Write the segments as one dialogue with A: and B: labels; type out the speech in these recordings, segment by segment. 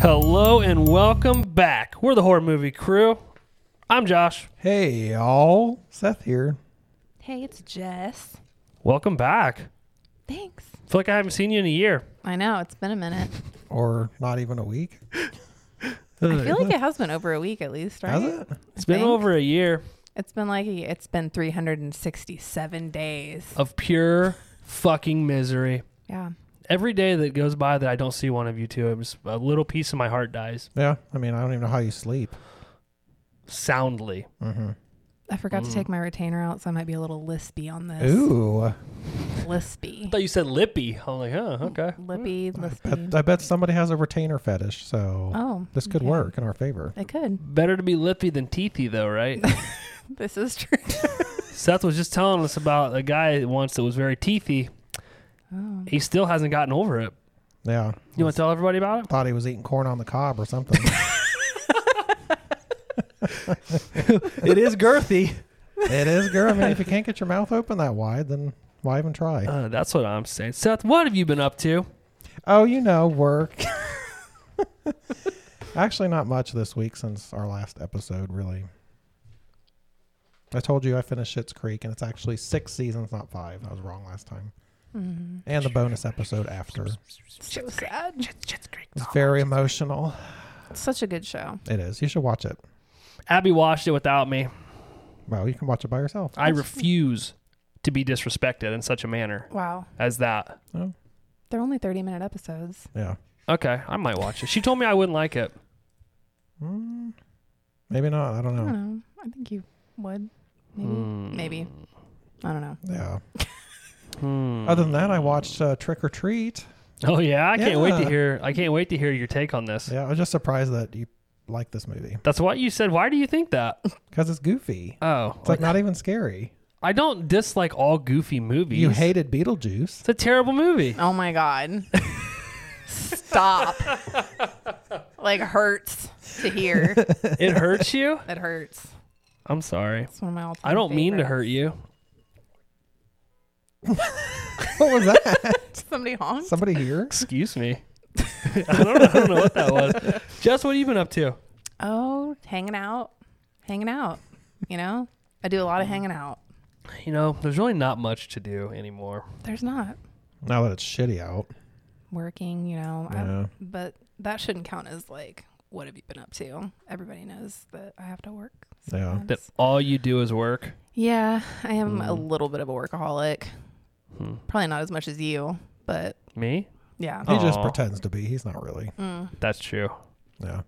A: Hello and welcome back. We're the horror movie crew. I'm Josh.
B: Hey y'all, Seth here.
C: Hey, it's Jess.
A: Welcome back.
C: Thanks.
A: Feel like I haven't seen you in a year.
C: I know, it's been a minute.
B: Or not even a week.
C: I feel like it has been over a week at least, right?
B: Has it?
A: It's been
C: think.
A: over a year
C: It's been like a- it's been 367 days.
A: of pure fucking misery.
C: Yeah.
A: Every day that goes by that I don't see one of you two, it's- a little piece of my heart dies
B: Yeah. I mean, I don't even know how you sleep.
A: soundly.
C: I forgot to take my retainer out, so I might be a little lispy on this.
B: Mm. Ooh.
A: I
C: Lispy.
A: thought you said lippy. I'm like, huh, okay.
C: Lippy, lispy.
B: Bet- I bet somebody has a retainer fetish, so
C: Oh.
B: this could
C: okay.
B: work in our favor.
C: It could.
A: Better to be lippy than teethy, though, right?
C: This is true.
A: Seth was just telling us about a guy once that was very teethy.
C: oh.
A: He still hasn't gotten over it.
B: Yeah.
A: You want to tell everybody about it?
B: Thought he was eating corn on the cob or something.
A: it is girthy.
B: it is, girl. I mean, if you can't get your mouth open that wide, then why even try?
A: Uh, that's what I'm saying. Seth, what have you been up to?
B: Oh, you know, work. Actually, not much this week since our last episode, really. I told you I finished Shit's Creek, and it's actually six seasons, not five. I was wrong last time. And the bonus episode after.
C: Mm, So sad.
B: It's very emotional.
C: It's such a good show.
B: It is. You should watch it.
A: Abby watched it without me.
B: Well, you can watch it by yourself.
A: I refuse to be disrespected in such a manner
C: Wow.
A: as that.
C: They're only 30 minute episodes.
B: Yeah.
A: Okay, I might watch it. She told me I wouldn't like it.
B: Mm, maybe not. I don't
C: I
B: know.
C: don't know. I think you would. Maybe. Mm,
B: Mm.
C: Maybe. I don't know.
B: Yeah.
A: Hmm.
B: Other than that, I watched uh, Trick or Treat.
A: Oh yeah, I can't wait to
B: Yeah.
A: hear. I can't wait to hear your take on this.
B: Yeah, I was just surprised that you like this movie
A: That's what you said. Why do you think that?
B: because it's goofy.
A: Oh,
B: It's like not even scary.
A: I don't dislike all goofy movies.
B: You hated Beetlejuice.
A: It's a terrible movie.
C: Oh my god. Stop. like hurts to hear.
A: It hurts you.
C: It hurts.
A: I'm sorry.
C: It's one of my all-time.
A: I don't mean to hurt you.
B: What was that?
C: Somebody honked.
B: Somebody here?
A: Excuse me. I, don't know, I don't know what that was. Jess, what have you been up to?
C: Oh, hanging out, hanging out. You know, I do a lot of
B: Mm-hmm.
C: hanging out.
A: You know, there's really not much to do anymore.
C: There's not
B: Now that it's shitty out.
C: working. You know, I-
B: Yeah.
C: but that shouldn't count as like what have you been up to? Everybody knows that I have to work.
B: Yeah.
C: sometimes.
A: That all you do is work.
C: Yeah, I am a
B: Mm-hmm.
A: Mm.
C: little bit of a workaholic.
A: Hmm.
C: Probably not as much as you, but
A: Me?
C: yeah.
B: He just
A: Aw.
B: pretends to be. He's not really.
C: Mm.
A: That's true.
B: Yeah.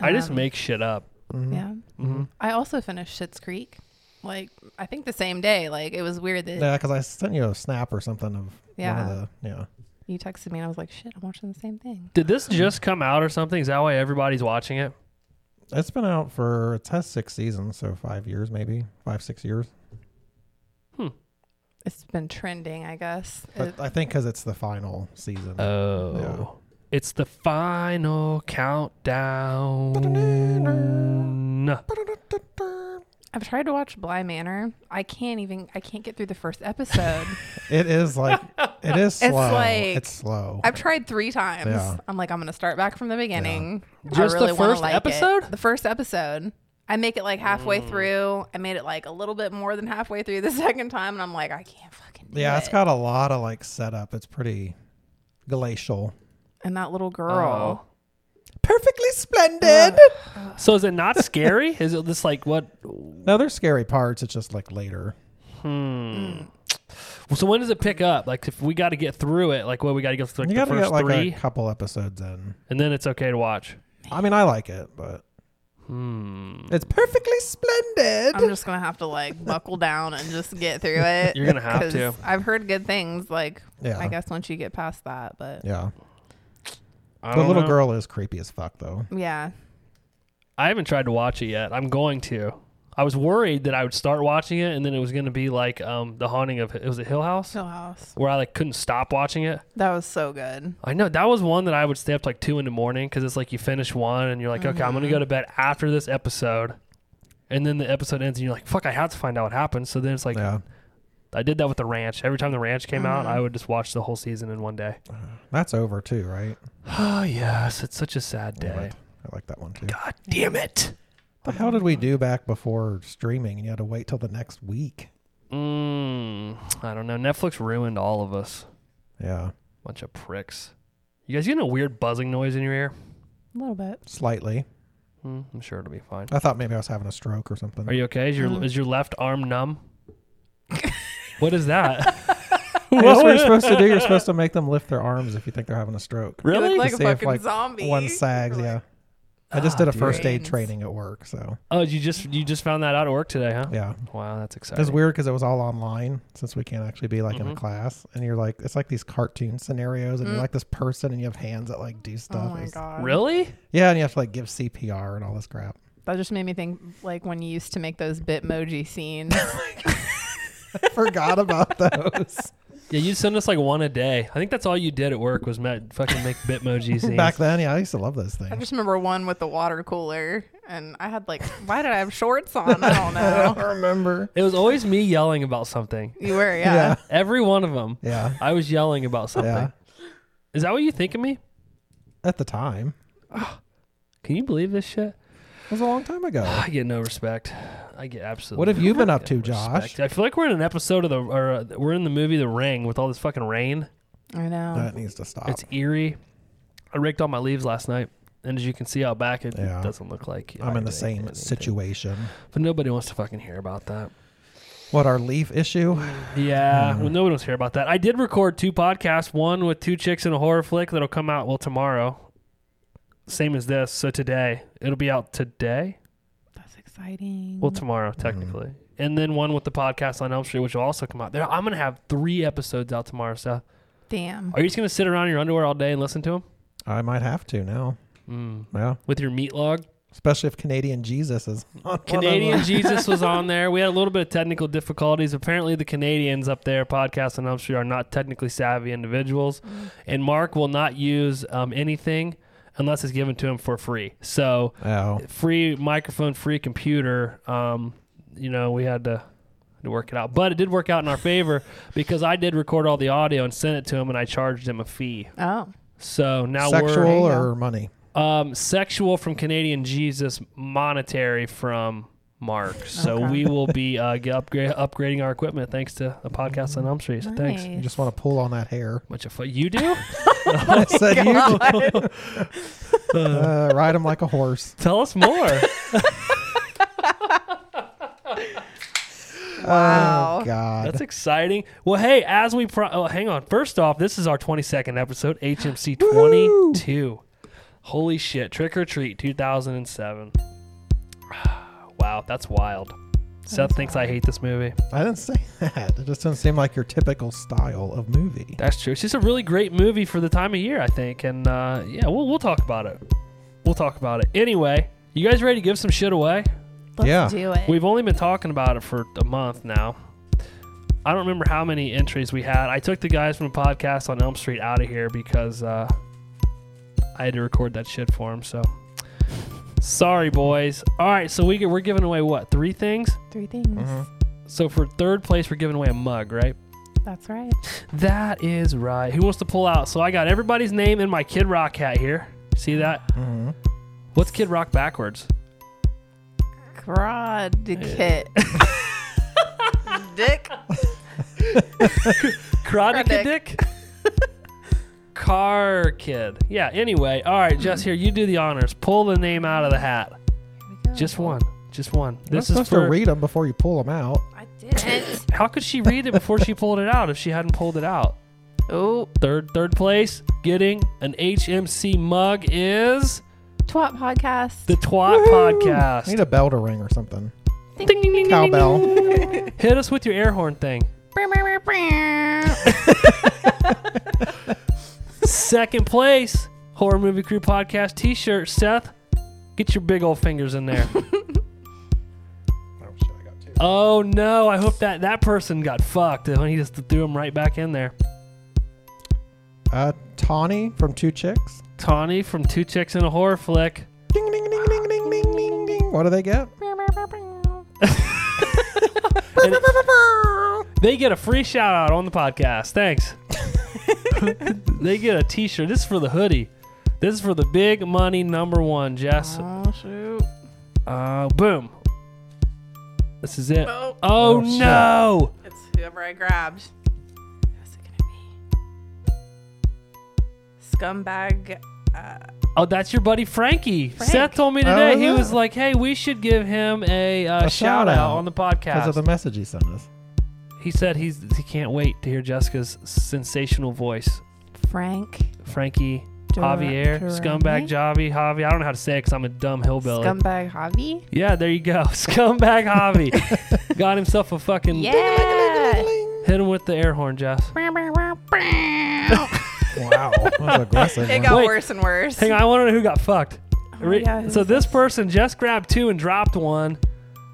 A: I just
C: Um,
A: make shit up.
B: Mhm.
C: Yeah.
A: Mhm.
C: I also finished Schitt's Creek. Like I think the same day. Like it was weird that
B: Yeah, because I sent you a snap or something of
C: Yeah.
B: one of the yeah.
C: you texted me and I was like, shit, I'm watching the same thing.
A: Did this just come out or something? Is that why everybody's watching it?
B: It's been out for it has six seasons, so five years maybe, five six years.
C: It's been trending, I guess. It-
B: But I think because it's the final season.
A: Oh. It's the final countdown.
C: I've tried to watch Bly Manor. I can't even I can't get through the first episode.
B: It is like it is slow. It's,
C: It's like-
B: slow.
C: I've tried three times.
B: Yeah.
C: I'm like, I'm gonna start back from the beginning. I
A: Just the
C: really wanna
A: first
C: like it.
A: episode?
C: The first episode. I make it like halfway through. I made it like a little bit more than halfway through the second time, and I'm like, I can't fucking do
B: yeah,
C: it.
B: it's got a lot of like setup. It's pretty glacial.
C: and that little girl.
B: Perfectly splendid.
A: So is it not scary? is it just like what?
B: No, there's scary parts. It's just like later.
A: So when does it pick up? Like if we got to get through it, like what we got to get through like,
B: You
A: the
B: got to
A: first
B: get like
A: three,
B: a couple episodes in.
A: and then it's okay to watch. Hmm.
B: I mean, I like it, but it's
A: Mm.
B: perfectly splendid.
C: I'm just gonna have to like buckle down and just get through it.
A: You're gonna have
C: 'Cause
A: to.
C: I've heard good things. Like
B: Yeah.
C: I guess once you get past that, but
B: yeah,
A: I
B: the
A: don't
B: little
A: know.
B: girl is creepy as fuck, though.
C: yeah,
A: I haven't tried to watch it yet. I'm going to. I was worried that I would start watching it and then it was going to be like um, the haunting of it was a Hill House
C: Hill House.
A: where I like couldn't stop watching it.
C: That was so good.
A: I know that was one that I would stay up to like two in the morning because it's like you finish one and you're like, okay, I'm going to go to bed after this episode, and then the episode ends and you're like, fuck, I have to find out what happened. So then it's like,
B: yeah,
A: I did that with the ranch. Every time the ranch came out, I would just watch the whole season in one day.
B: That's over too, right?
A: Oh yes, it's such a sad day.
B: I like that one too.
A: God damn it.
B: What the hell did we do back before streaming? And you had to wait till the next week.
A: Mm, I don't know. Netflix ruined all of us.
B: Yeah,
A: Bunch of pricks. You guys getting a weird buzzing noise in your ear?
C: A little bit.
B: slightly.
A: Mm, I'm sure it'll be fine.
B: I thought maybe I was having a stroke or something.
A: Are you okay? Is your
C: Mm.
A: is your left arm numb? what is that?
B: That's what you're supposed to do. You're supposed to make them lift their arms if you think they're having a stroke.
D: You look like
B: To
D: a
B: see if,
D: fucking
B: like,
D: zombie.
B: One sags,
D: You're
B: yeah.
D: like,
B: I just
A: Ah,
B: did a
A: dude.
B: first aid
D: Brains.
B: training at work, so
A: Oh, you just you just found that out at work today, huh?
B: yeah.
A: Wow, that's exciting.
B: It's weird because it was all online since we can't actually be like in a
A: Mhm.
B: class, and you're like it's like these cartoon scenarios, and
D: Mm.
B: you're like this person, and you have hands that like do
C: Oh
B: stuff.
C: my
B: It's-
C: god.
A: Really?
B: Yeah, and you have to like give CPR and all this crap.
C: That just made me think like when you used to make those bitmoji scenes.
B: I forgot about those.
A: Yeah, you send us like one a day. I think that's all you did at work was met, fucking make Bitmoji scenes.
B: Back then, yeah, I used to love those
D: I
B: things.
D: just remember one with the water cooler, and I had like, why did I have shorts on? I don't know.
B: remember.
A: It was always me yelling about something.
D: You were, yeah.
B: Yeah,
A: Every one of them,
B: yeah,
A: I was yelling about something.
B: yeah.
A: Is that what you think of me?
B: At the time,
A: Can you believe this shit?
B: it was a long time ago.
A: I get no respect. I get absolutely.
B: What have you been
A: no
B: up to, Josh?
A: respect. I feel like we're in an episode of the, or uh, we're in the movie The Ring with all this fucking rain.
C: I know.
B: That needs to stop.
A: It's eerie. I raked all my leaves last night, and as you can see out back, it
B: Yeah.
A: doesn't look like
B: I'm in the
A: anything-
B: same
A: anything.
B: situation.
A: But nobody wants to fucking hear about that.
B: What our leaf issue?
A: Yeah,
B: Hmm.
A: well, nobody wants to hear about that. I did record two podcasts, one with two chicks in a horror flick that'll come out well tomorrow, same as this. So today it'll be out today.
C: That's exciting.
A: Well, tomorrow technically, and then one with the podcast on Elm Street, which will also come out. There, I'm gonna have three episodes out tomorrow. Seth,
D: Damn.
A: are you just gonna sit around in your underwear all day and listen to them?
B: I might have to now. Yeah,
A: With your meat log.
B: especially if Canadian Jesus is on One
A: Canadian
B: of them.
A: Jesus was on there. We had a little bit of technical difficulties. Apparently, the Canadians up there, podcast on Elm Street, are not technically savvy individuals, and Mark will not use um, anything unless it's given to him for free. So,
B: Oh,
A: free microphone, free computer. Um, you know, we had to. To work it out, but it did work out in our favor because I did record all the audio and sent it to him, and I charged him a fee.
C: Oh.
A: So now
B: sexual
A: we're
C: There you
B: or money?
A: um, sexual from Canadian Jesus, monetary from Mark. So
C: Okay.
A: we will be uh, get upgrade, upgrading our equipment thanks to a podcast on Elm Street. So thanks.
B: You just want to pull on that hair.
A: Bunch of fu- you do? Oh,
B: I said you uh, ride him like a horse.
A: Tell us more.
D: Wow.
B: Oh God.
A: That's exciting. Well, hey, as we pro- oh, hang on. First off, this is our 22nd episode, HMC 22. Holy shit! Trick or treat, 2007. wow, that's wild. Seth thinks I hate this movie.
B: I didn't say that. It just doesn't seem like your typical style of movie.
A: That's true. It's just a really great movie for the time of year, I think. And uh, yeah, we'll, we'll talk about it. We'll talk about it. Anyway, you guys ready to give some shit away?
C: Let's
B: Yeah.
C: do it.
A: We've only been talking about it for a month now. I don't remember how many entries we had. I took the guys from the podcast on Elm Street out of here because uh, I had to record that shit for them. So sorry, boys. All right, so we get, we're giving away what three things?
C: Three things.
B: Mhm.
A: So for third place, we're giving away a mug, right?
C: That's right.
A: That is right. Who wants to pull out? So I got everybody's name in my Kid Rock hat here. See that?
B: Mhm.
A: What's Kid Rock backwards?
D: Crud kit. Dick.
A: Karate Kid
D: Dick.
A: Dick? Car Kid. Yeah, anyway. All right, Jess, here, you do the honors. Pull the name out of the hat. Just one. Just one.
B: You're
A: This is
B: supposed
A: for.
B: to read them before you pull them out.
D: I didn't.
A: How could she read it before she pulled it out if she hadn't pulled it out?
D: oh,
A: Third, third place, getting an HMC mug is
C: Twat podcast.
A: the Twat
B: I need
A: Podcast.
B: a bell to ring or something.
A: Ding, ding, ding, ding, ding,
B: Cowbell.
A: ding. Hit us with your air horn thing. Second place, Horror Movie Crew Podcast t shirt. Seth, get your big old fingers in there.
B: Oh shit, I got two.
A: oh no, I hope that that person got fucked when he just threw him right back in there.
B: Uh, Tawny from Two Chicks.
A: Tawny from Two Chicks in a Horror Flick.
B: Ding ding ding ding ding ding ding ding. What do they get?
A: And, They get a free shout out on the podcast. Thanks. they get a t shirt. This is for the hoodie. This is for the big money number one, Jess.
C: Uh-huh.
D: Oh shoot!
A: Uh, boom. This is it.
D: Oh,
A: Oh,
B: shit.
A: no!
D: it's whoever I grabbed. Who's it gonna be? Scumbag. Uh,
A: Oh, that's your buddy Frankie.
D: Frank.
A: Seth told me today.
B: Oh,
A: he
B: yeah.
A: was like, "Hey, we should give him a, uh,
B: A
A: shout out
B: shout-out.
A: on the
B: Because
A: podcast."
B: of the message he sent us.
A: he said he's he can't wait to hear Jessica's sensational voice.
C: Frank
A: Frankie
C: Dur-
A: Javier, scumbag Javi, Javi. I don't know how to say it because I'm a dumb hillbilly.
C: Scumbag Javi.
A: yeah, there you go. Scumbag Javi got himself a fucking
C: Yeah.
A: hit him with the air horn, Jess.
B: Wow. that was aggressive.
D: it
B: wasn't
D: got
A: Wait.
D: worse and worse.
A: Hang on, I want to know who got fucked.
C: Oh
D: my
A: Re-
D: God, who's
A: so this person just grabbed two and dropped one.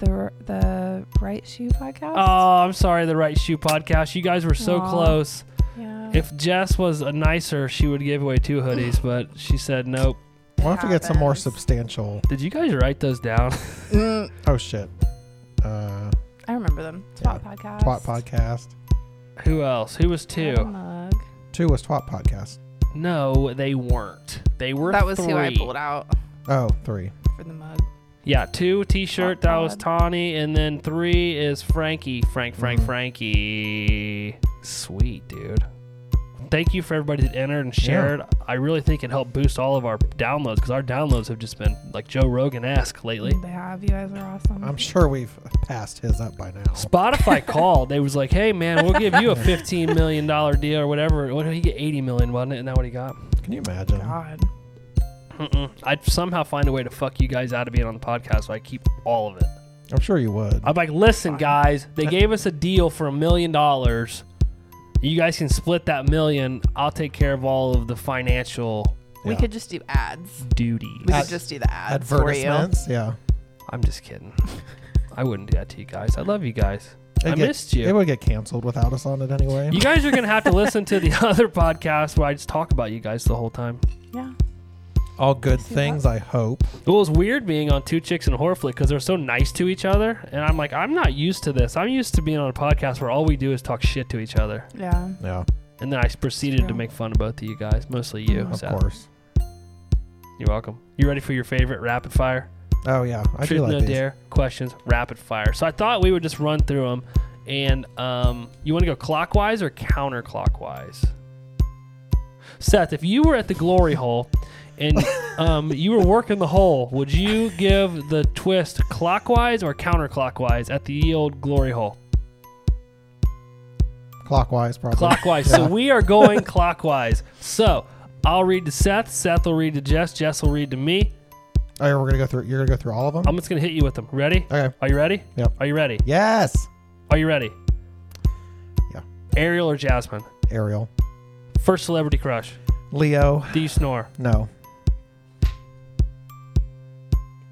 C: the the right shoe podcast.
A: Oh, I'm sorry, the Right Shoe podcast. You guys were so
C: Aw.
A: close.
C: yeah.
A: If Jess was a nicer, she would give away two hoodies, but she said nope.
B: We'll have to get some more
D: Happens.
B: substantial.
A: Did you guys write those down?
D: Mm,
B: Oh shit. Uh,
C: I remember them. Twat podcast.
B: twat podcast.
A: Who else? Who was
C: Got a
A: two?
C: Mug.
B: Two was twat podcast.
A: No, they weren't. They were
D: that was who I
A: three.
D: pulled out
B: Oh, three.
C: for the mug.
A: Yeah, two t-shirt.
C: Hot
A: That was
D: Oh,
C: Todd.
A: Tawny, and then three is Frankie. Frank, Frank,
B: Mhm.
A: Frankie. Sweet dude. Thank you for everybody that entered and shared. I really think it helped boost all of our downloads because our downloads have just been like Joe Rogan esque lately.
C: They have. You guys are awesome.
B: I'm sure we've passed his up by now.
A: Spotify called. They was like, "Hey man, we'll give you a fifteen million dollar deal or whatever." What did he get? Eighty million, wasn't it? Isn't that what he got?
B: Can you imagine?
C: God.
A: Mm-mm. I'd somehow find a way to fuck you guys out of being on the podcast, so I keep all of it.
B: I'm sure you would.
A: I'm like, listen, guys, they gave us a deal for a million dollars. You guys can split that million. I'll take care of all of the financial
D: We
B: Yeah.
D: could just do ads.
A: duties. Uh,
D: We
B: Ad-
D: could just do the ads for you.
B: Advertisements. Yeah.
A: I'm just kidding. I wouldn't do that to you guys. I love you guys. I
B: It'd get-
A: missed you.
B: It would get canceled without us on it anyway.
A: You guys are gonna have to listen to the other podcast where I just talk about you guys the whole time.
C: Yeah.
B: All good
C: See
B: things, I hope.
A: It was weird being on Two Chicks and a Horror Flick because they're so nice to each other, and I'm like, I'm not used to this. I'm used to being on a podcast where all we do is talk shit to each other,
C: Yeah.
B: Yeah,
A: and then I proceeded to
C: true. make
A: make fun of both of you guys, mostly you.
C: Mm.
B: of
A: Seth.
B: course.
A: You're welcome. You ready for your favorite rapid fire?
B: Oh yeah, I
A: Truth
B: feel
A: no
B: like these.
A: dare questions, rapid fire. So I thought we would just run through them, and um, you want to go clockwise or counterclockwise? Seth, if you were at the glory hole and um, you were working the hole, would you give the twist clockwise or counterclockwise at the old glory hole?
B: clockwise probably.
A: Clockwise. So
B: Yeah.
A: we are going clockwise. So I'll read to Seth. Seth will read to Jess. Jess will read to me.
B: Oh, yeah, we're gonna go through. You're gonna go through all of them.
A: I'm just gonna hit you with them. Ready?
B: okay.
A: Are you ready?
B: Yep.
A: Are you ready?
B: Yes.
A: Are you ready?
B: Yeah.
A: Ariel or Jasmine?
B: Ariel.
A: First celebrity crush.
B: Leo.
A: Do you snore?
B: No.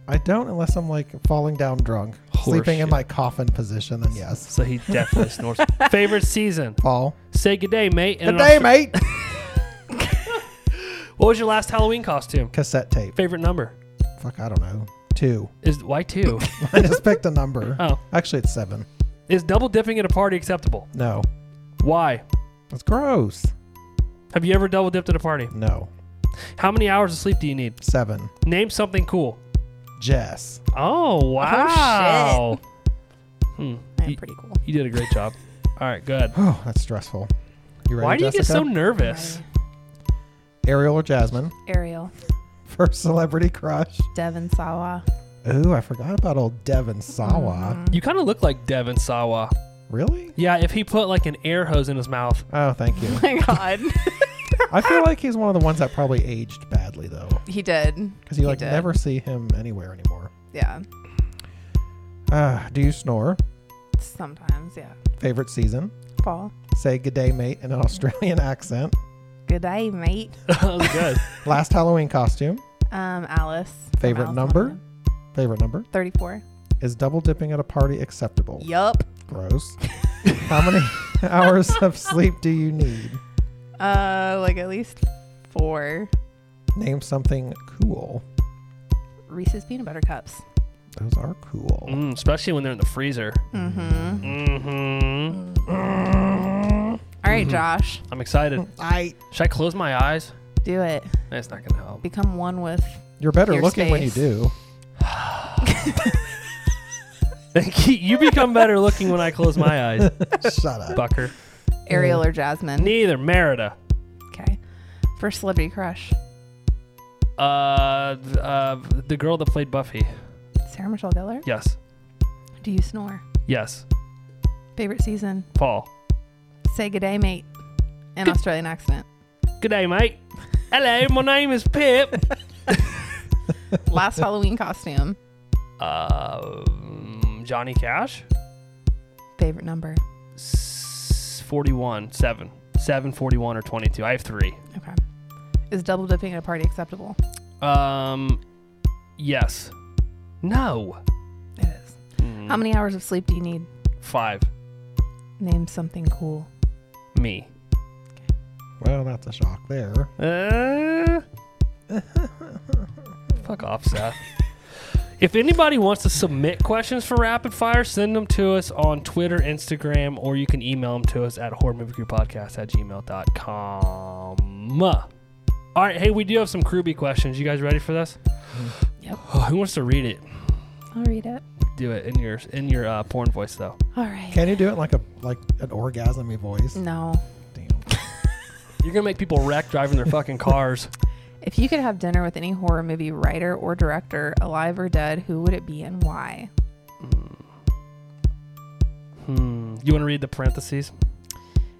B: I don't unless I'm like falling down drunk, sleeping in
A: Horseshit.
B: my coffin position. Then yes.
A: So he definitely snores. Favorite season?
B: Fall.
A: Say good day, mate.
B: Good
A: an
B: day,
A: Austra-
B: mate.
A: What was your last Halloween costume?
B: Cassette tape.
A: Favorite number?
B: Fuck, I don't know. Two.
A: Is why two?
B: I just picked a number.
A: oh,
B: Actually, it's seven.
A: is double dipping at a party acceptable?
B: No,
A: Why?
B: that's gross.
A: Have you ever double dipped at a party?
B: No,
A: How many hours of sleep do you need?
B: seven.
A: Name something cool.
B: Jess.
A: Oh wow! Hmm.
C: I'm
A: You,
C: pretty cool.
A: you did a great job. All right, good.
B: Oh, that's stressful. You ready,
A: Why do you get
B: Jessica?
A: so nervous?
B: Ariel or Jasmine?
C: Ariel.
B: First celebrity crush.
C: Devin Sawa. Oh
B: Ooh, I forgot about old Devin Sawa.
A: You kind of look like Devin Sawa.
B: Really?
A: Yeah, if he put like an air hose in his mouth.
B: Oh, thank you.
D: My God,
B: I feel like he's one of the ones that probably aged badly though,
D: he did.
B: because you
D: He
B: like
D: did.
B: never see him anywhere anymore.
D: Yeah,
B: Ah, do you snore?
C: Sometimes, yeah.
B: Favorite season?
C: Fall.
B: Say good day, mate, in an Australian accent.
C: Good day, mate.
A: that was good.
B: Last Halloween costume.
C: Um, Alice. from
B: Favorite
C: Alice
B: number?
C: Wonderland.
B: Favorite number?
C: 34.
B: Is double dipping at a party acceptable?
D: yup.
B: Gross. Oh. How many hours of sleep do you need?
D: Uh, like at least four.
B: Name something cool.
C: Reese's peanut butter cups.
B: Those are cool.
A: Mm, especially when they're in the freezer.
C: Mm-hmm.
A: Mm-hmm.
C: All
B: Mm-hmm.
C: right, Josh,
A: I'm excited.
B: I.
A: Should I close my eyes?
C: do it.
A: That's not gonna help.
C: Become one with.
B: You're better
C: Your
B: looking when you
C: space.
B: do.
A: Thank you. You become better looking when I close my eyes,
B: Shut up.
A: Bucker.
C: Ariel or Jasmine.
A: Neither Merida.
C: Okay. First celebrity crush.
A: Uh, uh, the girl that played Buffy.
C: Sarah Michelle Gellar.
A: Yes.
C: Do you snore?
A: Yes.
C: Favorite season.
A: Paul.
C: Say good day, mate. An
A: Good-
C: Australian accent.
A: Good day, mate. Hello, my name is Pip.
C: Last Halloween costume.
A: Uh, mm, Johnny Cash.
C: Favorite number.
A: S- 41, 7. 7, 41, or 22. I have three.
C: Okay. Is double dipping at a party acceptable?
A: Um, yes. No.
C: It is.
A: Mm,
C: How many hours of sleep do you need?
A: Five.
C: Name something cool.
A: Me.
B: Well, that's a shock there.
A: Uh, fuck off, Seth. if anybody wants to submit questions for rapid fire, send them to us on Twitter, Instagram, or you can email them to us at horrormoviegrewpodcast at gmail.com. All right, hey, we do have some crewbie questions. You guys ready for this? Oh,
C: Yep.
A: who wants to read it?
C: I'll read it.
A: Do it in your in your uh, porn voice though.
C: All right.
B: Can you do it like a like an orgasmy voice?
C: No.
B: Damn.
A: You're gonna make people wreck driving their fucking cars.
C: If you could have dinner with any horror movie writer or director, alive or dead, who would it be and why?
A: Hmm. You want to read the parentheses?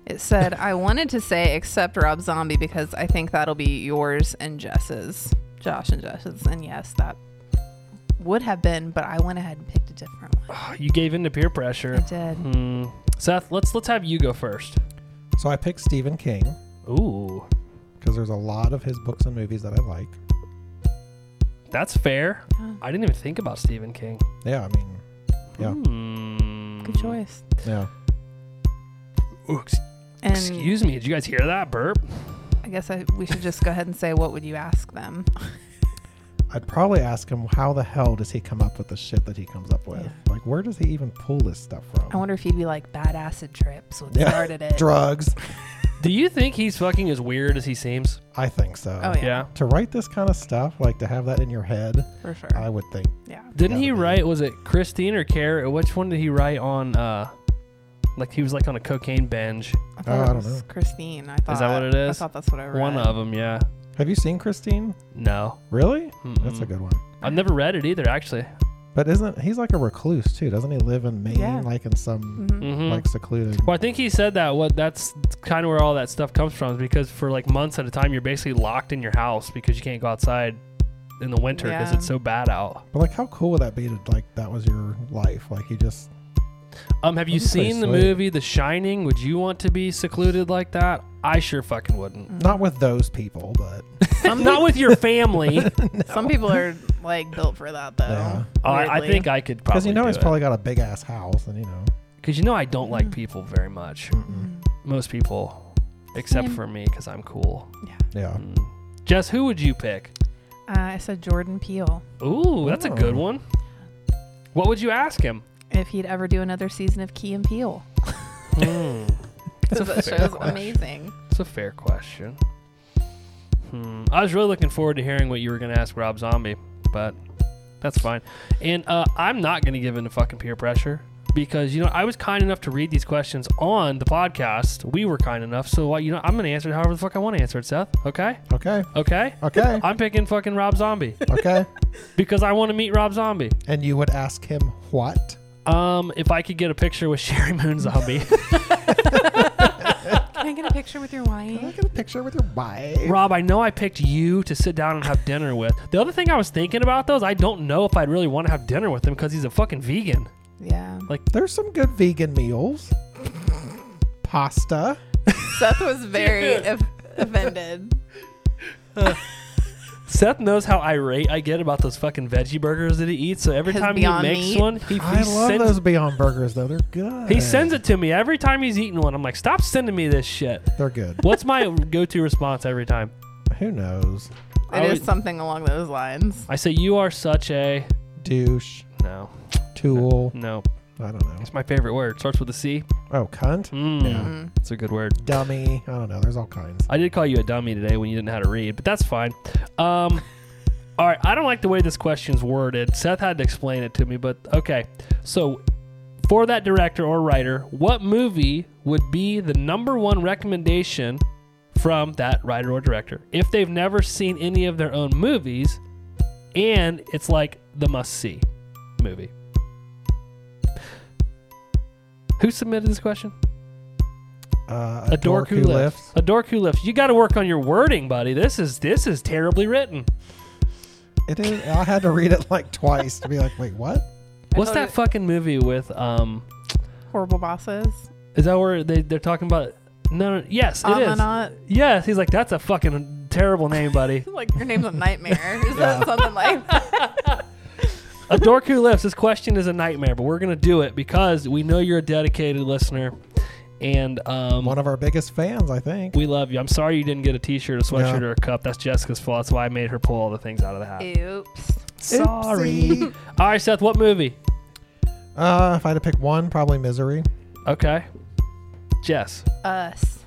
C: It said, I wanted to say except Rob Zombie because I think that'll be yours and Jess's. Josh and Jess's. And yes, that would have been, but I went ahead and picked a different one.
A: Oh, you gave in to peer
C: I
A: pressure.
C: did.
A: Hmm. Seth, let's let's have you go first.
B: So I picked Stephen King
A: Ooh,
B: because there's a lot of his books and movies that I like.
A: that's fair.
C: Yeah.
A: I didn't even think about Stephen King.
B: Yeah, I mean, Yeah.
A: Hmm.
C: Good choice.
B: yeah.
A: Ooh, ex-
C: And
A: excuse me. Did you guys hear that burp?
C: I guess I, we should just go ahead and say, what would you ask them?
B: I'd probably ask him how the hell does he come up with the shit that he comes up with?
C: Yeah.
B: Like, where does he even pull this stuff from?
C: I wonder if he'd be like, bad acid trips, what
B: Yeah.
C: started it.
B: Drugs.
A: Do you think he's fucking as weird as he seems?
B: I think so.
C: Oh, yeah,
B: To write this kind of stuff, like to have that in your head,
C: for sure.
B: I would think.
C: yeah.
A: Didn't
B: Yeah,
A: he
B: but-
A: write? Was it Christine or Care? Which one did he write on? Uh, like he was like on a cocaine binge.
C: I
B: Oh,
C: thought
B: I
C: it
B: don't
C: was
B: know.
C: Christine. I thought
A: that what it is?
C: I thought that's what I read.
A: One of them, yeah.
B: Have you seen Christine?
A: No,
B: Really? That's
A: Mm-mm.
B: a good one.
A: I've never read it either, actually.
B: But isn't he's like a recluse too? Doesn't he live in Maine,
C: Yeah.
B: like in some
C: Mhm.
A: Mm-hmm.
B: like secluded?
A: Well, I think he said that. What that's kind of where all that stuff comes from, is because for like months at a time, you're basically locked in your house because you can't go outside in the winter because
C: Yeah.
A: it's so bad out.
B: But like, how cool would that be to like that was your life? Like you just
A: Um, have you
B: That's pretty
A: seen the
B: sweet.
A: movie The Shining? Would you want to be secluded like that? I sure fucking wouldn't.
B: Mm-hmm. not with those people, but
A: Not with your family.
C: Some people are like built for that though.
B: Yeah.
A: Uh, I
C: weirdly.
A: think I could probably.
B: because you know
A: do
B: he's
A: it.
B: probably got a big ass house, and you know,
A: because you know I don't
C: Hmm.
A: like people very much.
B: mm-mm.
C: Mm. Uh,
A: Most people, except
C: Same.
A: for me, because I'm cool.
B: yeah.
A: Mm. Jess, who would you pick?
C: Uh, I said Jordan Peele.
A: Ooh, that's a good
B: Oh.
A: one. What would you ask him?
C: If he'd ever do another season of Key and Peele,
A: Hmm. It's a
C: that
A: fair
C: show's
A: question.
C: amazing.
A: It's a fair question. Hmm. I was really looking forward to hearing what you were going to ask Rob Zombie, but that's fine. And uh, I'm not going to give in to fucking peer pressure because, you know, I was kind enough to read these questions on the podcast. We were kind enough. So, uh, you know, I'm going to answer it however the fuck I want to answer it, Seth. Okay?
B: Okay,
A: Okay?
B: okay,
A: I'm picking fucking Rob Zombie
B: okay.
A: because I want to meet Rob Zombie.
B: And you would ask him what?
A: Um, if I could get a picture with Sherry Moon Zombie.
C: Can I get a picture with your
B: Can I
C: wife?
B: get a picture with your wife?
A: Rob, I know I picked you to sit down and have dinner with. The other thing I was thinking about though is I don't know if I'd really want to have dinner with him because he's a fucking vegan.
C: Yeah.
B: There's some good vegan meals. Pasta.
C: Seth was very of- offended.
A: Seth knows how irate I get about those fucking veggie burgers that he eats. So every
C: His
A: time he
C: Beyond
A: makes
C: Meat.
A: one, he, he
B: I love
A: sends
B: those Beyond Burgers though. They're good.
A: he sends it to me every time he's eating one. I'm like, stop sending me this shit.
B: They're good.
A: What's my go-to response every time?
B: Who knows?
C: It
A: I
C: is
A: would-
C: something along those lines.
A: I say, "You are such a
B: Douche.
A: No,
B: Tool.
A: no.
B: I don't know.
A: It's my favorite word. Starts with a C.
B: Oh, cunt.
A: Mm,
B: Yeah.
C: Mhm.
A: It's a good word.
B: Dummy. I don't know. There's all kinds.
A: I did call you a dummy today when you didn't know how to read, but that's fine. Um, all right, I don't like the way this question's worded. Seth had to explain it to me, but okay. So, for that director or writer, what movie would be the number one recommendation from that writer or director if they've never seen any of their own movies and it's like the must see movie? Who submitted this question?
B: Uh,
A: a dork who lifts. A dork who lifts. You got to work on your wording, buddy. This is this is terribly written.
B: It is. I had to read it like twice to be like, wait, what?
A: What's
D: thought
A: that
D: it-
A: fucking movie with? Um,
C: Horrible bosses.
A: is that where they they're talking about? No, no yes, it is.
C: Amanat.
A: Yes, he's like that's a fucking terrible name, buddy.
D: like your name's a nightmare. Is that something like?
A: a dork who lifts. This question is a nightmare, but we're gonna do it because we know you're a dedicated listener, and um,
B: One of our biggest fans, I think.
A: we love you. I'm sorry you didn't get a T-shirt, a sweatshirt,
B: No.
A: or a cup. That's Jessica's fault. That's why I made her pull all the things out of the hat.
C: Oops.
A: Sorry.
B: Oopsie.
A: All right, Seth. What movie?
B: uh, if I had to pick one, probably Misery.
A: Okay, Jess.
C: Us.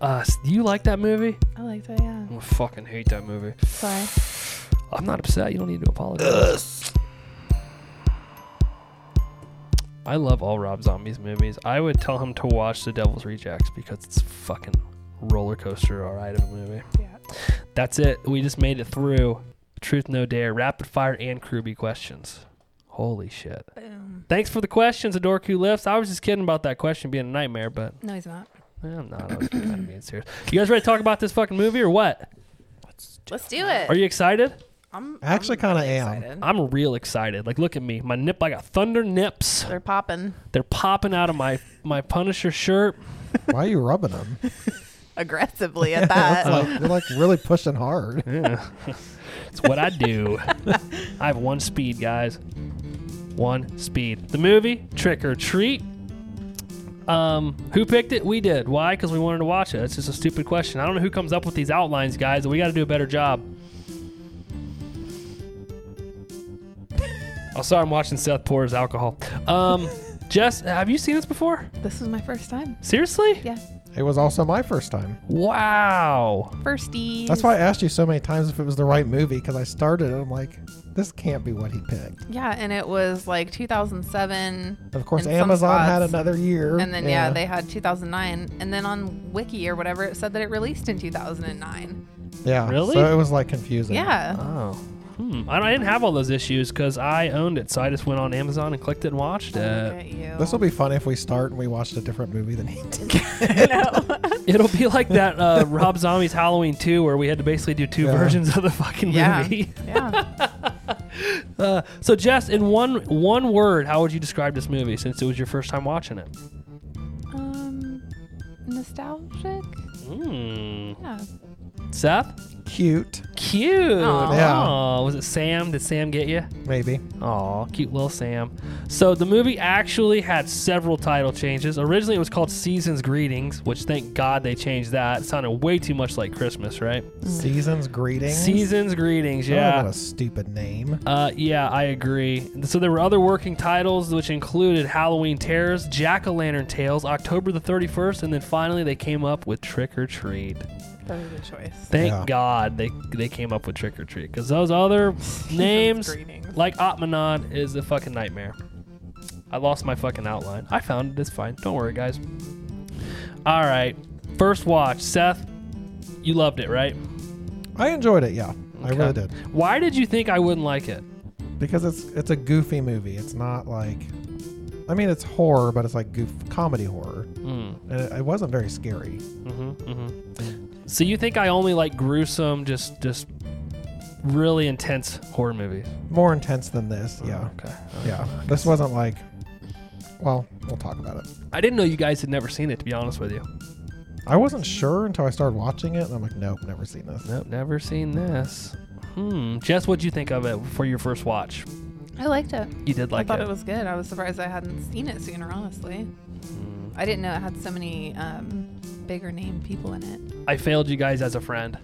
A: Uh, s- you like that movie?
C: I like that. Yeah.
A: I fucking hate that movie.
C: Sorry.
A: I'm not upset. You don't need to apologize. I love all Rob Zombie's movies. I would tell him to watch The Devil's Rejects because it's fucking roller coaster all right of a movie.
C: Yeah.
A: That's it. We just made it through. Truth no dare, rapid fire and Kruby questions. Holy shit!
C: Boom.
A: Thanks for the questions, Adork who lifts. I was just kidding about that question being a nightmare, but
C: No, he's not.
A: eh, I'm not. I was kind of being serious. You guys ready to talk about this fucking movie or what?
D: Let's do it.
A: Are you excited?
D: I'm
B: I actually
D: I'm
B: kinda am.
D: excited.
A: I'm real excited. Like, look at me. My nip, I got thunder nips.
D: They're popping
A: They're popping out of my my Punisher shirt.
B: Why are you rubbing them?
D: aggressively at that.
B: Like, you're like really pushing hard.
A: It's what I do. I have one speed, guys. One speed. The movie Trick or Treat. Um, who picked it? We did. Why? Because we wanted to watch it. It's just a stupid question. I don't know who comes up with these outlines, guys. We got to do a better job. Oh, sorry. I'm watching Seth pour his alcohol. Um, Jess, have you seen this before?
C: This was my first time.
A: Seriously?
C: Yeah.
B: It was also my first time.
A: Wow.
C: Firsties.
B: That's why I asked you so many times if it was the right movie because I started and I'm like, this can't be what he picked.
C: Yeah, and it was like 2007.
B: And of course,
C: in some
B: Amazon had
C: spots.
B: another year.
C: And then yeah. they had 2009, and then on Wiki or whatever it said that it released in 2009.
B: yeah.
A: Really?
B: So it was like confusing.
C: Yeah.
A: Oh. Hmm. I I didn't have all those issues because I owned it, so I just went on Amazon and clicked it and watched
C: Look
A: it.
C: at you.
B: Uh, This will be fun if we start and we watched a different movie than he did.
A: It'll be like that uh, Rob Zombie's Halloween 2, where we had to basically do two
B: Yeah.
A: versions of the fucking
C: Yeah.
A: movie.
C: yeah.
A: Uh, so, Jess, in one one word, how would you describe this movie since it was your first time watching it?
C: Um, nostalgic.
A: Hmm.
C: Yeah.
A: Seth,
B: Cute,
A: cute.
C: Aw.
B: Yeah.
A: Aw, was it Sam? Did Sam get you?
B: maybe.
C: Mm.
A: Aw, cute little Sam. So the movie actually had several title changes. Originally, it was called Season's Greetings, which thank God they changed that. It sounded way too much like Christmas, right?
B: Season's greetings.
A: Season's Greetings,
B: Oh,
A: yeah.
B: What a stupid name.
A: Uh, yeah, I agree. So there were other working titles, which included Halloween Terrors, Jack O' Lantern Tales, October the 31st, and then finally they came up with Trick or Treat.
C: That was a good choice.
A: Thank
B: Yeah.
A: God they they came up with Trick or Treat because those other names,
C: greetings.
A: like Atmanon, is a fucking nightmare. I lost my fucking outline. I found it. It's fine. Don't worry, guys. All right, first watch, Seth. You loved it, right?
B: I enjoyed it. Yeah, I
A: Okay.
B: really did
A: Why did you think I wouldn't like it?
B: because it's it's a goofy movie. It's not like, I mean, it's horror, but it's like goof comedy horror,
A: Mm.
B: and it, it wasn't very scary.
A: hmm So you think I only like gruesome, just just really intense horror movies? Oh,
B: More intense than this. Yeah,
A: Okay.
B: yeah. This wasn't like. Well, we'll talk about it.
A: I didn't know you guys had never seen it. To be honest with you,
B: I wasn't sure until I started watching it, and I'm like, nope, never seen this.
A: nope, never seen this. Hmm. Jess, what'd you think of it for your first watch?
C: I liked it.
A: You did like
C: I thought
A: it.
C: it. was good. I was surprised I hadn't seen it sooner. Honestly,
A: Hmm.
C: I didn't know it had so many um, bigger name people in it.
A: I failed you guys as a friend.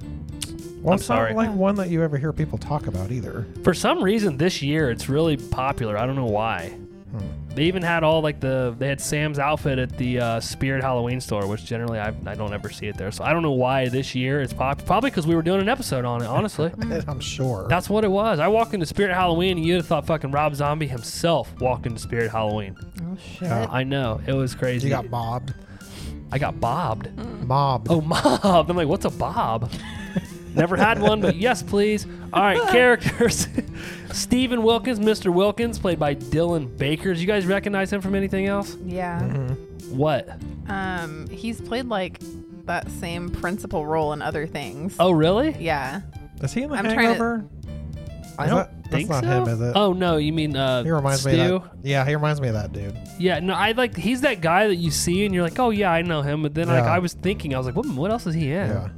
B: Well,
A: I'm
B: it's
A: sorry.
B: not like one that you ever hear people talk about either.
A: For some reason, this year it's really popular. I don't know why.
B: Hmm.
A: They even had all like the they had Sam's outfit at the uh, Spirit Halloween store, which generally I, I don't ever see it there. So I don't know why this year it's pop. Probably because we were doing an episode on it. Honestly,
B: I'm sure.
A: that's what it was. I walked into Spirit Halloween, and you'd have thought fucking Rob Zombie himself walked into Spirit Halloween.
C: Oh shit.
B: Yeah.
A: I know it was crazy.
B: you got mobbed.
A: I got bobbed.
B: Mobbed.
A: Oh, mob. I'm like, what's a bob? Never had one, but yes, please. All right, characters. Stephen Wilkins, Mr. Wilkins, played by Dylan Bakers. You guys recognize him from anything else?
C: Yeah.
B: Mm-hmm.
A: What?
C: Um, he's played like that same principal role in other things.
A: Oh, really?
C: Yeah.
B: Is he in the
C: I'm trying to-
B: hangover?
A: I
B: Is
A: don't
B: that- that's
A: think
B: not
A: so.
B: him, is it?
A: Oh no, you mean uh,
B: He reminds
A: Stu?
B: me of that. Yeah, he reminds me of that dude.
A: Yeah, no, I like he's that guy that you see and you're like, oh yeah, I know him. But then like
B: Yeah.
A: I was thinking, I was like, what, what else is he in?
B: Yeah.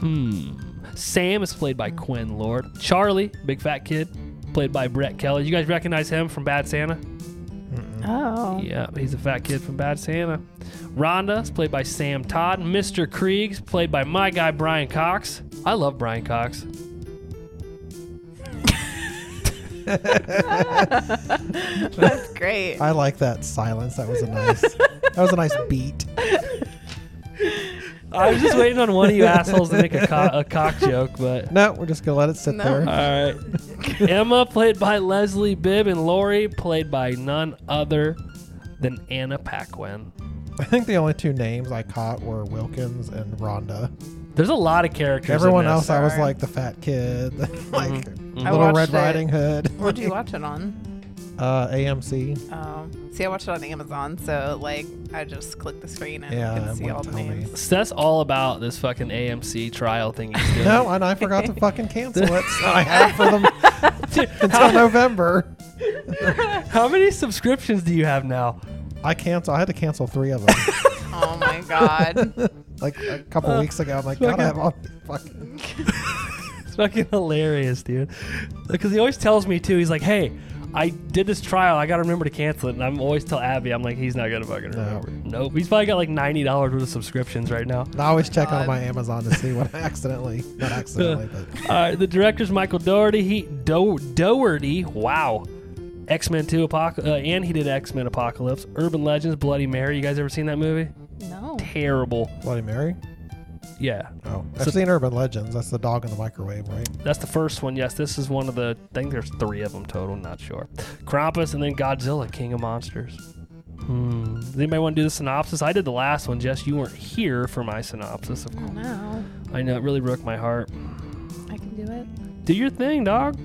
A: Hmm. Sam is played by Quinn Lord. Charlie, big fat kid, played by Brett Kelly. You guys recognize him from Bad Santa?
B: Mm-hmm.
C: Oh.
A: Yeah, he's a fat kid from Bad Santa. Rhonda is played by Sam Todd. Mr. Krieg's played by my guy Brian Cox. I love Brian Cox.
C: That's great.
B: I like that silence. That was a nice. that was a nice beat.
A: I was just waiting on one of you assholes to make a, co- a cock joke, but.
B: No, we're just gonna let it sit
D: No.
B: there.
A: All right. Emma, played by Leslie Bibb, and Lori, played by none other than Anna Paquin.
B: I think the only two names I caught were Wilkins and Rhonda.
A: There's a lot of characters. in
B: Everyone
A: this.
B: else, I was
C: Sorry. Mm-hmm.
B: like the fat kid, like
A: Mm-hmm.
C: I
B: Little
C: watched
B: Red
C: it.
B: Riding Hood.
C: Where'd you watch it on?
B: Uh, AMC.
C: Oh. See, I watched it on Amazon, so like I just clicked the screen and
B: Yeah,
C: I could
B: it
C: see all
B: wouldn't
C: the
B: tell me.
C: names.
A: So that's all about this fucking AMC trial thing he's doing.
B: No, and I forgot to fucking cancel it. So I have for them until November.
A: How many subscriptions do you have now?
B: I cancel. I had to cancel three of them,
C: Oh my god.
B: like a couple
C: Uh,
B: weeks ago. I'm like,
A: fucking-
B: God, I have all fucking.
A: It's fucking hilarious, dude. Because he always tells me too. He's like, "Hey, I did this trial. I got to remember to cancel it." And I'm always tell Abby, I'm like, "He's not gonna fucking remember." Nope. He's probably got like ninety dollars worth of subscriptions right now.
B: I always check on my Amazon to see when I accidentally, not accidentally, but
A: All right, the director's Michael Doherty. He Do- Doherty. Wow. X Men Two Apoc- uh, and he did X Men Apocalypse, Urban Legends, Bloody Mary. You guys ever seen that movie?
C: no.
A: Terrible.
B: Bloody Mary.
A: Yeah,
B: Oh,
A: So-
B: I've seen Urban Legends. That's the dog in the microwave, right?
A: that's the first one. Yes, this is one of the. I think there's three of them total. Not sure. Krampus and then Godzilla, King of Monsters. Hmm. Does anybody want to do the synopsis? I did the last one, Jess. You weren't here for my synopsis. Of course.
C: No.
A: I know it really broke my heart.
C: I can do it.
A: Do your thing, dog.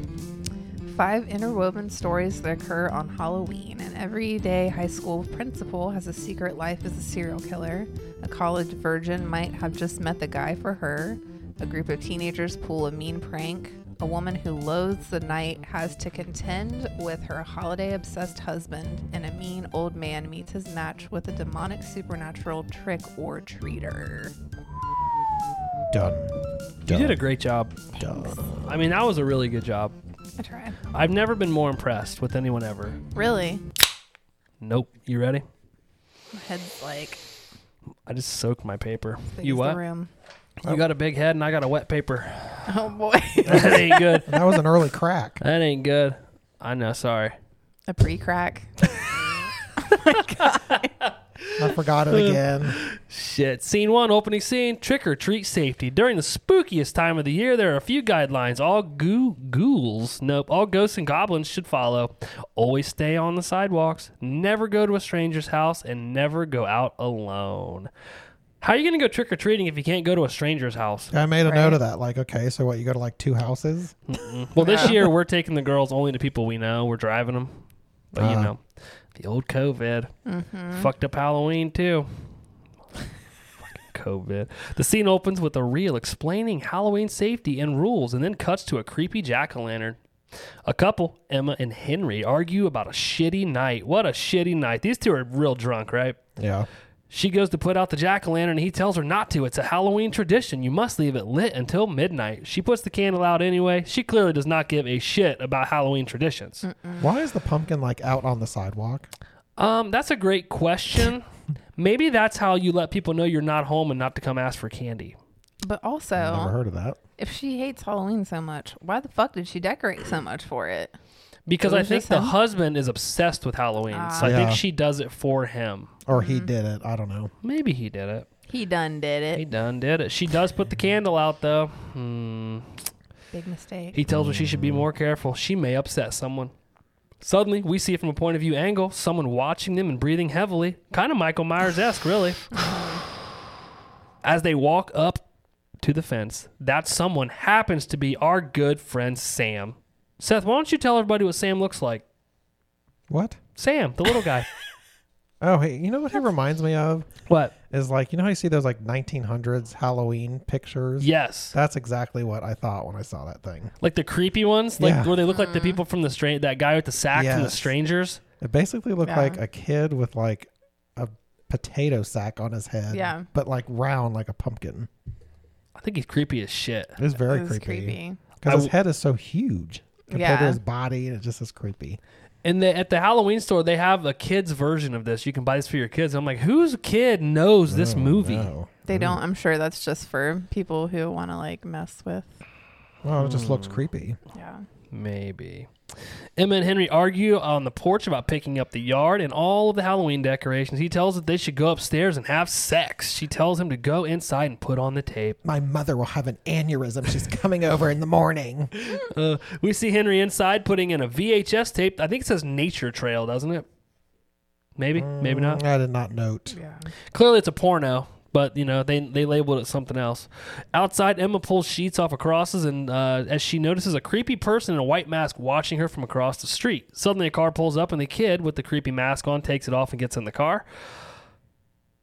C: Five interwoven stories that occur on Halloween. An everyday high school principal has a secret life as a serial killer. A college virgin might have just met the guy for her. A group of teenagers pull a mean prank. A woman who loathes the night has to contend with her holiday obsessed husband, and a mean old man meets his match with a demonic supernatural trick or treater.
B: Done.
A: You did a great job.
B: Done.
A: I mean, that was a really good job.
C: I try.
A: I've never been more impressed with anyone ever.
C: Really?
A: Nope. You ready?
C: My head's like,
A: I just soaked my paper.
C: big
A: You
C: as
A: what?
C: The room.
A: You got a big head and I got a wet paper.
C: Oh boy.
A: That ain't good.
B: That was an early crack.
A: That ain't good. I know. Sorry.
C: a pre crack.
B: I forgot it again.
A: Shit. Scene one, opening scene, trick or treat safety. During the spookiest time of the year, there are a few guidelines. All goo- ghouls, nope, all ghosts and goblins should follow. Always stay on the sidewalks. Never go to a stranger's house and never go out alone. How are you going to go trick or treating if you can't go to a stranger's house?
B: I made a note of that. Like, okay, so what? You go to like two houses?
A: Well, this year we're taking the girls only to people we know. We're driving them. But you
B: Ah.
A: know, the old COVID fucked up Halloween too. Fucking COVID. The scene opens with a reel explaining Halloween safety and rules, and then cuts to a creepy jack o' lantern. A couple, Emma and Henry, argue about a shitty night. What a shitty night. These two are real drunk, right?
B: Yeah.
A: She goes to put out the jack o' lantern and he tells her not to. It's a Halloween tradition. You must leave it lit until midnight. She puts the candle out anyway. She clearly does not give a shit about Halloween traditions.
B: Why is the pumpkin like out on the sidewalk?
A: Um, that's a great question. Maybe that's how you let people know you're not home and not to come ask for candy.
C: But
B: Never
C: also,
B: heard of that.
C: if she hates Halloween so much, why the fuck did she decorate so much for it?
A: Because
C: It
A: I
C: was
A: think
C: just
A: the
C: him?
A: husband is obsessed with Halloween, so I
B: Ah.
A: think she does it for him.
B: Or he did it. I don't know.
A: Maybe he did it.
C: He done did
A: He
C: it.
A: done did it. She does put the candle out though. Hmm.
C: Big mistake.
A: He tells her she should be more careful. She may upset someone. Suddenly, we see it from a point of view angle, someone watching them and breathing heavily. Kind of Michael Myers esque, really. As they walk up to the fence, that someone happens to be our good friend Sam. Seth, why don't you tell everybody what Sam looks like?
B: What?
A: Sam, the little guy.
B: Oh, hey, you know what he reminds me of
A: what?
B: is like you know how you see those like 1900s Halloween pictures.
A: Yes.
B: That's exactly what I thought when I saw that thing.
A: Like the creepy ones, like
B: Yeah.
A: where they look like the people from the strain that guy with the sack from the
B: Yes.
A: strangers.
B: It basically looked
C: Yeah.
B: like a kid with like a potato sack on his head.
C: Yeah.
B: But like round like a pumpkin.
A: I think he's creepy as shit.
B: It's very
C: It was
B: creepy.
C: creepy.
A: I
B: Because his
A: w-
B: head is so huge compared to
C: Yeah.
B: his body, and it just is creepy.
A: And the, at the Halloween store, they have a kids version of this. You can buy this for your kids. I'm like, whose kid knows this
B: Oh,
A: movie?
B: no.
C: They don't. I'm sure that's just for people who want to like mess with.
B: Well, it just looks
A: Hmm.
B: creepy.
C: Yeah.
A: Maybe. Emma and Henry argue on the porch about picking up the yard and all of the Halloween decorations. He tells her they should go upstairs and have sex. She tells him to go inside and put on the tape.
B: My mother will have an aneurysm. She's coming over in the morning.
A: Uh, we see Henry inside putting in a VHS tape. I think it says Nature Trail, doesn't it? Maybe, maybe not.
B: Mm, I did not note.
C: Yeah.
A: clearly it's a porno but you know they they labeled it something else outside emma pulls sheets off of crosses and uh, as she notices a creepy person in a white mask watching her from across the street suddenly a car pulls up and the kid with the creepy mask on takes it off and gets in the car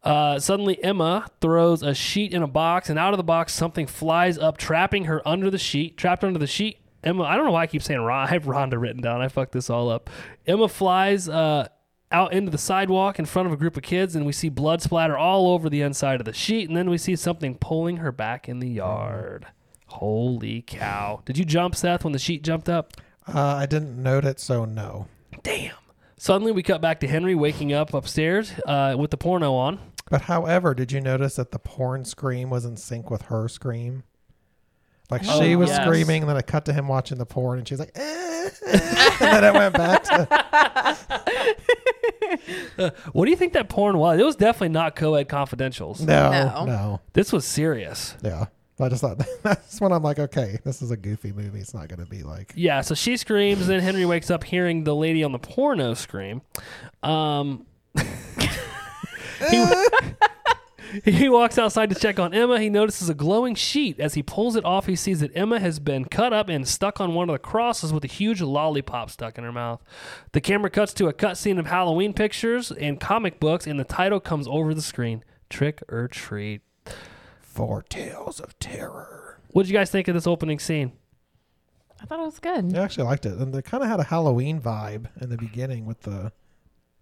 A: uh, suddenly emma throws a sheet in a box and out of the box something flies up trapping her under the sheet trapped under the sheet emma i don't know why i keep saying ron i have rhonda written down i fucked this all up emma flies uh, out into the sidewalk in front of a group of kids, and we see blood splatter all over the inside of the sheet, and then we see something pulling her back in the yard. Holy cow. Did you jump, Seth, when the sheet jumped up?
B: Uh, I didn't note it, so no.
A: Damn. Suddenly, we cut back to Henry waking up upstairs uh, with the porno on.
B: But however, did you notice that the porn scream was in sync with her scream? Like
A: Oh,
B: she was
A: yes.
B: screaming, and then it cut to him watching the porn, and she's like, "Eh, eh," and then it went back to.
A: What do you think that porn was? It was definitely not co ed confidentials.
B: No, no,
C: No.
A: This was serious.
B: yeah. I just thought that's when I'm like, okay, this is a goofy movie. It's not going to be like
A: Yeah, so she screams, then Henry wakes up hearing the lady on the porno scream. Um, he, he walks outside to check on Emma. He notices a glowing sheet. As he pulls it off, he sees that Emma has been cut up and stuck on one of the crosses with a huge lollipop stuck in her mouth. The camera cuts to a cutscene of Halloween pictures and comic books, and the title comes over the screen Trick or Treat.
B: four tales of terror.
A: What did you guys think of this opening scene?
C: I thought it was good.
B: I actually liked it, and they kind of had a Halloween vibe in the beginning with the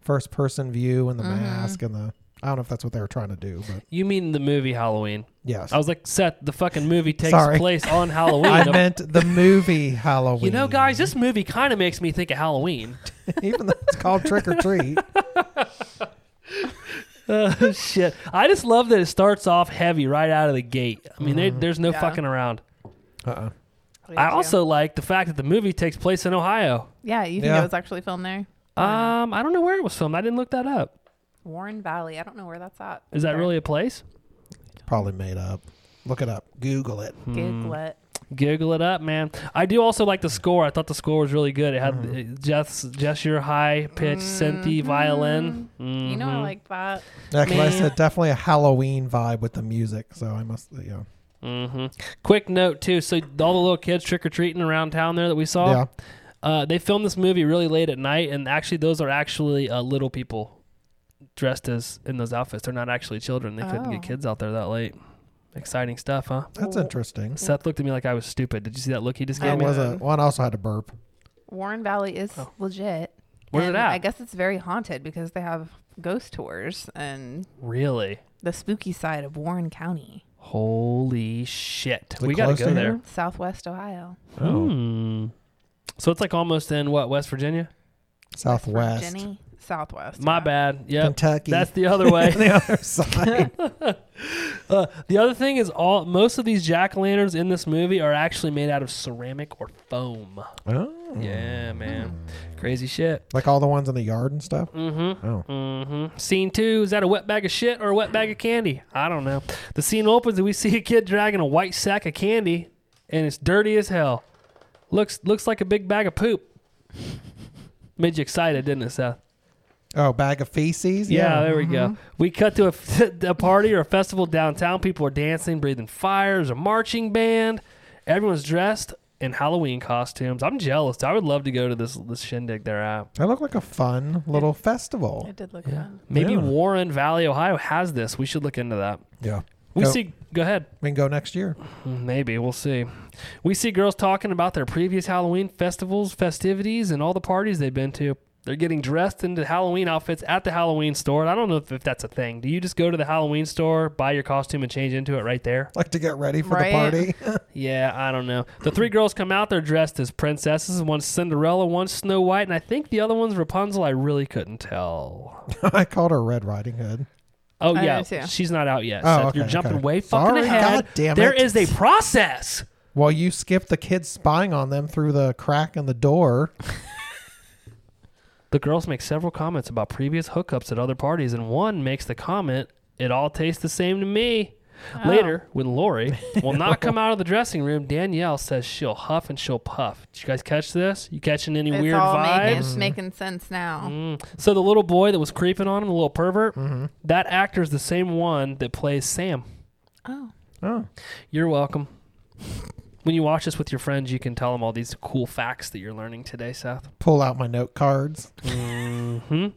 B: first person view and the
A: Mm-hmm.
B: mask and the. I don't know if that's what they were trying to do, but
A: You mean the movie Halloween?
B: yes,
A: I was like, Seth, the fucking movie takes
B: Sorry.
A: place on Halloween.
B: I meant the movie Halloween.
A: you know, guys, this movie kind of makes me think of Halloween.
B: even though it's called Trick or Treat. Oh,
A: Uh, shit. I just love that it starts off heavy right out of the gate. I mean, they,
B: Mm-hmm.
A: there's no
C: Yeah.
A: fucking around.
B: Uh-uh.
A: I also like the fact that the movie takes place in Ohio.
C: Yeah, you think
B: Yeah.
C: it was actually filmed there?
A: Um, I don't know where it was filmed. I didn't look that up.
C: Warren Valley. I don't know where that's at.
A: Is that
C: There.
A: really a place?
B: Probably made up. Look it up. Google it.
A: Hmm.
C: Google it.
A: Google it up, man. I do also like the score. I thought the score was really good. It had
C: Mm-hmm.
A: uh, Jeth's Jess, your high pitch synthy violin.
C: You know I
A: Mhm.
C: like that.
B: Yeah, 'cause I
A: Man.
B: said definitely a Halloween vibe with the music, so I must, you know.
A: hmm Quick note too. So all the little kids trick or treating around town there that we saw.
B: Yeah.
A: Uh, they filmed this movie really late at night, and actually those are actually uh, little people dressed as in those outfits. They're not actually children. They couldn't
C: Oh.
A: get kids out there that late. Exciting stuff, huh?
B: That's interesting.
A: Seth looked at me like I was stupid. Did you see that look he just
C: I
A: gave
B: That
A: me?
B: was a one. Also had to burp.
C: Warren Valley is
A: Oh.
C: legit.
A: Where's it
C: And
A: at?
C: I guess it's very haunted because they have ghost tours and
A: Really?
C: the spooky side of Warren County,
A: Holy shit!
B: Is it
A: We gotta
B: close
A: go
B: to
A: there.
B: here? Oh.
C: Southwest Ohio.
A: Hmm. So it's like almost in what West Virginia?
B: Southwest
C: Virginia, Southwest.
A: My
C: yeah.
A: bad. Yep.
B: Kentucky.
A: That's the other way.
B: the other side.
A: Uh, the other thing is all most of these jack o' lanterns in this movie are actually made out of ceramic or foam.
B: Oh.
A: Yeah, man, crazy shit.
B: Like all the ones in the yard and stuff?
A: Mm-hmm.
B: Oh.
A: Mm-hmm. Scene two is that a wet bag of shit or a wet bag of candy? I don't know. The scene opens and we see a kid dragging a white sack of candy, and it's dirty as hell. Looks looks like a big bag of poop. Made you excited, didn't it, Seth?
B: Oh, bag of feces?
A: Yeah, there we go. We cut to a, a party or a festival downtown. People are dancing, breathing fire. There's a marching band. Everyone's dressed in Halloween costumes. I'm jealous. I would love to go to this this shindig they're at.
B: That looked like a fun little festival.
D: It did look fun.
A: Maybe
B: Yeah.
A: Warren Valley, Ohio has this. We should look into that.
B: Yeah.
A: We
B: Go-
A: see. Go ahead.
B: We can go next year.
A: Maybe we'll see. We see girls talking about their previous Halloween festivals, festivities, and all the parties they've been to. They're getting dressed into Halloween outfits at the Halloween store. And I don't know if, if that's a thing. Do you just go to the Halloween store, buy your costume, and change into it right there?
B: Like to get ready for
D: Right.
B: the party.
A: Yeah, I don't know. The three girls come out. They're dressed as princesses. One's Cinderella, one's Snow White, and I think the other one's Rapunzel. I really couldn't tell.
B: I called her Red Riding Hood.
A: Oh
D: I
A: yeah,
D: do, too.
A: she's not out yet.
B: Oh,
A: Seth.
B: okay,
A: You're jumping
B: okay.
A: way fucking
B: Sorry,
A: ahead.
B: God damn
A: There
B: it.
A: is a process.
B: While you skip the kids spying on them through the crack in the door.
A: The girls make several comments about previous hookups at other parties, and one makes the comment, It all tastes the same to me.
D: Oh.
A: Later, when Lori will not come out of the dressing room, Danielle says she'll huff and she'll puff. Did you guys catch this? You catching any
D: It's
A: weird
D: all making,
A: vibes?
B: Mm-hmm.
D: it's making sense now.
A: Mm. So the little boy that was creeping on him, the little pervert,
D: Mm-hmm.
A: that actor is the same one that plays Sam.
C: Oh.
B: Oh.
A: You're welcome. When you watch this with your friends, you can tell them all these cool facts that you're learning today, Seth.
B: Pull out my note cards.
A: Hmm?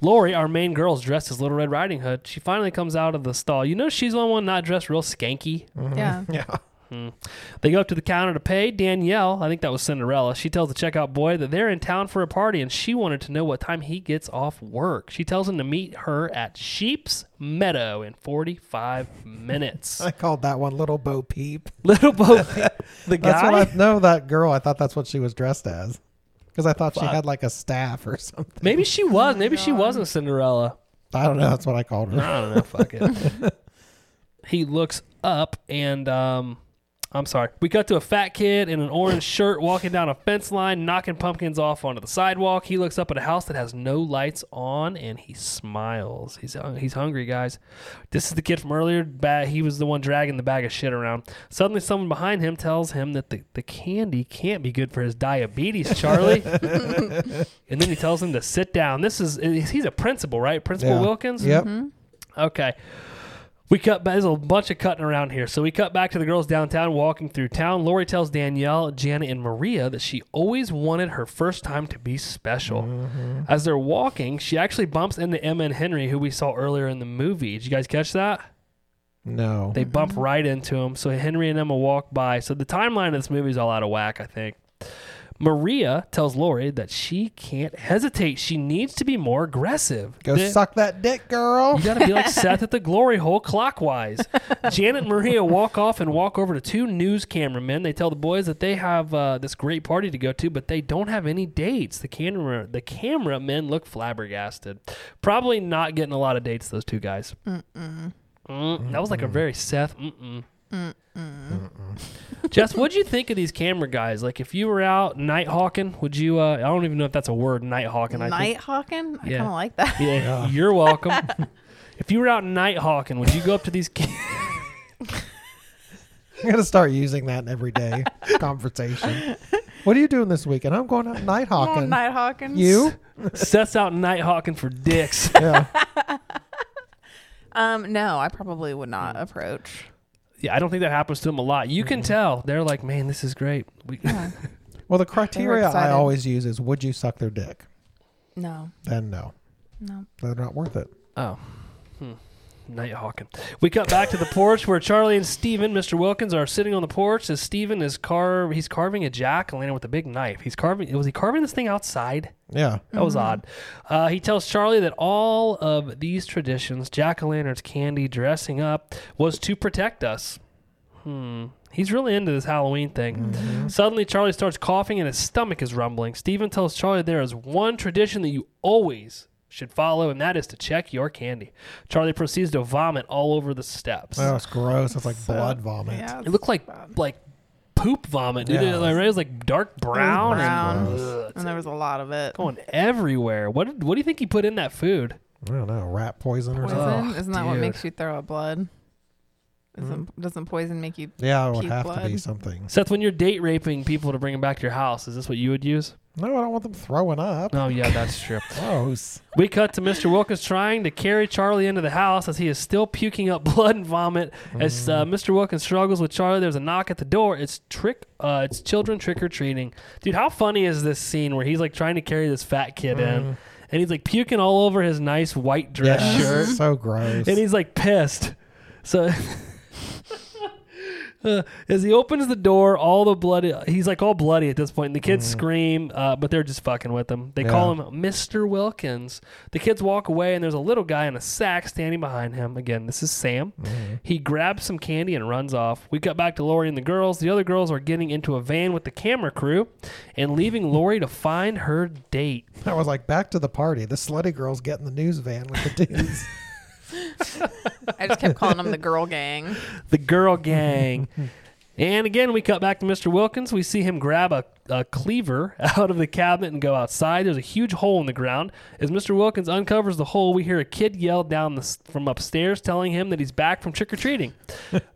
A: Lori, our main girl, is dressed as Little Red Riding Hood. She finally comes out of the stall. You know she's the only one not dressed real skanky.
B: Mm-hmm.
C: Yeah.
B: Yeah.
A: They go up to the counter to pay. Danielle, I think that was Cinderella, she tells the checkout boy that they're in town for a party and she wanted to know what time he gets off work. She tells him to meet her at Sheep's Meadow in 45 minutes.
B: I called that one Little Bo Peep.
A: Little Bo Peep, the guy.
B: That's what I know. That girl, I thought that's what she was dressed as, because I thought she
A: Fuck.
B: had like a staff or something.
A: Maybe she was. Maybe
B: Oh
A: she wasn't Cinderella.
B: I don't know. That's what I called her.
A: I don't know. Fuck it. he looks up and um, I'm sorry. We cut to a fat kid in an orange shirt walking down a fence line, knocking pumpkins off onto the sidewalk. He looks up at a house that has no lights on and he smiles. He's hung- he's hungry, guys. This is the kid from earlier. Ba- he was the one dragging the bag of shit around. Suddenly, someone behind him tells him that the, the candy can't be good for his diabetes, Charlie. and then he tells him to sit down. This is he's a principal, right? Principal
B: Yeah.
A: Wilkins.
B: Yep.
D: Mm-hmm.
A: Okay. We cut back. There's a bunch of cutting around here. So we cut back to the girls downtown walking through town. Lori tells Danielle, Jana, and Maria that she always wanted her first time to be special. As they're walking, she actually bumps into Emma and Henry, who we saw earlier in the movie. Did you guys catch that?
B: No.
A: They bump right into him. So Henry and Emma walk by. So the timeline of this movie is all out of whack, I think. Maria tells Lori that she can't hesitate. She needs to be more aggressive.
B: Go
A: Th-
B: suck that dick, girl.
A: you gotta be like Seth at the glory hole clockwise. Janet and Maria walk off and walk over to two news cameramen. They tell the boys that they have uh, this great party to go to, but they don't have any dates. The camera the cameramen look flabbergasted. Probably not getting a lot of dates. Those two guys. Mm, that was like a very Seth. Mm-mm. Jess, what'd you think of these camera guys? Like, if you were out night hawking, would you? Uh, I don't even know if that's a word, night hawking. I think
D: Night hawking? I
A: Yeah.
D: kind of like that.
A: yeah, you're welcome. if you were out night hawking, would you go up to these? Ca-
B: I'm gonna start using that in everyday conversation. What are you doing this weekend? I'm going out night
D: Come on,
B: hawking.
D: night hawking.
B: You?
A: Seth's out night hawking for dicks.
B: Yeah.
D: Um, no, I probably would not
B: Mm.
D: approach.
A: Yeah, I don't think that happens to them a lot. You can tell they're like, man, this is great. We-
B: Well, the criteria I
D: excited.
B: always use is: Would you suck their dick?
C: No.
B: Then no.
C: No.
B: They're not worth it.
A: oh. Hmm. Night hawking. We cut back to the porch where Charlie and Steven, Mr. Wilkins, are sitting on the porch as Steven is carve he's carving a jack o' lantern with a big knife. He's carving was he carving this thing outside?
B: Yeah.
A: That
C: Mm-hmm.
A: was odd. Uh, he tells Charlie that all of these traditions, jack o' lanterns, candy, dressing up, was to protect us. Hmm. He's really into this Halloween thing.
C: Mm-hmm.
A: Suddenly, Charlie starts coughing and his stomach is rumbling. Steven tells Charlie there is one tradition that you always should follow, and that is to check your candy. Charlie proceeds to vomit all over the steps.
B: Oh, it's gross. It's like blood vomit.
C: Yeah,
A: it looked like like poop vomit. dude.
B: Yeah.
A: It, like, it was like dark brown,
C: brown.
A: and
B: Gross.
A: Ugh,
C: and there was a lot of it.
A: going everywhere. What did- what do you think he put in that food?
B: I don't know, rat poison or
C: Poison?
B: something.
A: Ugh,
C: Isn't that what
A: dude.
C: makes you throw up blood? Isn't,
A: Mm-hmm.
C: Doesn't poison make you?
B: Yeah, it would
C: Puke
B: have to be
C: blood.
B: something.
A: Seth, when you're date raping people to bring them back to your house, is this what you would use?
B: No, I don't want them throwing up.
A: Oh yeah, that's true.
B: Gross.
A: We cut to Mr. Wilkins trying to carry Charlie into the house as he is still puking up blood and vomit. As uh, Mr. Wilkins struggles with Charlie, there's a knock at the door. It's trick. Uh, it's children trick or treating. Dude, how funny is this scene where he's like trying to carry this fat kid in, and he's like puking all over his nice white dress
B: Yeah,
A: shirt,
B: So gross.
A: and he's like pissed. So. Uh, as he opens the door, all the bloody, he's like all bloody at this point. And the kids scream, uh, but they're just fucking with him. They call
B: Yeah.
A: him Mr. Wilkins. The kids walk away, and there's a little guy in a sack standing behind him. Again, this is Sam. He grabs some candy and runs off. We cut back to Lori and the girls. The other girls are getting into a van with the camera crew and leaving Lori to find her date.
B: I was like, back to the party. The slutty girl's getting the news van with the dudes.
C: I just kept calling them the girl gang.
A: the girl gang. and again, we cut back to Mr. Wilkins. We see him grab a, a cleaver out of the cabinet and go outside. There's a huge hole in the ground. As Mr. Wilkins uncovers the hole, we hear a kid yell down the, s- from upstairs telling him that he's back from trick or treating.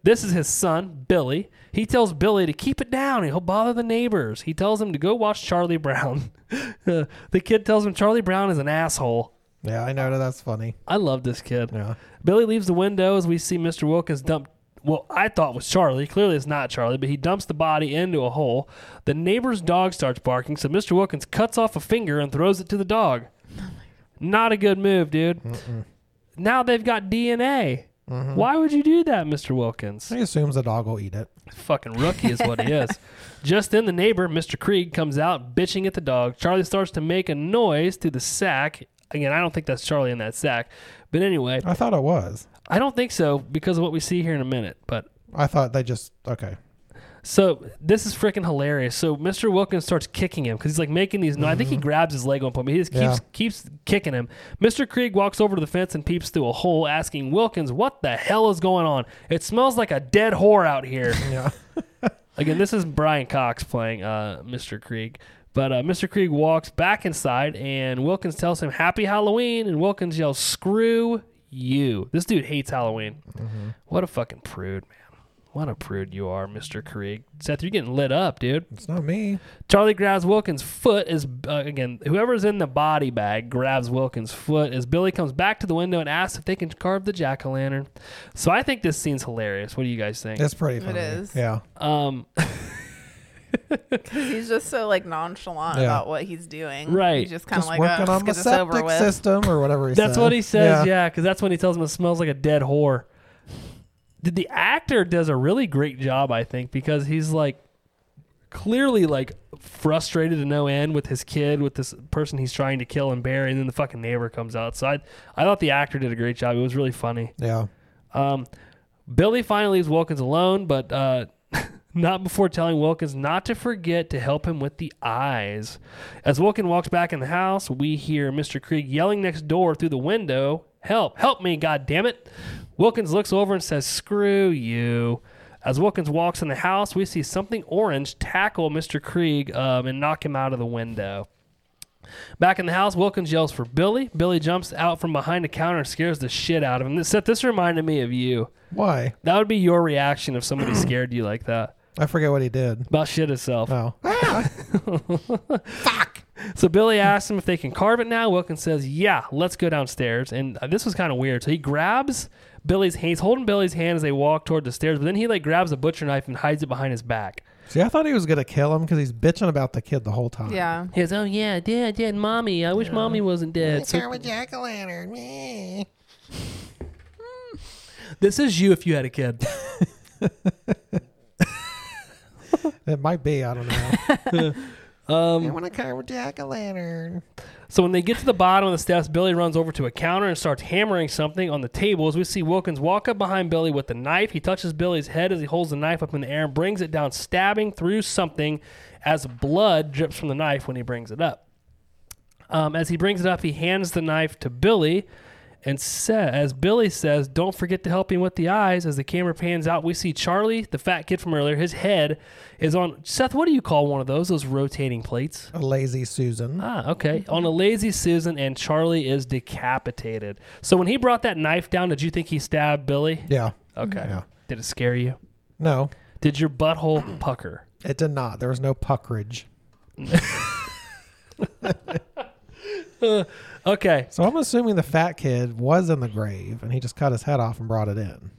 A: this is his son, Billy. He tells Billy to keep it down and he'll bother the neighbors. He tells him to go watch Charlie Brown. the kid tells him Charlie Brown is an asshole.
B: yeah, I know that's funny.
A: I love this kid.
B: Yeah.
A: Billy leaves the window as we see Mr. Wilkins dump what I thought was Charlie. Clearly, it's not Charlie, but he dumps the body into a hole. The neighbor's dog starts barking, so Mr. Wilkins cuts off a finger and throws it to the dog. Not a good move, dude. Now they've got DNA. Why would you do that, Mr. Wilkins?
B: He assumes the dog will eat it.
A: Fucking rookie is what he is. Just then, the neighbor, Mr. Krieg, comes out bitching at the dog. Charlie starts to make a noise through the sack. Again, I don't think that's Charlie in that sack. But anyway,
B: I thought it was.
A: I don't think so because of what we see here in a minute. But
B: I thought they just okay.
A: so this is freaking hilarious. So Mr. Wilkins starts kicking him because he's like making these. No, I think he grabs his leg at one point, but he just keeps
B: Yeah.
A: keeps kicking him. Mr. Krieg walks over to the fence and peeps through a hole, asking Wilkins, "What the hell is going on? It smells like a dead whore out here."
B: Yeah.
A: Again, this is Brian Cox playing uh, Mr. Krieg. But uh, Mr. Krieg walks back inside, and Wilkins tells him, Happy Halloween. And Wilkins yells, Screw you. This dude hates Halloween. What a fucking prude, man. What a prude you are, Mr. Krieg. Seth, you're getting lit up, dude.
B: It's not me.
A: Charlie grabs Wilkins' foot as uh, again whoever's in the body bag grabs Wilkins' foot as Billy comes back to the window and asks if they can carve the jack o' lantern. So I think this scene's hilarious. What do you guys think?
B: It's pretty funny.
C: is.
B: Yeah.
A: Um,
D: He's just so like nonchalant
B: Yeah.
D: about what he's doing.
A: Right.
D: He's just kind of
B: just
D: like,
B: working
D: oh,
B: on
C: uh,
D: let's
B: the
D: get this over
B: septic
D: with.
B: system or whatever he said.
A: That's what he says, yeah, because that's when he tells him it smells like a dead whore. Did the actor does a really great job, I think, because he's like clearly like frustrated to no end with his kid, with this person he's trying to kill and bury, and then the fucking neighbor comes out. So I, I thought the actor did a great job. It was really funny.
B: Yeah.
A: Um, Billy finally leaves Wilkins alone, but uh, not before telling Wilkins not to forget to help him with the eyes. As Wilkins walks back in the house, we hear Mr. Krieg yelling next door through the window, "Help! Help me! God damn it!" Wilkins looks over and says, "Screw you." As Wilkins walks in the house, we see something orange tackle Mr. Krieg um, and knock him out of the window. Back in the house, Wilkins yells for Billy. Billy jumps out from behind the counter and scares the shit out of him. This, Seth, this reminded me of you.
B: Why?
A: That would be your reaction if somebody scared you like that.
B: I forget what he did.
A: About shit itself.
B: Oh.
A: So Billy asks him if they can carve it now. Wilkins says, "Yeah, let's go downstairs." And uh, this was kind of weird. So he grabs Billy's hand. He's holding Billy's hand as they walk toward the stairs, but then he like grabs a butcher knife and hides it behind his back.
B: See, I thought he was gonna kill him because he's bitching about the kid the whole time.
C: Yeah.
A: He goes, "Oh yeah, dad, dad, mommy. I wish mommy wasn't dead." So
B: jack o' lantern.
A: this is you if you had a kid.
B: It might be. I don't know.
A: Um,
B: I want to carve a jack o' lantern.
A: So when they get to the bottom of the steps, Billy runs over to a counter and starts hammering something on the table. As we see Wilkins walk up behind Billy with the knife, he touches Billy's head as he holds the knife up in the air and brings it down, stabbing through something as blood drips from the knife when he brings it up. Um, as he brings it up, he hands the knife to Billy and says, as Billy says, don't forget to help him with the eyes. As the camera pans out, we see Charlie, the fat kid from earlier, his head is on. Seth, what do you call one of those? Those rotating plates?
B: A lazy Susan.
A: Ah, okay. On a lazy Susan, and Charlie is decapitated. So when he brought that knife down, did you think he stabbed Billy?
B: yeah.
A: Okay.
B: Yeah.
A: Did it scare you?
B: No,
A: Did your butthole pucker?
B: it did not. There was no puckerage.
A: Okay.
B: So I'm assuming the fat kid was in the grave and he just cut his head off and brought it in.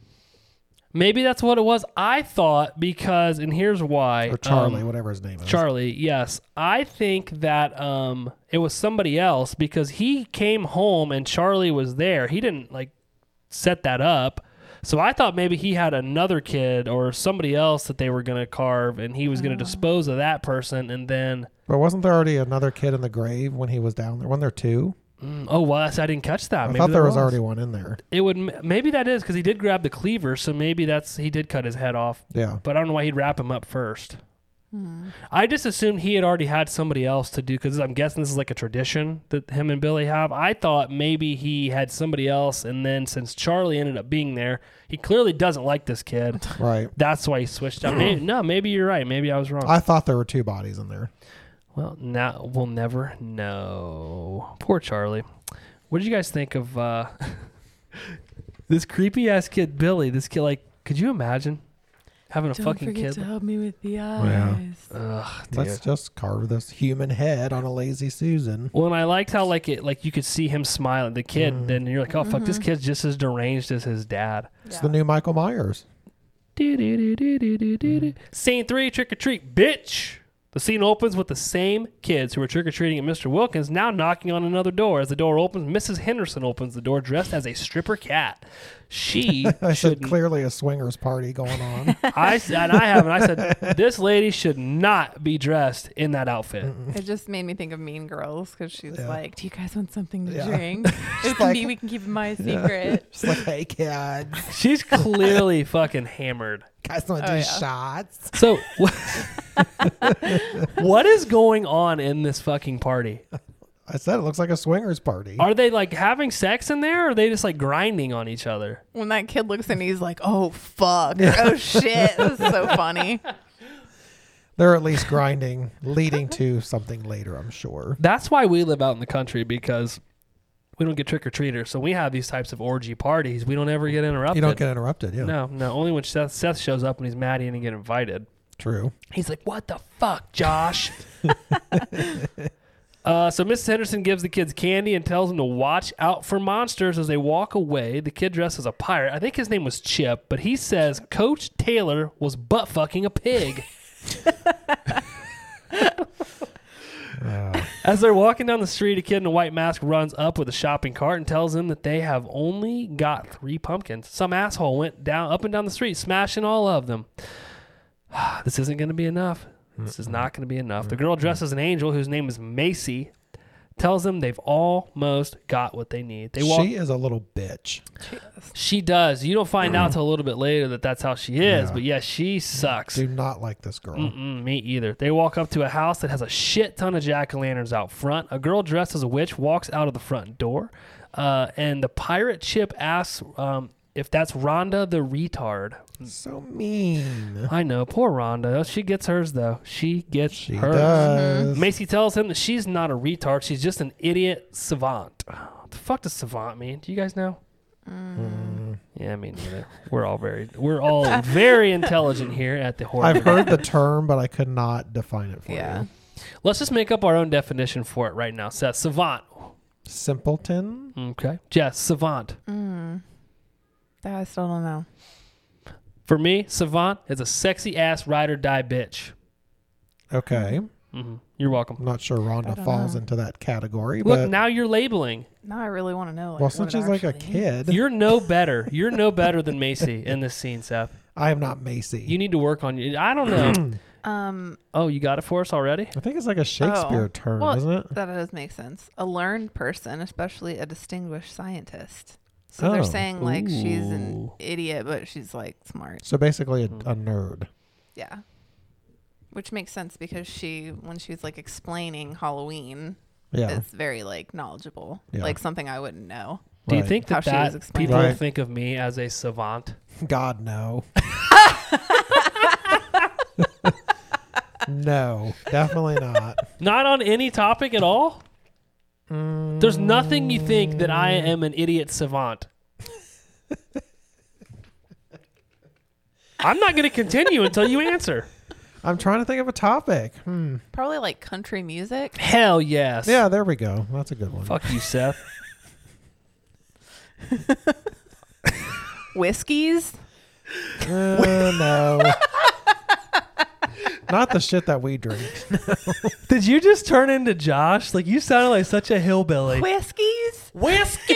A: Maybe that's what it was. I thought because, and here's why.
B: Or Charlie,
A: um,
B: whatever his name is.
A: Charlie, yes. I think that um it was somebody else because he came home and Charlie was there. He didn't like set that up. So I thought maybe he had another kid or somebody else that they were going to carve and he was going to dispose of that person and then
B: But wasn't there already another kid in the grave when he was down there? When there two?
A: Mm, oh well, that's- I didn't catch that.
B: I
A: maybe
B: thought there was,
A: was
B: already one in there.
A: It would m- maybe that is cuz he did grab the cleaver, so maybe that's he did cut his head off.
B: Yeah.
A: But I don't know why he'd wrap him up first. I just assumed he had already had somebody else to do because I'm guessing this is like a tradition that him and Billy have. I thought maybe he had somebody else, and then since Charlie ended up being there, he clearly doesn't like this kid.
B: Right.
A: That's why he switched up. Maybe, no, maybe you're right. Maybe I was wrong.
B: I thought there were two bodies in there.
A: well, now we'll never know. Poor Charlie. What did you guys think of uh, this creepy ass kid Billy? This kid, like, could you imagine having a fucking kid?
C: help me with the
B: Oh, Yeah.
A: Ugh,
B: Let's
A: dude.
B: just carve this human head on a lazy Susan.
A: Well, and I liked how like it like you could see him smiling, the kid,
B: Mhm.
A: and you're like, oh fuck, this kid's just as deranged as his dad.
B: It's the new Michael Myers.
A: Do, do, do, do, do, do, do, do. Mm-hmm. Scene three, trick or treat, bitch. The scene opens with the same kids who were trick or treating at Mr. Wilkins now knocking on another door. As the door opens, Mrs. Henderson opens the door dressed as a stripper cat. She
B: I said
A: should.
B: clearly a swingers party going on.
A: I s- and I haven't. I said this lady should not be dressed in that outfit.
C: It just made me think of Mean Girls because she's
B: Yeah.
C: like, "Do you guys want something to
B: Yeah.
C: drink? it can
B: like-
C: be. We can keep it my
B: Yeah.
C: secret."
B: Just like, hey kids,
A: She's clearly fucking hammered.
B: guys want
C: Oh,
B: to do
C: yeah.
B: shots?
A: So, wha- what is going on in this fucking party?
B: I said it looks like a swingers party.
A: Are they like having sex in there, or are they just like grinding on each other?
C: When that kid looks at me, he's like,
D: Oh fuck.
C: "Oh shit, this is so funny."
B: They're at least grinding, leading to something later, I'm sure.
A: That's why we live out in the country because we don't get trick or treaters, so we have these types of orgy parties. We don't ever get interrupted.
B: You don't get interrupted, yeah.
A: no, no. Only when Seth, Seth shows up and he's mad he didn't get invited.
B: True.
A: He's like, "What the fuck, Josh?" uh, so Mrs. Henderson gives the kids candy and tells them to watch out for monsters as they walk away. The kid dressed as a pirate. I think his name was Chip, but he says Coach Taylor was butt fucking a pig.
B: Uh,
A: As they're walking down the street, a kid in a white mask runs up with a shopping cart and tells them that they have only got three pumpkins. Some asshole went down up and down the street, smashing all of them. this isn't going to be enough. This is not going to be enough. The girl dressed as an angel, whose name is Macy, tells them they've almost got what they need. They walk.
B: she is a little bitch.
A: She does. You don't find out till a little bit later that that's how she is.
B: Yeah.
A: But yeah, she sucks.
B: Do not like this girl.
A: Mm-mm, me either. They walk up to a house that has a shit ton of jack o' lanterns out front. A girl dressed as a witch walks out of the front door, uh, and the pirate ship asks um, if that's Rhonda the retard.
B: So mean.
A: I know, poor Rhonda. She gets hers though. She gets
B: She
A: hers. Mm-hmm.
B: does.
A: Macy tells him that she's not a retard. She's just an idiot savant. What the fuck does savant mean? Do you guys know?
B: Mm.
A: Yeah, me neither. We're all very, we're all very intelligent here at the horror.
B: I've heard the term, but I could not define it for
C: Yeah.
B: you.
A: Let's just make up our own definition for it right now. Seth, savant.
B: Simpleton.
A: Okay. Jess, savant.
C: Mm. That I still don't know.
A: For me, savant is a sexy ass ride or die bitch.
B: Okay.
A: hmm You're welcome.
B: I'm not sure
C: I
B: Rhonda
C: don't
B: falls
C: know.
B: into that category,
A: Look,
B: but
A: now you're labeling.
C: Now I really want to know. Like,
B: well,
C: what
B: since
C: it
B: she's like a
C: actually is.
B: kid,
A: You're no better. You're no better than Macy in this scene, Seth.
B: I am not Macy.
A: You need to work on you. I don't know.
C: Um,
A: oh, you got it for us already?
B: I think it's like a Shakespeare
C: Oh.
B: term,
C: Well,
B: isn't it?
C: that does make sense. A learned person, especially a distinguished scientist. So
B: Oh.
C: they're saying like she's an
A: Ooh.
C: idiot, but she's like smart.
B: So basically,
A: Hmm.
B: a, a nerd.
C: Yeah. Which makes sense because she, when she was like explaining Halloween,
B: Yeah.
C: is very like knowledgeable,
B: Yeah.
C: like something I wouldn't know.
A: Do you
B: right.
A: think
C: How
A: that,
C: she was
A: that
C: explaining
A: people
B: it. Right.
A: think of me as a savant?
B: God no. no, definitely not.
A: Not on any topic at all?
B: Mm,
A: There's nothing you think that I am an idiot savant. I'm not going to continue until you answer.
B: I'm trying to think of a topic. Hmm.
C: Probably like country music.
A: Hell yes.
B: Yeah, there we go. That's a good one.
A: Fuck you, Seth.
C: Whiskeys?
B: Uh, no. Not the shit that we drink.
A: Did you just turn into Josh? Like you sounded like such a hillbilly.
C: Whiskeys?
A: Whiskey,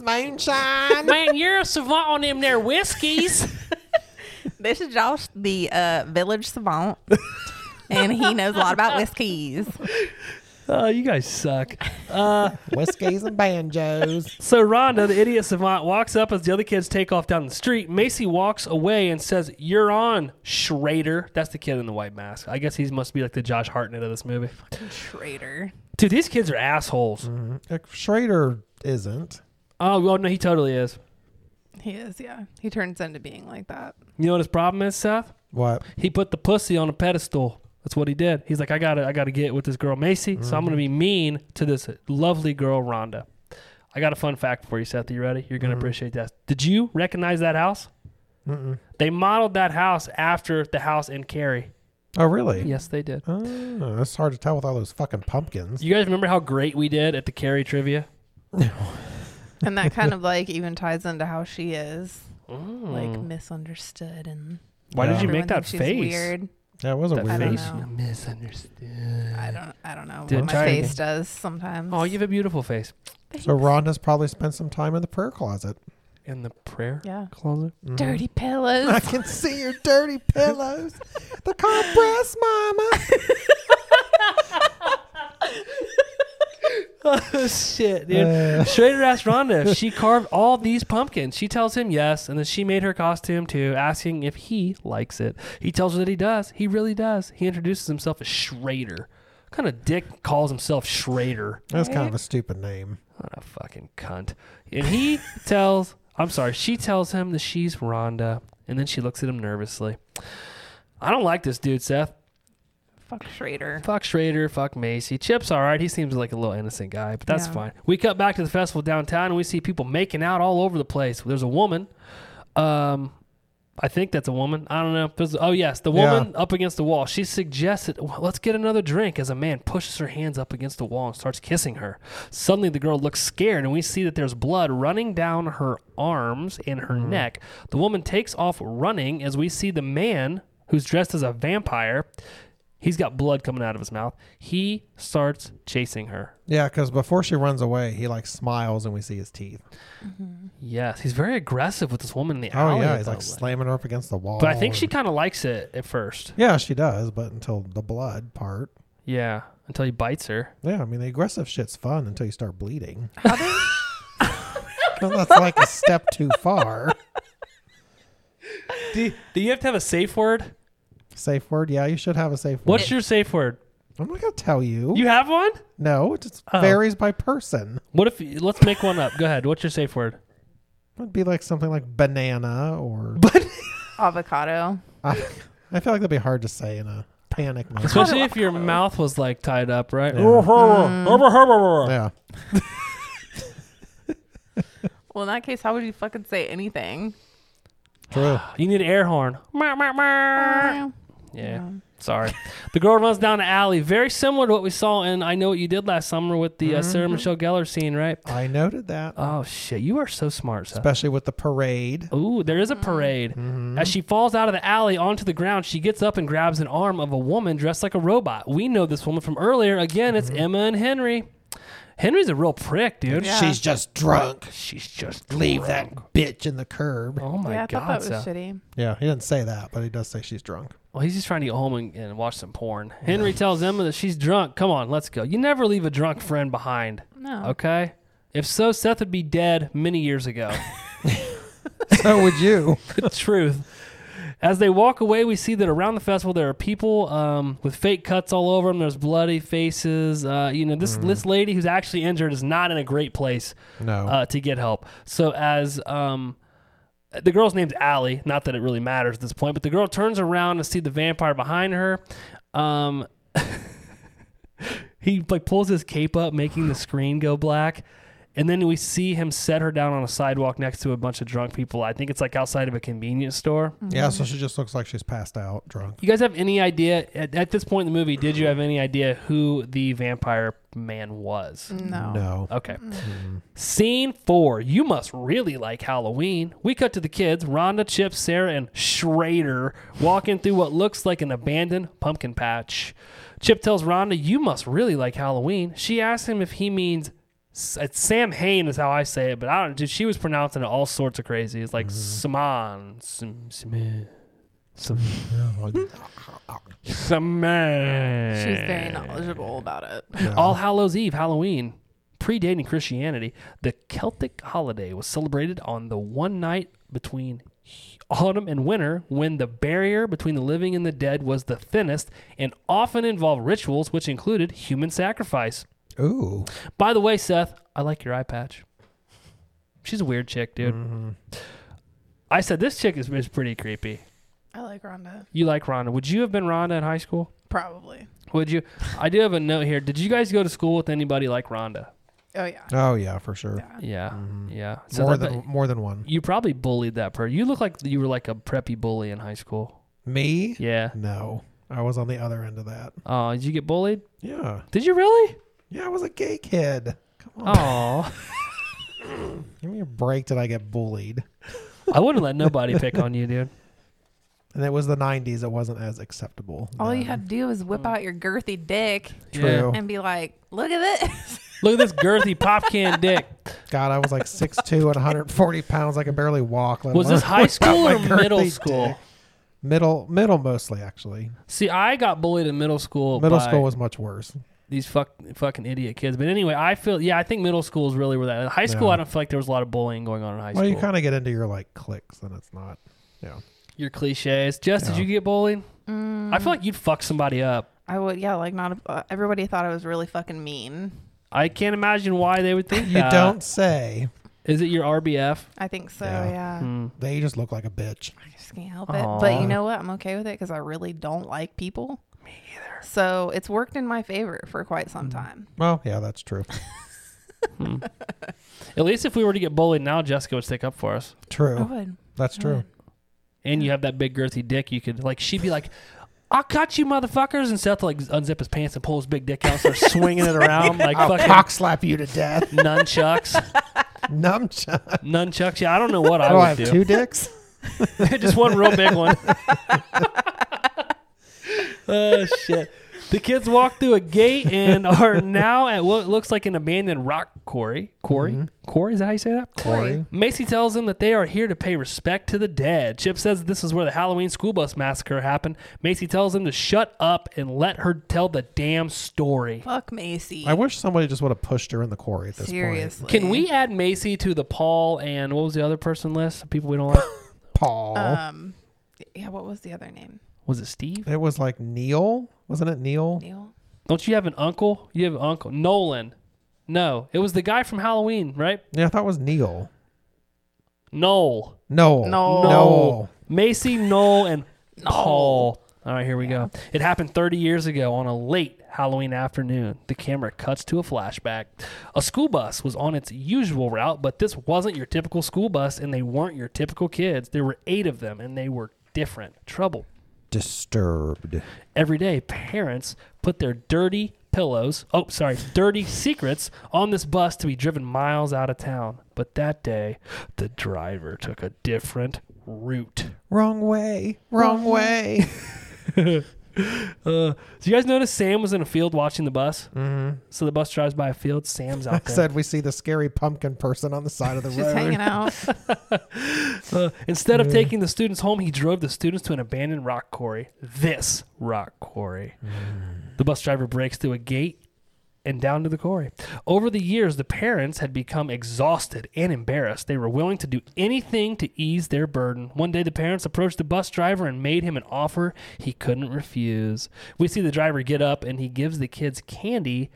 B: moonshine.
A: man, you're a savant on them there whiskeys.
D: This is Josh, the uh, village savant, and he knows a lot about whiskeys.
A: oh, you guys suck. Uh,
B: Whiskey's and banjos.
A: so Rhonda, the idiot savant, walks up as the other kids take off down the street. Macy walks away and says, "You're on, Schrader." That's the kid in the white mask. I guess he must be like the Josh Hartnett of this movie.
C: Traitor.
A: Dude, these kids are assholes.
B: Like, Schrader isn't.
A: Oh, well, no, he totally is.
C: He is, yeah. He turns into being like that.
A: You know what his problem is, Seth?
B: What?
A: he put the pussy on a pedestal. That's what he did. He's like, I gotta, I gotta get with this girl Macy, so I'm gonna be mean to this lovely girl Rhonda. I got a fun fact for you, Seth. Are you ready? You're gonna appreciate that. Did you recognize that house?
B: Mm-mm.
A: They modeled that house after the house in Carrie.
B: Oh, really?
A: Yes, they did.
B: Oh, that's hard to tell with all those fucking pumpkins.
A: You guys remember how great we did at the Carrie trivia?
C: And that kind of like even ties into how she is like
A: Mm.
C: misunderstood and
A: Why did
B: Yeah.
A: you
C: everyone
A: make that
C: thinks she's
A: face?
C: Weird.
B: That was a
A: That
B: weird
C: don't
A: face
C: know.
A: you misunderstood.
C: I don't I don't know
A: Dude,
C: what my
A: try it
C: face does sometimes.
A: Oh, you have a beautiful face.
B: So Rhonda's probably spent some time in the prayer closet.
A: In the prayer
C: Yeah.
A: closet.
B: Mhm.
C: Dirty
B: I
C: pillows.
B: can see your dirty pillows. The compress, mama.
A: oh shit, dude.
B: Uh,
A: Schrader asked Rhonda if she carved all these pumpkins. She tells him yes, and then she made her costume too, asking if he likes it. He tells her that he does. He really does. He introduces himself as Schrader. What kind of dick calls himself Schrader?
B: that's kind of a stupid name.
A: What a fucking cunt. And he tells, I'm sorry, she tells him that she's Rhonda, and then she looks at him nervously. I don't like this dude, Seth.
C: Fuck Schrader.
A: Fuck Schrader, fuck Macy. Chip's all right. He seems like a little innocent guy, but that's
C: Yeah.
A: fine. We cut back to the festival downtown and we see people making out all over the place. There's a woman. Um, I think that's a woman. I don't know. There's- Oh, yes. The
B: Yeah.
A: woman up against the wall. She suggested, "Well, let's get another drink as a man pushes her hands up against the wall and starts kissing her. Suddenly, the girl looks scared and we see that there's blood running down her arms and her
B: Mm-hmm.
A: neck. The woman takes off running as we see the man who's dressed as a vampire. He's got blood coming out of his mouth. He starts chasing her.
B: Yeah, because before she runs away, he like smiles and we see his teeth.
A: Yes, he's very aggressive with this woman in the
B: Oh
A: alley.
B: yeah,
A: it
B: he's like Oh.
A: felt like.
B: slamming her up against the wall.
A: But I think she
B: and-
A: kind of likes it at first.
B: Yeah, she does, but until the blood part.
A: Yeah, until he bites her.
B: Yeah, I mean the aggressive shit's fun until you start bleeding. That's like a step too far.
A: do, do you have to have a safe word?
B: Safe word? Yeah, you should have a safe word.
A: What's your safe word?
B: I'm not gonna tell you.
A: You have one?
B: no, it just
A: Oh.
B: varies by person.
A: What if let's make one up? Go ahead. What's your safe word?
B: It'd be like something like banana or
C: Avocado.
B: I, I feel like that'd be hard to say in a panic moment.
A: Especially if your mouth was like tied up, right?
B: Yeah. yeah.
C: Well, in that case, how would you fucking say anything?
B: True.
A: You need an air horn.
D: Uh,
A: Yeah. Sorry. The girl runs down the alley, very similar to what we saw in I Know What You Did Last Summer with the uh, Sarah Michelle Gellar scene, right?
B: I noted that.
A: Oh shit, you are so smart, Seth.
B: Especially with the parade.
A: Ooh, there is a
C: Mm-hmm.
A: parade. As she falls out of the alley onto the ground, she gets up and grabs an arm of a woman dressed like a robot. We know this woman from earlier. Again, it's Emma and Henry. Henry's a real prick, dude.
C: Yeah.
B: She's just drunk.
A: She's just
B: Leave
A: drunk.
B: that bitch in the curb.
A: Oh my
C: yeah, I
A: god,
C: thought that was
A: Seth.
C: shitty.
B: Yeah, he didn't say that, but he does say she's drunk.
A: Well, he's just trying to get home and, and watch some porn. Henry tells Emma that she's drunk. Come on, let's go. You never leave a drunk friend behind.
C: No.
A: Okay? If so, Seth would be dead many years ago.
B: So would you?
A: Truth. As they walk away, we see that around the festival there are people um, with fake cuts all over them. There's bloody faces. Uh, you know, this this lady who's actually injured is not in a great place
B: No.
A: uh, to get help. So as um, the girl's name's Allie, not that it really matters at this point, but the girl turns around and see the vampire behind her. Um, he like pulls his cape up, making the screen go black. And then we see him set her down on a sidewalk next to a bunch of drunk people. I think it's like outside of a convenience store.
B: yeah, so she just looks like she's passed out, drunk.
A: You guys have any idea at, at this point in the movie? Did you have any idea who the vampire man was?
D: No.
B: No.
A: Okay. Scene four. You must really like Halloween. We cut to the kids, Rhonda, Chip, Sarah, and Schrader, walking through what looks like an abandoned pumpkin patch. Chip tells Rhonda, You must really like Halloween. She asks him if he means. It's Sam Hain is how I say it, but I don't. Dude, she was pronouncing it all sorts of crazy. It's like Saman, Sam, Sam, Sam, Uh, Saman.
C: She's very knowledgeable about it.
A: All Hallows Eve, Halloween, predating Christianity, the Celtic holiday was celebrated on the one night between autumn and winter when the barrier between the living and the dead was the thinnest and often involved rituals which included human sacrifice.
B: Ooh.
A: By the way, Seth, I like your eye patch. She's a weird chick, dude. I said this chick is, is pretty creepy.
D: I like Rhonda.
A: You like Rhonda. Would you have been Rhonda in high school?
D: Probably.
A: Would you? I do have a note here. Did you guys go to school with anybody like Rhonda?
D: Oh yeah.
B: Oh yeah, for sure.
D: Yeah.
A: Yeah, yeah.
B: Mm-hmm. more
A: that-
B: than more than one.
A: you probably bullied that person. You look like you were like a preppy bully in high school.
B: Me?
A: Yeah.
B: No. I was on the other end of that.
A: Oh, did you get bullied?
B: Yeah.
A: Did you really?
B: Yeah, I was a gay kid. Come on.
A: Oh,
B: Give me a break Did I get bullied.
A: I wouldn't let nobody pick on you, dude.
B: And it was the 90s. It wasn't as acceptable.
A: Oh,
D: All you
B: then.
D: had to do was whip out your girthy dick
B: True.
D: and be like, "Look at this."
A: Look at this girthy pop can dick.
B: God, I was like 6'2 and 140 pounds. I could barely walk. let
A: Was this
B: alone
A: high school or
B: without my
A: middle
B: girthy
A: school?
B: dick. Middle, middle mostly, actually.
A: See, I got bullied in middle school.
B: Middle
A: by
B: school was much worse.
A: these fuck, fucking idiot kids. But anyway, I feel yeah, I think middle school is really where that. In high school,
B: Yeah.
A: I don't feel like there was a lot of bullying going on in high
B: Well, you
A: school.
B: kind of get into your like cliques, and it's not. Yeah.
A: Your cliches. Just did
B: Yeah.
A: you get bullied? I feel like you'd fuck somebody up.
C: I would, yeah, like not. Uh, everybody thought I was really fucking mean.
A: I can't imagine why they would think
B: You
A: that.
B: don't say.
A: Is it your RBF?
C: I think so.
B: Yeah.
C: Yeah,
A: Hmm.
B: They just look like a bitch.
C: I just can't help it. But you know what? I'm okay with it because I really don't like people. Me either. So it's worked in my favor for quite some time.
B: Well, yeah, that's true.
A: At least if we were to get bullied now, Jessica would stick up for us.
C: I
B: True.
C: would.
B: That's true.
A: Oh. And you have that big girthy dick. You could like she'd be like, "I'll cut you, motherfuckers!" And Seth like unzip his pants and pull his big dick out, and start swinging it around like
B: I'll
A: fucking
B: cock slap you to death.
A: nunchucks.
B: Nunchuck.
A: nunchucks. Yeah, I don't know what I
B: Oh, I
A: would
B: have
A: do.
B: two dicks.
A: Just one real big one. oh shit. The kids walk through a gate and are now at what looks like an abandoned rock quarry. Quarry? Mm-hmm. Quarry? Is that how you say that?
B: Corey.
A: Macy tells them that they are here to pay respect to the dead. Chip says this is where the Halloween school bus massacre happened. Macy tells them to shut up and let her tell the damn story.
C: Fuck Macy.
B: I wish somebody just would have pushed her in the quarry at this point.
C: Seriously.
A: Can we add Macy to the Paul and what was the other person list? People we don't like.
B: Paul.
C: Um, yeah. What was the other name?
A: Was it Steve?
B: it was like Neil, wasn't it Neil?
C: Neil.
A: Don't you have an uncle? You have an uncle. Nolan. No, it was the guy from Halloween, right?
B: Yeah, I thought it was Neil.
A: Noel.
B: Noel.
C: Noel.
B: Noel.
A: Macy, Noel, and Paul. All right, here we go. It happened 30 years ago on a late Halloween afternoon. The camera cuts to a flashback. A school bus was on its usual route, but this wasn't your typical school bus, and they weren't your typical kids. There were eight of them, and they were different. Trouble.
B: Disturbed.
A: Every day, parents put their dirty pillows, oh, sorry, dirty secrets on this bus to be driven miles out of town. But that day, the driver took a different route.
B: Wrong way. Wrong way.
A: Uh, do you guys notice Sam was in a field watching the bus? Mm-hmm. So the bus drives by a field. Sam's out
B: I
A: there.
B: said we see the scary pumpkin person on the side of the
C: Just hanging
B: road.
C: out.
A: Uh, instead of taking the students home, he drove the students to an abandoned rock
B: Mm.
A: quarry. This rock quarry. The bus driver breaks through a gate and down to the quarry. Over the years, the parents had become exhausted and embarrassed. They were willing to do anything to ease their burden. One day, the parents approached the bus driver and made him an offer he couldn't refuse. We see the driver get up and he gives the kids candy.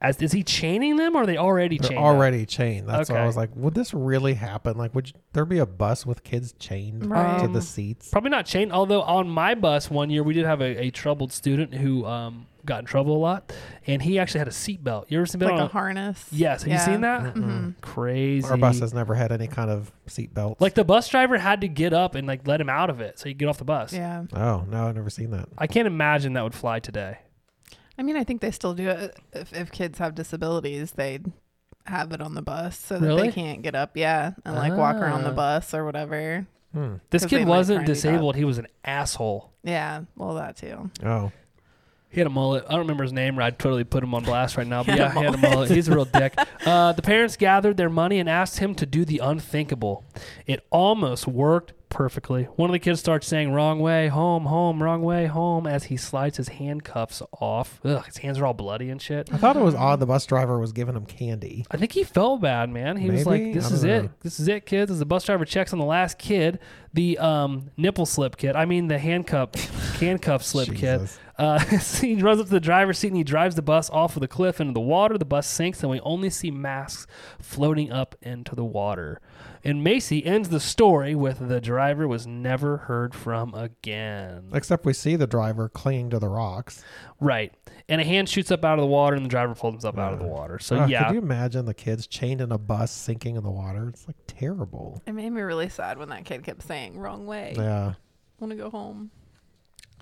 A: As is he chaining them, or are they already
B: They're
A: chained? up?
B: already chained. That's why
A: Okay.
B: I was like, would this really happen? Like, would you, there be a bus with kids chained
C: Right.
B: to the seats?
A: Probably not chained. Although on my bus one year we did have a, a troubled student who um, got in trouble a lot, and he actually had a seatbelt. You ever seen
C: like
A: on
C: a harness.
A: Yes, have
C: Yeah.
A: you seen that?
C: Mm-hmm.
A: Crazy.
B: Our bus has never had any kind of seat belts.
A: Like the bus driver had to get up and like let him out of it so he could get off the bus.
C: Yeah.
B: oh no, I've never seen that.
A: I can't imagine that would fly today.
C: I mean, I think they still do it. If, if kids have disabilities, they have it on the bus so that
A: Really?
C: they can't get up. Yeah. And like walk around the
A: Ah.
C: bus or whatever.
B: Hmm.
A: This
C: 'Cause
A: kid
C: they might try
A: wasn't
C: and do that.
A: disabled. He was an asshole.
C: Yeah. Well, that too.
B: Oh,
A: He had a mullet. I don't remember his name, or I'd totally put him on blast right now. But
C: He
A: yeah,
C: had a
A: he had a mullet. He's a real dick. Uh, the parents gathered their money and asked him to do the unthinkable. It almost worked perfectly. One of the kids starts saying, Wrong way, home, home, wrong way, home, as he slides his handcuffs off. Ugh, his hands are all bloody and shit.
B: I thought it was odd. The bus driver was giving him candy.
A: I think he felt bad, man. He was
B: Maybe?
A: like, "This
B: I
A: is
B: don't
A: it.
B: know.
A: This is it, kids." As the bus driver checks on the last kid, the um, nipple slip kid. I mean, the handcuff, handcuff slip kid.
B: Jesus.
A: Uh, he runs up to the driver's seat and he drives the bus off of the cliff into the water. The bus sinks, and we only see masks floating up into the water. And Macy ends the story with the driver was never heard from again.
B: Except we see the driver clinging to the rocks.
A: Right, and a hand shoots up out of the water, and the driver pulls himself up out of the water. So
B: Uh,
A: yeah,
B: Could you imagine the kids chained in a bus sinking in the water? It's like terrible.
C: It made me really sad when that kid kept saying, wrong way.
B: Yeah.
C: Want to go home.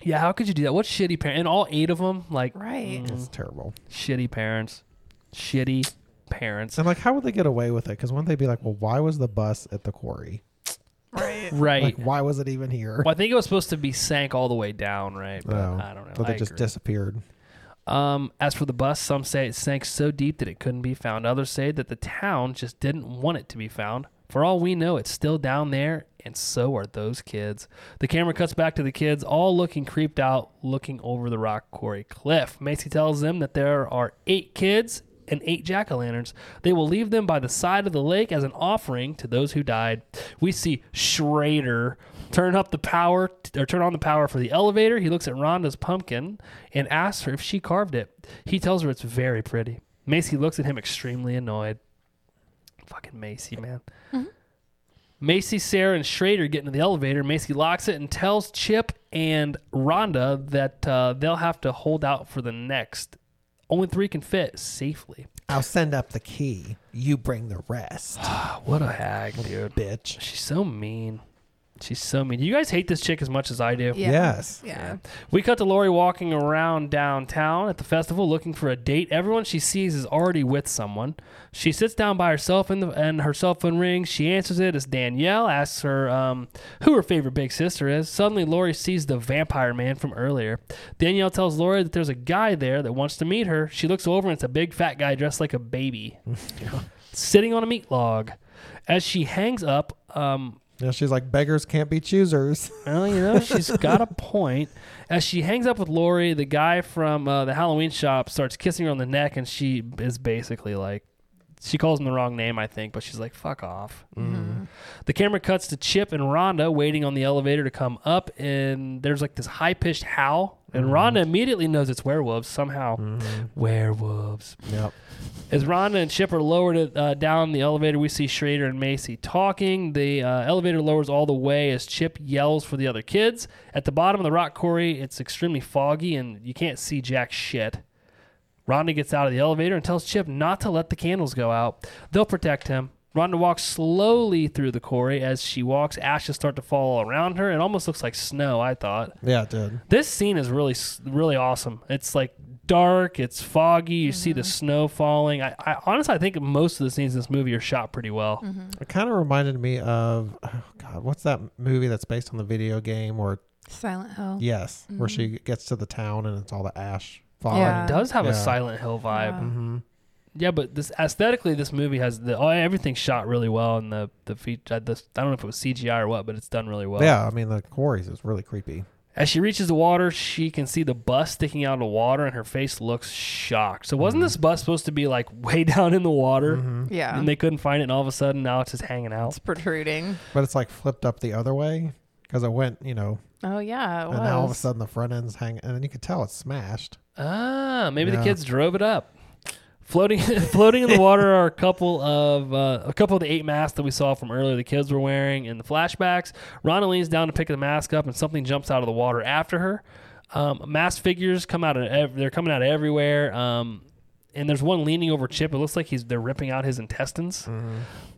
A: Yeah, how could you do that? What shitty parent? And all eight of them, like
C: Right.
B: It's terrible.
A: shitty parents, shitty parents.
B: And like, how would they get away with it? Because wouldn't they be like, well, why was the bus at the quarry?
C: Right.
A: Right.
B: Like, why was it even here?
A: well, I think it was supposed to be sank all the way down, right? But
B: Oh.
A: I don't know.
B: But they
A: I
B: just
A: agree.
B: disappeared.
A: um, as for the bus, some say it sank so deep that it couldn't be found. Others say that the town just didn't want it to be found. For all we know, it's still down there, and so are those kids. The camera cuts back to the kids, all looking creeped out, looking over the rock quarry cliff. Macy tells them that there are eight kids and eight jack o' lanterns. They will leave them by the side of the lake as an offering to those who died. We see Schrader turn up the power or turn on the power for the elevator. He looks at Rhonda's pumpkin and asks her if she carved it. He tells her it's very pretty. Macy looks at him extremely annoyed. Fucking Macy, man. Macy, Sarah, and Schrader get into the elevator. Macy locks it and tells Chip and Rhonda that uh, they'll have to hold out for the next. Only three can fit safely.
B: I'll send up the key. You bring the rest,
A: What a hag, dude.
B: bitch.
A: She's so mean. She's so mean. You guys hate this chick as much as I do.
C: Yeah.
B: Yes.
C: Yeah.
A: We cut to Lori walking around downtown at the festival looking for a date. Everyone she sees is already with someone. She sits down by herself in the, and her cell phone rings. She answers it as Danielle asks her um, who her favorite big sister is. Suddenly, Lori sees the vampire man from earlier. Danielle tells Lori that there's a guy there that wants to meet her. She looks over and it's a big fat guy dressed like a baby sitting on a meat log. As she hangs up, um,
B: Now she's like, beggars can't be choosers.
A: well, you know, she's got a point. As she hangs up with Lori, the guy from uh, the Halloween shop starts kissing her on the neck, and she is basically like, she calls him the wrong name, I think, but she's like, fuck off. The camera cuts to Chip and Rhonda waiting on the elevator to come up, and there's like this high pitched howl, and Rhonda immediately knows it's werewolves somehow. Werewolves.
B: Yep.
A: As Rhonda and Chip are lowered uh, down the elevator, we see Schrader and Macy talking. The uh, elevator lowers all the way as Chip yells for the other kids. At the bottom of the rock quarry, it's extremely foggy and you can't see jack shit. Rhonda gets out of the elevator and tells Chip not to let the candles go out. They'll protect him. Rhonda walks slowly through the quarry. As she walks, ashes start to fall around her. It almost looks like snow, I thought
B: Yeah, it did.
A: this scene is really s- really awesome it's like dark it's foggy you see
C: Mm-hmm.
A: the snow falling I, I honestly i think most of the scenes in this movie are shot pretty well
C: Mm.
B: It kind of reminded me of, oh God, what's that movie that's based on the video game? Or,
C: Silent Hill.
B: yes, where she gets to the town and it's all the ash falling.
A: Oh, it
C: Yeah.
A: does have
B: Yeah.
A: a silent hill vibe yeah.
C: Yeah.
B: hmm
A: but this aesthetically this movie has the oh, everything's shot really well and uh, the the feature the, i don't know if it was cgi or what but it's done really well
B: Yeah, I mean, the quarries is really creepy.
A: As she reaches the water, she can see the bus sticking out of the water, and her face looks shocked. So wasn't this bus supposed to be like way down in the water,
C: Yeah.
A: and they couldn't find it? And all of a sudden, now it's just hanging out.
C: it's protruding.
B: But it's like flipped up the other way because it went, you know,
C: Oh yeah, it
B: and now all of a
C: was.
B: sudden the front end's hanging, and then you could tell it's smashed.
A: Ah, maybe the
B: Yeah.
A: kids drove it up. Floating, floating in the water are a couple of uh, a couple of the eight masks that we saw from earlier. The kids were wearing in the flashbacks. Ronna leans down to pick the mask up, and something jumps out of the water after her. Um, mask figures come out of ev- they're coming out of everywhere. Um, and there's one leaning over Chip. It looks like he's they're ripping out his intestines.
B: Mm-hmm.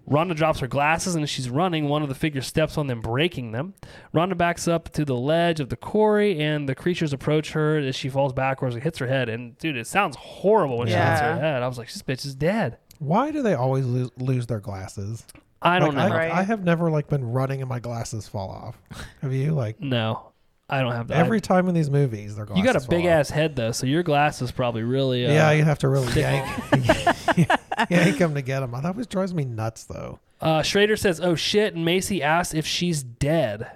A: Rhonda drops her glasses and as she's running, one of the figures steps on them, breaking them. Rhonda backs up to the ledge of the quarry and the creatures approach her as she falls backwards and hits her head. And dude, it sounds horrible when she hits her
C: Yeah.
A: head. I was like, this bitch is dead.
B: Why do they always lose, lose their glasses?
A: I don't
B: Like,
A: know.
B: I,
C: Right.
B: I have never like been running and my glasses fall off. Have you? Like
A: no, I don't have that.
B: every time in these movies, their
A: you
B: glasses.
A: got a big
B: fall off.
A: ass head though, so your glasses probably really. Uh,
B: Yeah, you'd have to really yank, yank them to get them. That always drives me nuts, though.
A: Uh, Schrader says, "Oh shit!" and Macy asks if she's dead.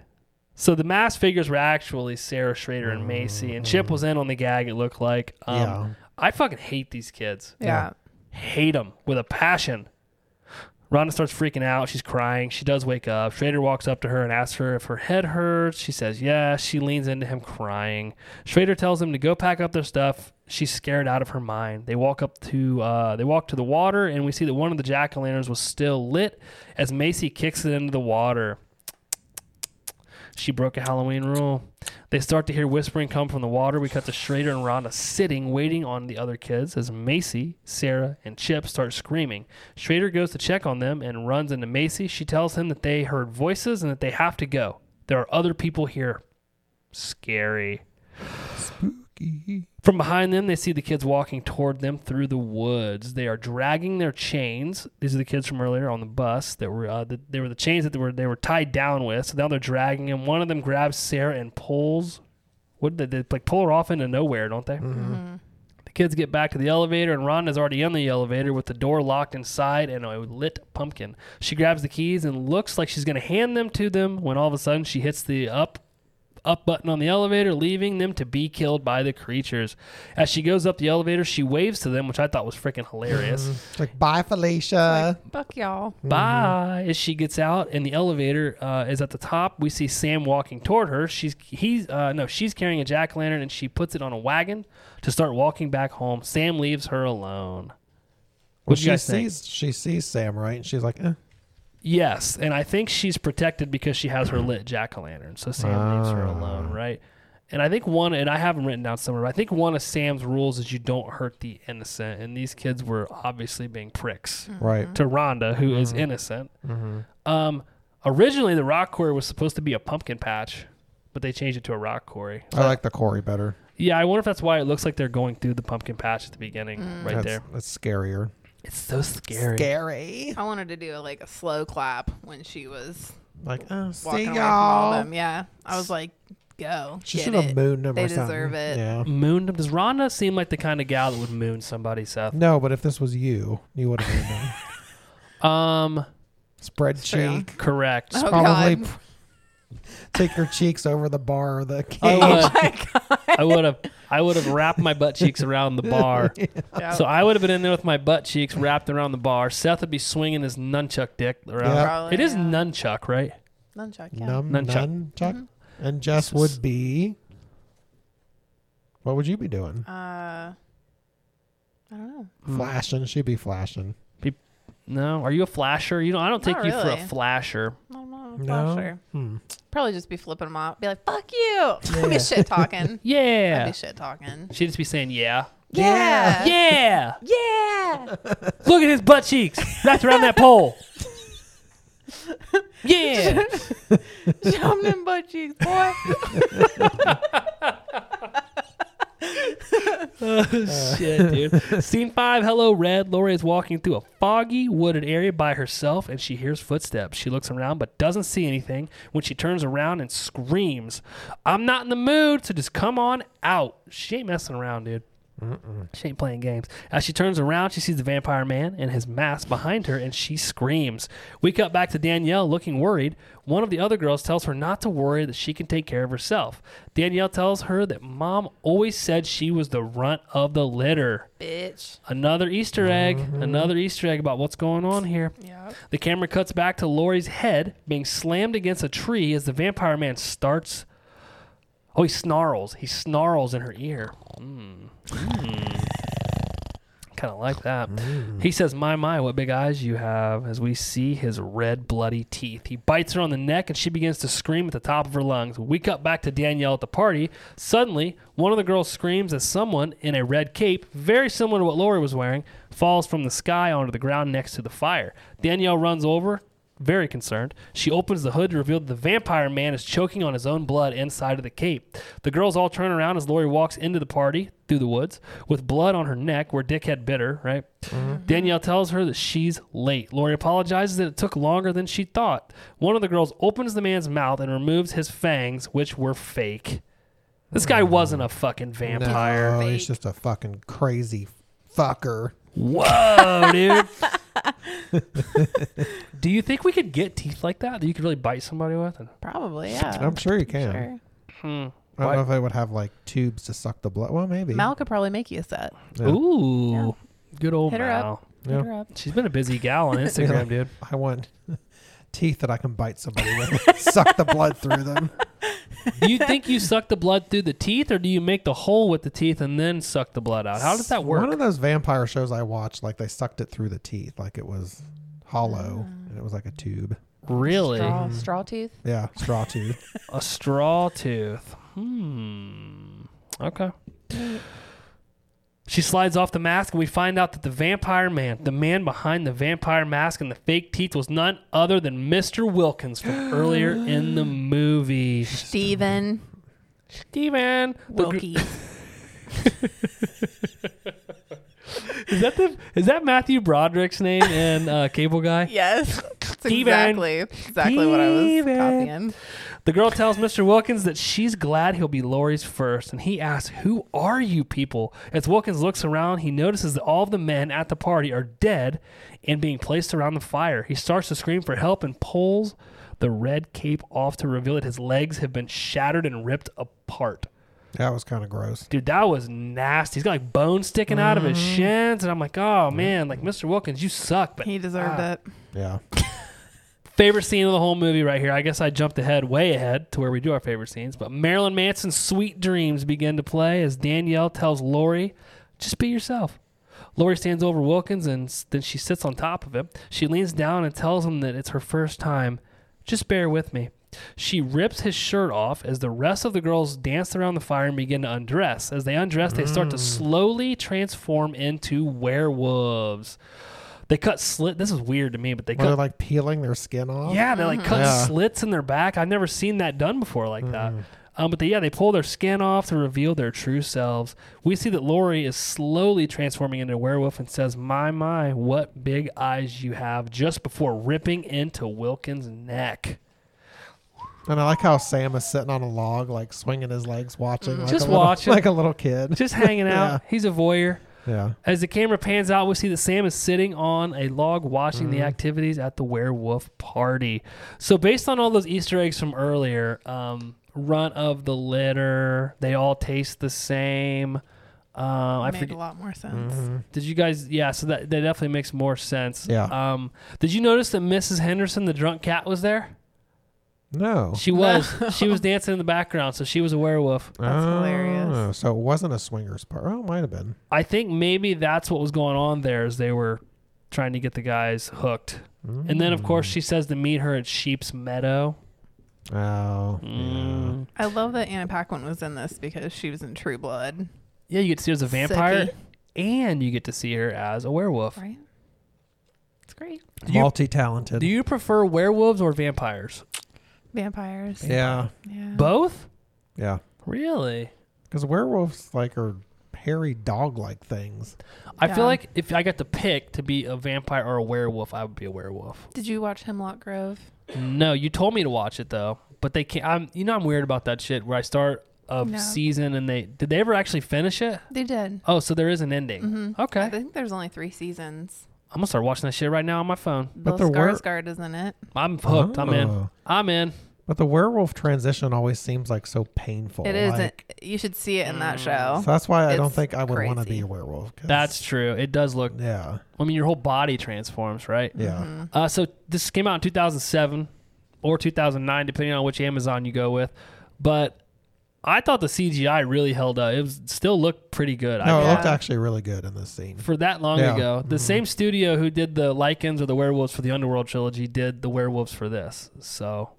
A: So the mass figures were actually Sarah Schrader and Macy, and Chip was in on the gag. It looked like. Um,
B: Yeah.
A: I fucking hate these kids.
C: yeah.
A: Hate them with a passion. Rhonda starts freaking out. She's crying. She does wake up. Schrader walks up to her and asks her if her head hurts. She says yes. She leans into him crying. Schrader tells him to go pack up their stuff. She's scared out of her mind. They walk up to uh, they walk to the water and we see that one of the jack o' lanterns was still lit as Macy kicks it into the water. She broke a Halloween rule. They start to hear whispering come from the water. We cut to Schrader and Rhonda sitting, waiting on the other kids as Macy, Sarah, and Chip start screaming. Schrader goes to check on them and runs into Macy. She tells him that they heard voices and that they have to go. There are other people here. Scary.
B: Spooky.
A: From behind them, they see the kids walking toward them through the woods. They are dragging their chains. These are the kids from earlier on the bus that were uh, that they were the chains that they were they were tied down with. So now they're dragging them. One of them grabs Sarah and pulls. What did they, they like pull her off into nowhere? Don't they? The kids get back to the elevator, and Rhonda's already in the elevator with the door locked inside and a lit pumpkin. She grabs the keys and looks like she's going to hand them to them when all of a sudden she hits the up up button on the elevator, leaving them to be killed by the creatures. As she goes up the elevator, she waves to them, which I thought was freaking hilarious.
B: It's like bye, Felicia.
C: Fuck y'all.
A: Bye. As she gets out and the elevator uh, is at the top, we see Sam walking toward her. She's he's uh, no, she's carrying a jack o' lantern and she puts it on a wagon to start walking back home. Sam leaves her alone.
B: Well,
A: What do
B: she
A: you guys think?
B: sees she sees Sam right, and she's like, eh.
C: Mm-hmm.
A: Yes, and I think she's protected because she has her lit jack o' lantern, so Sam leaves her alone, right? And I think one, and I haven't written down somewhere, but I think one of Sam's rules is you don't hurt the innocent, and these kids were obviously being pricks
B: right.
A: to Rhonda, who is innocent. Um, originally, the rock quarry was supposed to be a pumpkin patch, but they changed it to a rock quarry.
B: I like the Corey better.
A: Yeah, I wonder if that's why it looks like they're going through the pumpkin patch at the beginning,
C: Mm.
A: right
B: that's,
A: there.
B: That's scarier.
A: It's so scary.
B: Scary.
C: I wanted to do like a slow clap when she was
B: Like, oh, see
C: walking away from all
B: y'all.
C: them. Yeah, I was like, go.
B: She
C: get
B: should have
C: it.
B: mooned him
C: They
B: or something.
C: deserve it.
B: Yeah.
A: Mooned him. Does Rhonda seem like the kind of gal that would moon somebody, Seth?
B: No, but if this was you, you would have mooned him.
A: Um,
B: Spread
C: true.
B: cheek.
A: correct.
C: Oh,
B: probably
C: God.
B: p- take your cheeks over the bar or the cage.
A: I would,
C: my God.
A: I would have, I would have wrapped my butt cheeks around the bar.
C: Yeah.
A: So I would have been in there with my butt cheeks wrapped around the bar. Seth would be swinging his nunchuck dick around.
B: Yeah.
C: Probably,
A: It is
C: Oh, yeah.
A: nunchuck, right?
C: Nunchuck, yeah. Mm-hmm.
B: Num,
A: Nunchuck.
B: nunchuck. And Jess would be. What would you be doing?
C: Uh, I don't know.
A: Hmm.
B: flashing. She'd be flashing.
A: No. Are you a flasher? You know, I don't take
C: Not
A: you for a
C: really.
A: flasher.
C: I'm not a
B: No?
C: flasher.
B: Hmm.
C: Probably just be flipping them off. Be like, fuck you. I'd be shit talking. I'd
A: Yeah.
C: be shit talking.
A: She'd just be saying, yeah.
C: Yeah.
A: Yeah.
C: Yeah.
A: Look at his butt cheeks wrapped around that pole. Yeah.
C: Shove them butt cheeks, boy.
A: Oh, shit, dude. Scene five. Hello, Red. Lori is walking through a foggy, wooded area by herself, and she hears footsteps. She looks around but doesn't see anything. When she turns around and screams, "I'm not in the mood, so just come on out." She ain't messing around, dude.
B: Mm-mm.
A: She ain't playing games. As she turns around, she sees the vampire man and his mask behind her, and she screams. We cut back to Danielle looking worried. One of the other girls tells her not to worry, that she can take care of herself. Danielle tells her that mom always said she was the runt of the litter.
D: Bitch.
A: Another Easter egg, another Easter egg about what's going on here.
D: Yeah.
A: The camera cuts back to Lori's head being slammed against a tree as the vampire man starts. Oh, he snarls. He snarls in her ear. Mm. Kind of like that. He says, My, my, what big eyes you have, as we see his red, bloody teeth. He bites her on the neck and she begins to scream at the top of her lungs. We cut back to Danielle at the party. Suddenly, one of the girls screams as someone in a red cape, very similar to what Lori was wearing, falls from the sky onto the ground next to the fire. Danielle runs over, very concerned. She opens the hood to reveal that the vampire man is choking on his own blood inside of the cape. The girls all turn around as Lori walks into the party through the woods with blood on her neck where Dick had bit her, right? Danielle tells her that she's late. Lori apologizes that it took longer than she thought. One of the girls opens the man's mouth and removes his fangs, which were fake. This guy wasn't a fucking vampire.
B: No, he's just a fucking crazy fucker.
A: Whoa, dude. Do you think we could get teeth like that that you could really bite somebody with? And,
C: Probably, yeah.
B: I'm sure you can.
C: Uh, Sure.
A: hmm.
B: I don't know if they would have like tubes to suck the blood. Well, maybe.
C: Mal could probably make you a set.
B: Yeah.
A: Ooh, good old
C: Hit her
A: Mal.
C: up. Hit
B: Yeah.
C: her up.
A: She's been a busy gal on Instagram, dude.
B: I want teeth that I can bite somebody with, suck the blood through them.
A: Do you think you suck the blood through the teeth, or do you make the hole with the teeth and then suck the blood out? How does that work?
B: One of those vampire shows I watched, like they sucked it through the teeth, like it was hollow and it was like a tube.
A: really,
C: Straw,
B: Mm-hmm.
C: straw tooth.
B: Yeah, straw tube.
A: a straw tooth. Hmm. Okay. She slides off the mask, and we find out that the vampire man, the man behind the vampire mask and the fake teeth, was none other than Mr. Wilkins from earlier in the movie.
C: Steven
A: Steven! The gr-
C: Wilkie.
A: Is that the is that Matthew Broderick's name and uh, Cable Guy?
D: Yes. That's
A: Steven.
D: exactly exactly what I was
A: Steven.
D: copying.
A: The girl tells Mr. Wilkins that she's glad he'll be Lori's first, and he asks, "Who are you people?" As Wilkins looks around, he notices that all of the men at the party are dead and being placed around the fire. He starts to scream for help and pulls the red cape off to reveal that his legs have been shattered and ripped apart.
B: that was kind of gross.
A: dude, that was nasty. He's got like bones sticking out of his shins, and I'm like, oh man, like Mr. Wilkins, you suck. But
C: He deserved
A: Ah.
C: it.
B: Yeah.
A: favorite scene of the whole movie right here. I guess I jumped ahead, way ahead to where we do our favorite scenes. But Marilyn Manson's "Sweet Dreams" begin to play as Danielle tells Lori, "Just be yourself." Lori stands over Wilkins and s- then she sits on top of him. She leans down and tells him that it's her first time. Just bear with me. She rips his shirt off as the rest of the girls dance around the fire and begin to undress. As they undress, they start to slowly transform into werewolves. They cut slit. This is weird to me, but they
B: Were they
A: cut
B: like peeling their skin off?
A: yeah, they like cut
B: Yeah. Mm.
A: slits in their back. I've never seen that done before like that. Um, but they, yeah, they pull their skin off to reveal their true selves. We see that Lori is slowly transforming into a werewolf and says, "My my, what big eyes you have!" Just before ripping into Wilkins' neck.
B: And I like how Sam is sitting on a log, like swinging his legs, watching. Like
A: Just
B: a little,
A: watching.
B: Like a little kid.
A: Just hanging out.
B: Yeah.
A: He's a voyeur.
B: Yeah.
A: As the camera pans out, we see that Sam is sitting on a log watching the activities at the werewolf party. So, based on all those Easter eggs from earlier, um, run of the litter, they all taste the same. Um, I
C: Made a
A: forget.
C: lot more
B: Mm-hmm.
C: sense.
A: Did you guys? Yeah, so that, that definitely makes more sense.
B: Yeah.
A: Um, did you notice that Mrs. Henderson, the drunk cat, was there?
B: No.
A: She was. she was dancing in the background, so she was a werewolf.
C: That's hilarious.
B: Oh, So it wasn't a swingers part. Oh, it might have been.
A: I think maybe that's what was going on there is they were trying to get the guys hooked. And then
B: Mm.
A: of course she says to meet her at Sheep's Meadow.
B: Oh. Yeah.
A: Mm.
C: I love that Anna Paquin was in this because she was in True Blood.
A: Yeah, you get to see her as a vampire
C: Sookie.
A: and you get to see her as a werewolf.
C: Right? It's great.
A: Do you-
B: Multi-talented.
A: Do you prefer werewolves or vampires?
C: Vampires.
B: yeah.
C: Yeah.
A: Both?
B: Yeah.
A: Really?
B: Because werewolves like are hairy dog-like things.
A: I
C: Yeah.
A: feel like if I got to pick to be a vampire or a werewolf, I would be a werewolf.
C: Did you watch Hemlock Grove?
A: No, you told me to watch it though, but they can't. I'm, you know, I'm weird about that shit. Where I start of
C: No.
A: season, and they did they ever actually finish it?
C: They did.
A: Oh, so there is an ending.
C: Mhm.
A: Okay,
C: I think there's only three seasons.
A: I'm gonna start watching that shit right now on my phone.
C: Bill
B: But there were-
C: Skarsgård is in it.
A: I'm hooked. I'm in.
B: Oh.
A: I'm in.
B: But the werewolf transition always seems like so painful.
C: It is.
B: Like,
C: you should see it in that
B: so
C: show.
B: that's why I don't
C: It's
B: think I would want to be
C: crazy.
B: a werewolf. 'cause-
A: That's true. It does look.
B: yeah,
A: I mean, your whole body transforms, right?
B: yeah.
C: Mm-hmm.
A: Uh, so this came out in 2007 or 2009, depending on which Amazon you go with. But I thought the CGI really held up. It was, still looked pretty good. I
B: No, it
A: mean,
B: looked
C: Yeah.
B: actually really good in this scene.
A: for that long
B: Yeah.
A: ago,
C: Mm-hmm.
A: the same studio who did the Lycans or the Werewolves for the Underworld trilogy did the Werewolves for this. So,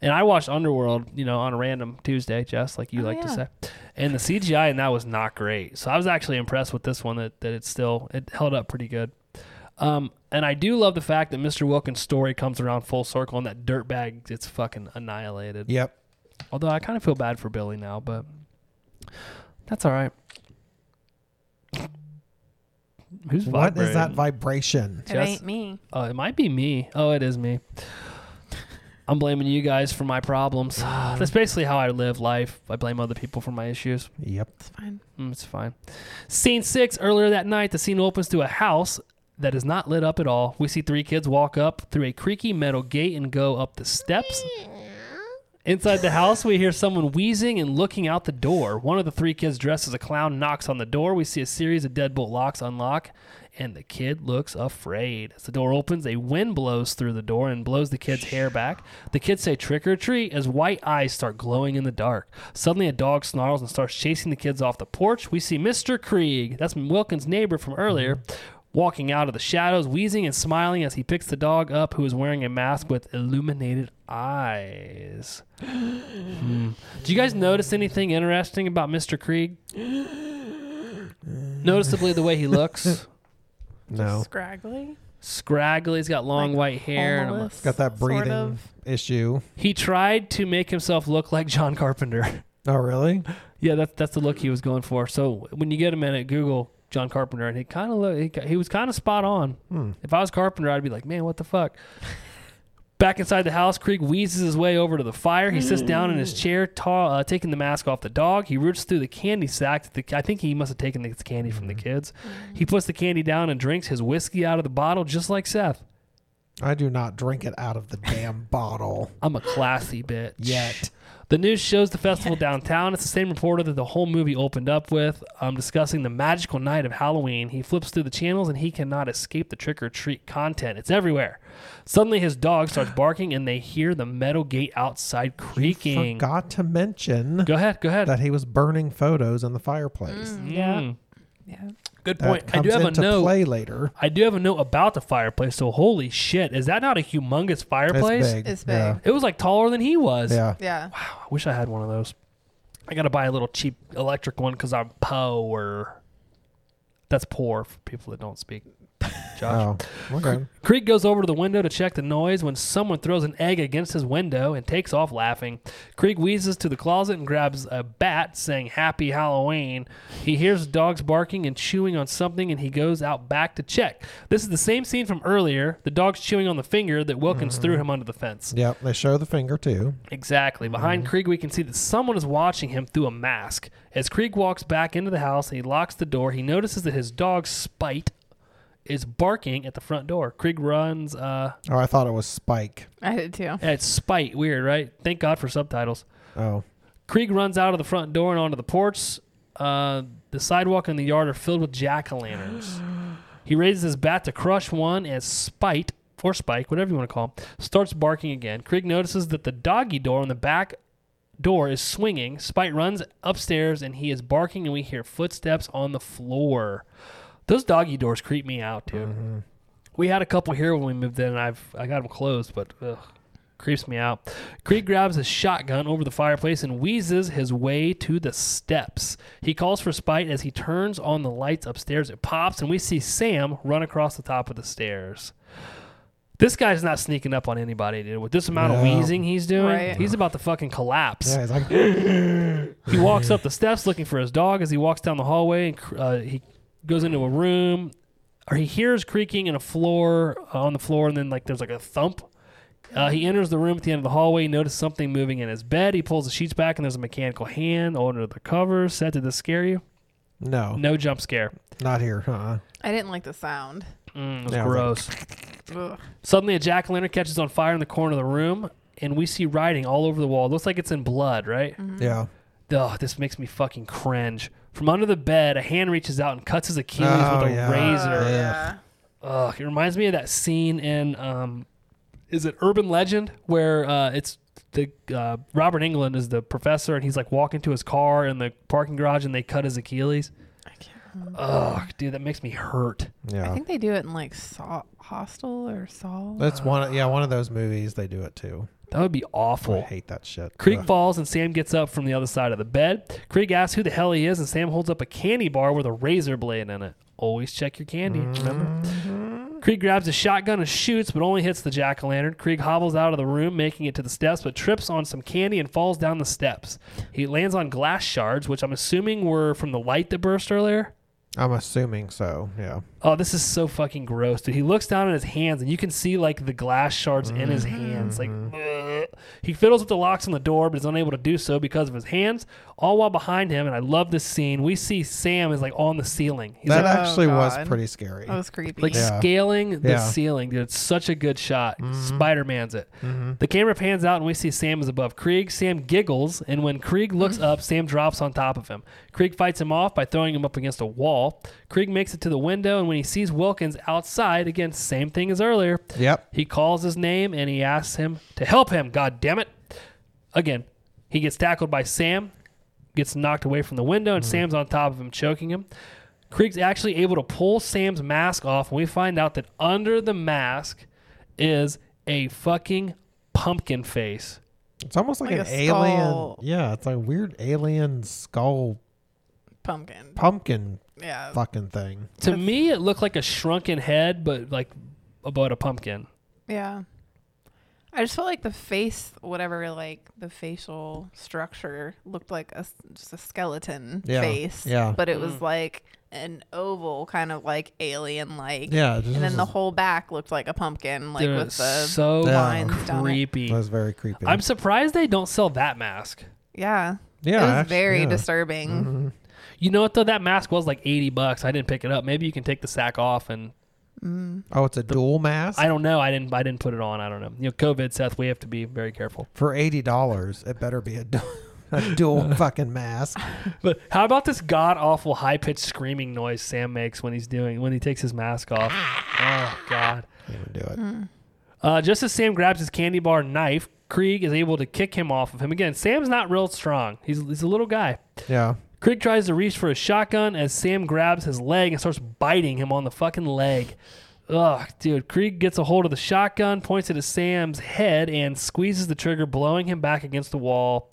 A: and I watched Underworld, you know, on a random Tuesday, just like you
C: Oh,
A: like to
C: yeah.
A: say. And the CGI and that was not great. So I was actually impressed with this one that, that it still it held up pretty good. Um, and I do love the fact that Mr. Wilkins' story comes around full circle and that dirtbag gets fucking annihilated.
B: Yep.
A: Although I kind of feel bad for Billy now, but that's all right. Who's
B: What is that
A: vibrating?
B: vibration?
C: It
A: Jess-
C: ain't me.
A: Oh, it might be me. Oh, it is me. I'm blaming you guys for my problems. That's basically how I live life. I blame other people for my issues.
B: Yep.
C: It's fine.
A: Mm, it's fine. Scene six earlier that night, the scene opens to a house that is not lit up at all. We see three kids walk up through a creaky metal gate and go up the steps. Inside the house, we hear someone wheezing and looking out the door. One of the three kids dressed as a clown knocks on the door. We see a series of deadbolt locks unlock, and the kid looks afraid. As the door opens, a wind blows through the door and blows the kid's hair back. The kids say trick or treat as white eyes start glowing in the dark. Suddenly, a dog snarls and starts chasing the kids off the porch. We see Mr. Krieg, that's Wilkins' neighbor from earlier, walking out of the shadows, wheezing and smiling as he picks the dog up, who is wearing a mask with illuminated eyes. Hmm. Do you guys notice anything interesting about Mr. Krieg? Noticeably, the way he looks
B: No.
C: Scraggly.
A: scraggly. He's got long
C: Like
A: white hair. and I'm like-
C: Homeless,
B: Got that breathing
C: Sort of.
B: issue.
A: he tried to make himself look like John Carpenter.
B: Oh, really?
A: yeah, that's that's the look he was going for. So when you get a minute, Google John Carpenter, and he kind of look. He, ki- he was kind of spot on.
B: Hmm.
A: If I was Carpenter, I'd be like, man, what the fuck? Back inside the house, Krieg wheezes his way over to the fire. He sits down in his chair, ta- uh, taking the mask off the dog. He roots through the candy sack. That the, I think he must have taken the candy from the kids. He puts the candy down and drinks his whiskey out of the bottle, just like Seth.
B: I do not drink it out of the damn bottle
A: I'm a classy bitch.
B: yet.
A: The news shows the festival downtown. It's the same reporter that the whole movie opened up with, um, discussing the magical night of Halloween. He flips through the channels and he cannot escape the trick or treat content. It's everywhere. Suddenly, his dog starts barking, and they hear the metal gate outside creaking.
B: Forgot to mention
A: Go ahead, go ahead. Mm.
B: that he was burning photos in the fireplace.
C: Mm.
A: yeah,
C: Yeah.
A: good
B: That
A: point. I
B: comes
A: do have a
B: into
A: note.
B: play later.
A: I do have a note about the fireplace. So, holy shit, is that not a humongous fireplace?
B: It's big.
C: It's
B: Yeah.
C: big.
A: It was like taller than he was.
B: Yeah.
C: Yeah.
A: I wish I had one of those. I gotta buy a little cheap electric one because I'm poor. That's poor for people that don't speak. Josh.
B: Oh, okay.
A: Krieg goes over to the window to check the noise when someone throws an egg against his window and takes off laughing. Krieg wheezes to the closet and grabs a bat, saying "Happy Halloween." He hears dogs barking and chewing on something, and he goes out back to check. This is the same scene from earlier. The dog's chewing on the finger that Wilkins threw him under the fence.
B: Yep. They show the finger too.
A: Exactly. Behind Krieg, we can see that someone is watching him through a mask. As Krieg walks back into the house and he locks the door, he notices that his dog, Spite, is barking at the front door. Krieg runs. Uh,
B: Oh, I thought it was Spike.
C: I did too.
A: it's Spite. Weird, right? Thank God for subtitles.
B: Oh,
A: Krieg runs out of the front door and onto the porch. Uh, the sidewalk and the yard are filled with jack o' lanterns. he raises his bat to crush one as Spite, or Spike, whatever you want to call him, starts barking again. Krieg notices that the doggy door on the back door is swinging. Spite runs upstairs and he is barking, and we hear footsteps on the floor. Those doggy doors creep me out, dude. We had a couple here when we moved in, and I've I got them closed, but ugh, creeps me out. Krieg grabs his shotgun over the fireplace and wheezes his way to the steps. He calls for Spite as he turns on the lights upstairs. It pops, and we see Sam run across the top of the stairs. This guy's not sneaking up on anybody, dude. With this amount of
B: No.
A: wheezing he's doing,
C: Right.
A: he's about to fucking collapse.
B: yeah. He's like,
A: He walks up the steps looking for his dog as he walks down the hallway and cr- uh, he goes into a uh, room or he hears creaking in a floor on the floor and then like there's like a thump. Uh, he enters the room at the end of the hallway. He notices something moving in his bed. He pulls the sheets back, and there's a mechanical hand under the covers. Said, "Did this scare you?"
B: No,
A: No jump scare.
B: not here, uh-uh. huh?
C: I didn't like the sound.
A: Mm, it was
B: Yeah, I was
A: gross.
C: Ugh.
A: Suddenly, a jack o' lantern catches on fire in the corner of the room, and we see writing all over the wall. It looks like it's in blood, right?
C: Mm-hmm.
B: Yeah.
A: Ugh, this makes me fucking cringe. From under the bed, a hand reaches out and cuts his Achilles
B: Oh,
A: with a
B: yeah.
A: razor.
B: Yeah.
A: Ugh, it reminds me of that scene in, um, is it Urban Legend where uh, it's the uh, Robert England is the professor and he's like walking to his car in the parking garage and they cut his Achilles.
C: I can't remember.
A: Ugh, dude, that makes me hurt.
B: Yeah.
C: I think they do it in like Saw, Hostel or Saw.
B: That's one. Of, yeah, one of those movies they do it too.
A: That would be
B: I
A: awful.
B: hate that shit.
A: Krieg
B: Ugh.
A: falls and Sam gets up from the other side of the bed. Krieg asks who the hell he is, and Sam holds up a candy bar with a razor blade in it. Always check your candy, remember? Krieg grabs a shotgun and shoots, but only hits the jack o' lantern. Krieg hobbles out of the room, making it to the steps, but trips on some candy and falls down the steps. He lands on glass shards, which I'm assuming were from the light that burst earlier.
B: I'm assuming so. Yeah.
A: Oh, this is so fucking gross, dude. He looks down at his hands, and you can see like the glass shards in his hands. Like, ugh. he fiddles with the locks on the door, but is unable to do so because of his hands. All while behind him, and I love this scene. We see Sam is like on the ceiling. He's
B: that
A: like,
C: like, "Oh,
B: actually was
C: God."
B: pretty scary.
C: That was creepy.
A: like
B: Yeah.
A: scaling the
B: Yeah.
A: ceiling, dude. It's such a good shot. Spider Man's it. The camera pans out, and we see Sam is above Krieg. Sam giggles, and when Krieg looks up, Sam drops on top of him. Krieg fights him off by throwing him up against a wall. Krieg makes it to the window, and when he sees Wilkins outside, again, same thing as earlier,
B: Yep.
A: he calls his name and he asks him to help him. God damn it. Again, he gets tackled by Sam, gets knocked away from the window, and Sam's on top of him, choking him. Krieg's actually able to pull Sam's mask off, and we find out that under the mask is a fucking pumpkin face.
B: It's almost like,
C: Like
B: an
C: a
B: alien.
C: skull.
B: Yeah, it's like a weird alien skull
C: pumpkin.
B: pumpkin
C: Yeah.
B: fucking thing.
A: To me, it looked like a shrunken head, but like about a pumpkin.
C: Yeah. I just felt like the face, whatever, like the facial structure looked like a, s- just a skeleton
B: Yeah,
C: face.
B: yeah.
C: But it
A: Mm.
C: was like an oval, kind of like alien like.
B: Yeah. Just,
C: And then the whole back looked like a pumpkin, like
A: Dude,
C: with the
A: so
B: Yeah.
C: lines down it.
A: creepy.
B: that was very creepy.
A: I'm surprised they don't sell that mask.
C: Yeah.
B: yeah,
C: it was
B: actu-
C: very
B: yeah. Mm-hmm.
C: disturbing.
A: You know what though? That mask was like eighty bucks. I didn't pick it up. Maybe you can take the sack off and
B: Oh, it's a dual mask
A: I don't know. I didn't. I didn't put it on. I don't know. You know, COVID, Seth. We have to be very careful.
B: for eighty dollars. It better be a, du- a dual fucking mask.
A: But how about this god awful high pitched screaming noise Sam makes when he's doing when he takes his mask off? Oh God.
B: I'm gonna do it.
C: Mm.
A: Uh, just as Sam grabs his candy bar knife, Krieg is able to kick him off of him again. Sam's not real strong. He's he's a little guy.
B: Yeah.
A: Krieg tries to reach for his shotgun as Sam grabs his leg and starts biting him on the fucking leg. Ugh, dude. Krieg gets a hold of the shotgun, points it at Sam's head, and squeezes the trigger, blowing him back against the wall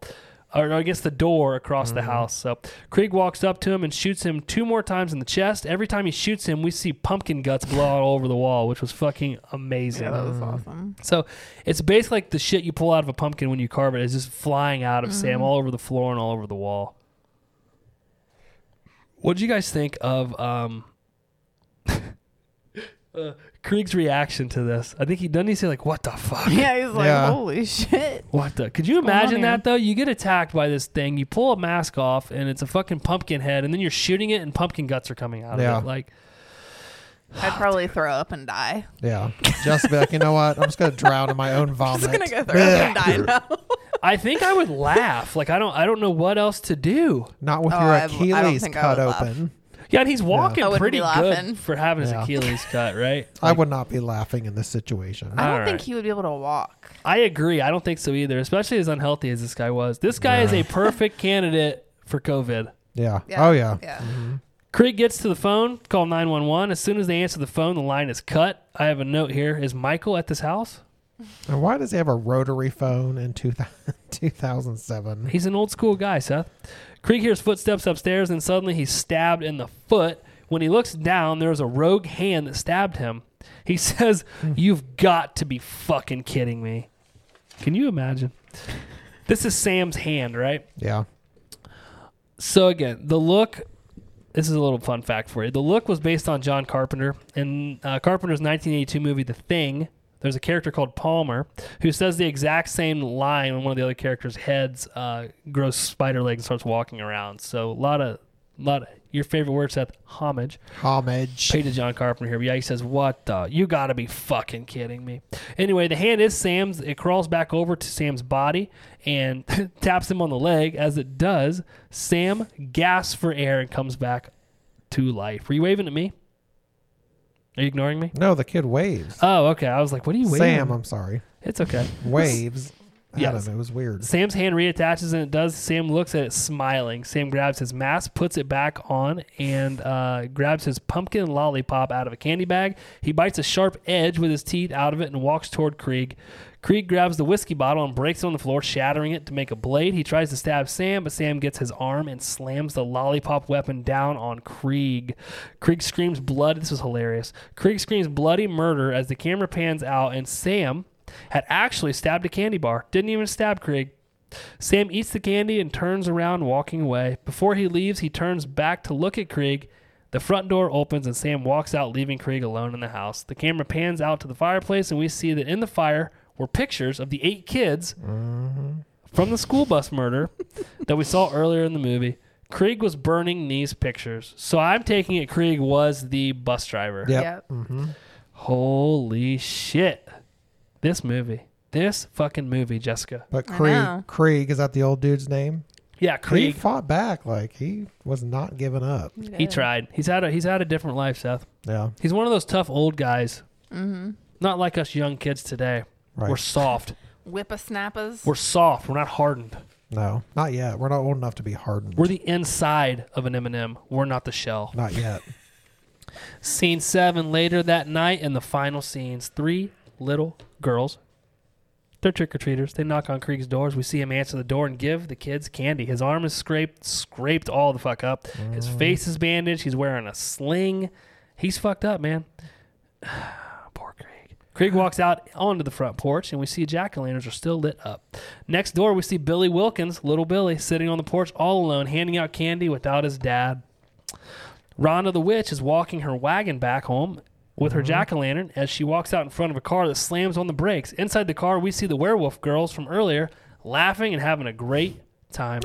A: or or against the door across
C: Mm-hmm.
A: the house. So Krieg walks up to him and shoots him two more times in the chest. Every time he shoots him, we see pumpkin guts blow out all over the wall, which was fucking amazing.
C: Yeah, that was awesome.
A: So it's basically like the shit you pull out of a pumpkin when you carve it is just flying out of Sam all over the floor and all over the wall. What did you guys think of um, uh, Krieg's reaction to this? I think he doesn't he say like, "What the fuck?
C: Yeah, he's like,
B: Yeah.
C: holy shit.
A: What the?" Could you
C: going on
A: imagine
C: here?
A: that though? You get attacked by this thing, you pull a mask off, and it's a fucking pumpkin head, and then you're shooting it, and pumpkin guts are coming out
B: Yeah.
A: of it. Like,
C: I'd probably throw up and die.
B: Yeah. Just be like, you know what? I'm just gonna drown in my own
C: I'm
B: vomit.
C: just going to go throw up and die now.
A: I think I would laugh. Like, I don't, I don't know what else to do.
B: Not with
C: Oh,
B: your
C: I w- I don't
B: Achilles
C: think I
B: cut
C: would laugh.
B: open.
A: Yeah, and he's walking
C: I wouldn't
A: pretty
C: be laughing.
A: good for having his
B: Yeah.
A: Achilles cut, right?
B: I would not be laughing in this situation.
C: I don't
A: All
C: think
A: right.
C: he would be able to walk.
A: I agree. I don't think so either, especially as unhealthy as this guy was. This guy is a perfect candidate for COVID.
B: yeah. Oh yeah.
C: Yeah.
A: Krieg gets to the phone, call 911. As soon as they answer the phone, the line is cut. I have a note here. Is Michael at this house?
B: And why does he have a rotary phone in 2000, 2007?
A: He's an old school guy, Seth. Krieg hears footsteps upstairs, and suddenly he's stabbed in the foot. When he looks down, there's a rogue hand that stabbed him. He says, You've got to be fucking kidding me. Can you imagine? This is Sam's hand, right?
B: Yeah.
A: So again, the look. This is a little fun fact for you. The look was based on John Carpenter in uh, Carpenter's 1982 movie The Thing. There's a character called Palmer who says the exact same line when one of the other characters' heads uh, grows spider legs and starts walking around. So a lot of, lot of your favorite word, Seth, homage
B: Homage.
A: paid to John Carpenter here. But yeah, he says, "What the? You gotta be fucking kidding me!" Anyway, the hand is Sam's. It crawls back over to Sam's body and taps him on the leg. As it does, Sam gasps for air and comes back to life. Were you waving at me? Are you ignoring me?
B: No, the kid waves.
A: Oh, okay. I was like, "What are you waving?"
B: Sam, I'm sorry.
A: It's okay.
B: Waves. Yeah,
A: Yes.
B: It was weird.
A: Sam's hand reattaches and it does. Sam looks at it smiling. Sam grabs his mask, puts it back on, and uh, grabs his pumpkin lollipop out of a candy bag. He bites a sharp edge with his teeth out of it and walks toward Krieg. Krieg grabs the whiskey bottle and breaks it on the floor, shattering it to make a blade. He tries to stab Sam, but Sam gets his arm and slams the lollipop weapon down on Krieg. Krieg screams blood. This was hilarious. Krieg screams bloody murder as the camera pans out, and Sam had actually stabbed a candy bar. Didn't even stab Krieg. Sam eats the candy and turns around, walking away. Before he leaves, he turns back to look at Krieg. The front door opens and Sam walks out, leaving Krieg alone in the house. The camera pans out to the fireplace, and we see that in the fire were pictures of the eight kids from the school bus murder that we saw earlier in the movie. Krieg was burning these pictures. So I'm taking it Krieg was the bus driver.
B: Yep.
C: Yep.
A: Mm-hmm. Holy shit. This movie. This fucking movie, Jessica.
B: But
C: I
B: Krieg,
C: know.
B: Krieg, is that the old dude's name?
A: Yeah,
B: Krieg
A: Krieg.
B: fought back. Like, he was not giving up.
A: He tried. He's had a he's had a different life, Seth.
B: Yeah.
A: He's one of those tough old guys. Mm-hmm. Not like us young kids today.
B: Right.
A: We're soft.
C: Whippersnappers.
A: We're soft. We're not hardened.
B: No, not yet. We're not old enough to be hardened.
A: We're the inside of an M&M. We're not the shell.
B: not yet.
A: Scene seven later that night in the final scenes. Three little girls. They're trick or treaters. They knock on Krieg's doors. We see him answer the door and give the kids candy. His arm is scraped, scraped all the fuck up. His face is bandaged. He's wearing a sling. He's fucked up, man. Poor Krieg. Krieg walks out onto the front porch, and we see jack o' lanterns are still lit up. Next door, we see Billy Wilkins, little Billy, sitting on the porch all alone, handing out candy without his dad. Rhonda the witch is walking her wagon back home with her jack o' lantern as she walks out in front of a car that slams on the brakes. Inside the car, we see the werewolf girls from earlier laughing and having a great time.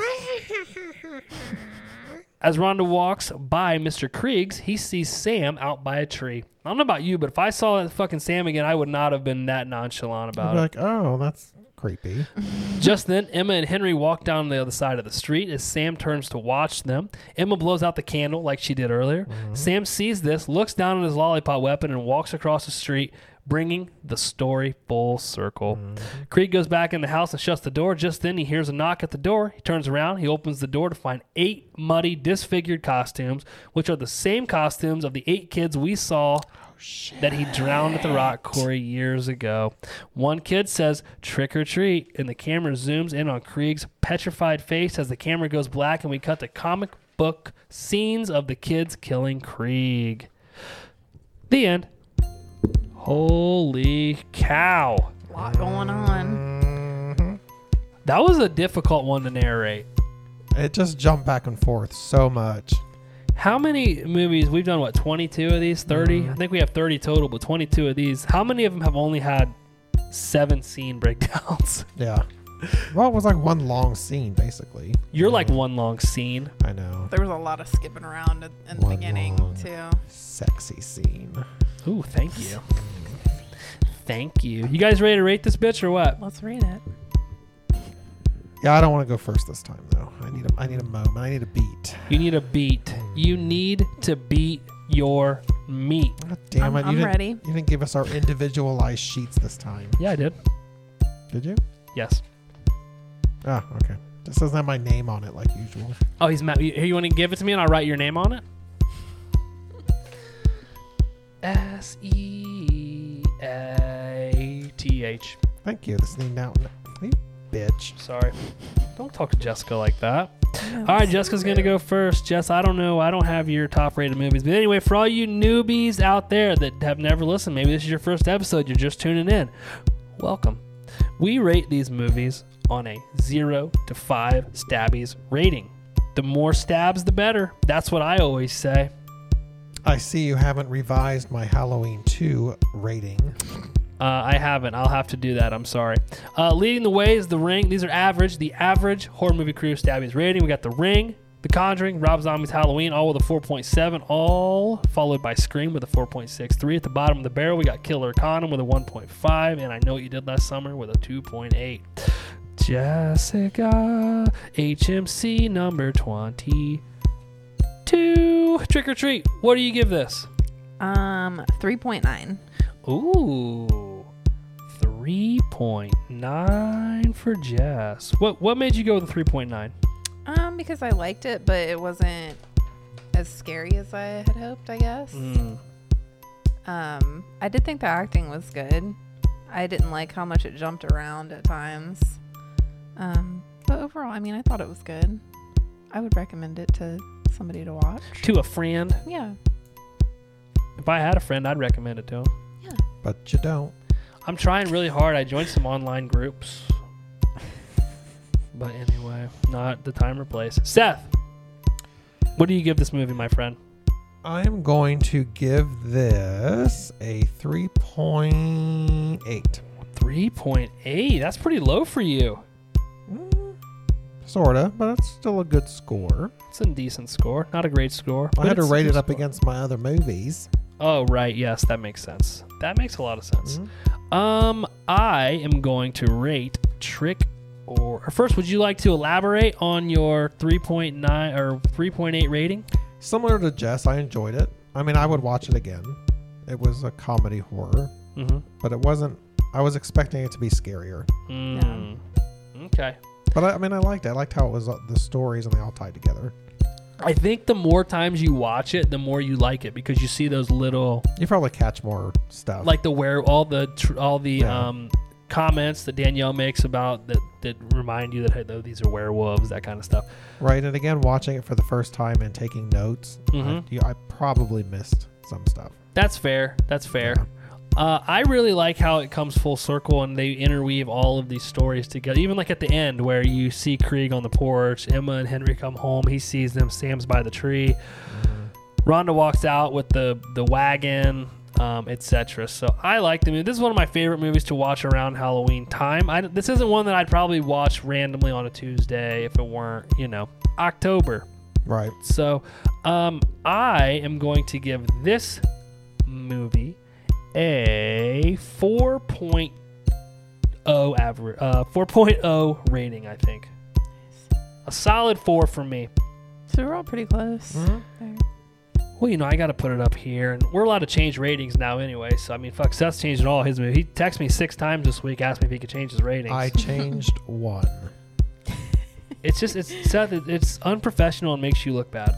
A: As Rhonda walks by Mr. Kriegs, he sees Sam out by a tree. I don't know about you, but if I saw that fucking Sam again, I would not have been that nonchalant
B: We're
A: about it.
B: like, oh, that's creepy.
A: Just then, Emma and Henry walk down the other side of the street as Sam turns to watch them. Emma blows out the candle like she did earlier. Sam sees this, looks down at his lollipop weapon, and walks across the street, bringing the story full circle. Creed goes back in the house and shuts the door. Just then, he hears a knock at the door. He turns around, he opens the door to find eight muddy, disfigured costumes, which are the same costumes of the eight kids we saw that he drowned at the rock quarry years ago. One kid says, trick or treat, and the camera zooms in on Krieg's petrified face as the camera goes black and we cut to comic book scenes of the kids killing Krieg. The end. Holy cow.
C: A lot going on.
A: That was a difficult one to narrate.
B: It just jumped back and forth so much.
A: How many movies we've done? What twenty two of these? 30 I think we have thirty total, but twenty two of these. How many of them have only had seven scene breakdowns?
B: Yeah. Well, it was like one long scene, basically.
A: You're like one long scene.
B: I know.
C: There was a lot of skipping around at- in the
B: One
C: beginning
B: long-
C: too.
B: Sexy scene.
A: Ooh, thank you. Thank you. You guys ready to rate this bitch or what?
C: Let's read it.
B: Yeah, I don't want to go first this time though. I need a I need a moment. I need a beat.
A: You need a beat. You need to beat your meat.
B: God damn
C: I'm-
B: it! You
C: I'm
B: didn't,
C: ready.
B: You didn't give us our individualized sheets this time,
A: Yeah, I did.
B: did you?
A: Yes.
B: Ah, okay. This doesn't have my name on it like usual.
A: Oh, he's mad. You, you want to give it to me and I'll write your name on it? S E A T H.
B: Thank you. This thing now, you bitch.
A: Sorry. Don't talk to Jessica like that. All right, Jessica's going to go first. Jess, I don't know. I don't have your top rated movies. But anyway, for all you newbies out there that have never listened, maybe this is your first episode, you're just tuning in. Welcome. We rate these movies on a 0 to 5 stabbies rating. The more stabs, the better. That's what I always say.
B: I see you haven't revised my Halloween 2 rating.
A: Uh, I haven't. I'll have to do that. I'm sorry. Uh, leading the way is The Ring. These are average. The average horror movie crew Stabby's rating. We got The Ring, The Conjuring, Rob Zombie's Halloween, all with a 4.7, all followed by Scream with a 4.63. At the bottom of the barrel, we got Killer Condom with a 1.5, and I Know What You Did Last Summer with a 2.8. Jessica, HMC number 22. Trick or treat. What do you give this?
C: Um, 3.9.
A: Ooh, three point nine for Jess. What what made you go with three point nine?
C: Um, because I liked it, but it wasn't as scary as I had hoped, I guess.
A: Mm.
C: Um, I did think the acting was good. I didn't like how much it jumped around at times. Um, but overall, I mean, I thought it was good. I would recommend it to somebody to watch.
A: To a friend.
C: Yeah.
A: If I had a friend, I'd recommend it to him.
B: But you don't.
A: I'm trying really hard. I joined some online groups. But anyway, not the time or place. Seth, what do you give this movie, my friend?
B: I'm going to give this a 3.8.
A: Three point eight. That's pretty low for you.
B: Mm, sorta, but that's still a good score.
A: It's a decent score. Not a great score.
B: I
A: but
B: had to
A: it's a
B: rate
A: good
B: it up
A: score.
B: against my other movies.
A: Oh right, yes, that makes sense. That makes a lot of sense.
B: Mhm.
A: Um, I am going to rate Trick or or first. Would you like to elaborate on your 3.9 or 3.8 rating?
B: Similar to Jess, I enjoyed it. I mean, I would watch it again. It was a comedy horror,
A: Mm-hmm.
B: but it wasn't. I was expecting it to be scarier.
A: Mm. Okay.
B: But I, I mean, I liked it. I liked how it was uh, the stories and they all tied together.
A: I think the more times you watch it, the more you like it because you see those little
B: You probably catch more stuff.
A: like the where all the tr- all the
B: Yeah.
A: um comments that Danielle makes about that that remind you that hey, though, these are werewolves, that kind of stuff.
B: right, and again, watching it for the first time and taking notes, I,
A: Mhm.
B: you- I probably missed some stuff.
A: That's fair. That's fair. Uh, I really like how it comes full circle and they interweave all of these stories together. Even like at the end where you see Krieg on the porch, Emma and Henry come home, he sees them, Sam's by the tree. Rhonda walks out with the the wagon, um, etc. So I like the movie. This is one of my favorite movies to watch around Halloween time. I, this isn't one that I'd probably watch randomly on a Tuesday if it weren't, you know, October.
B: Right.
A: So, um, I am going to give this movie a 4.0 average, uh, 4.0 rating. I think a solid four for me.
C: So we're all pretty close.
B: Mm-hmm.
A: Well, you know, I got to put it up here, and we're allowed to change ratings now anyway. So, I mean, fuck, Seth's changing all his movies. He texted me six times this week, asked me if he could change his ratings.
B: I changed one.
A: It's just, it's Seth, it- it's unprofessional and makes you look bad.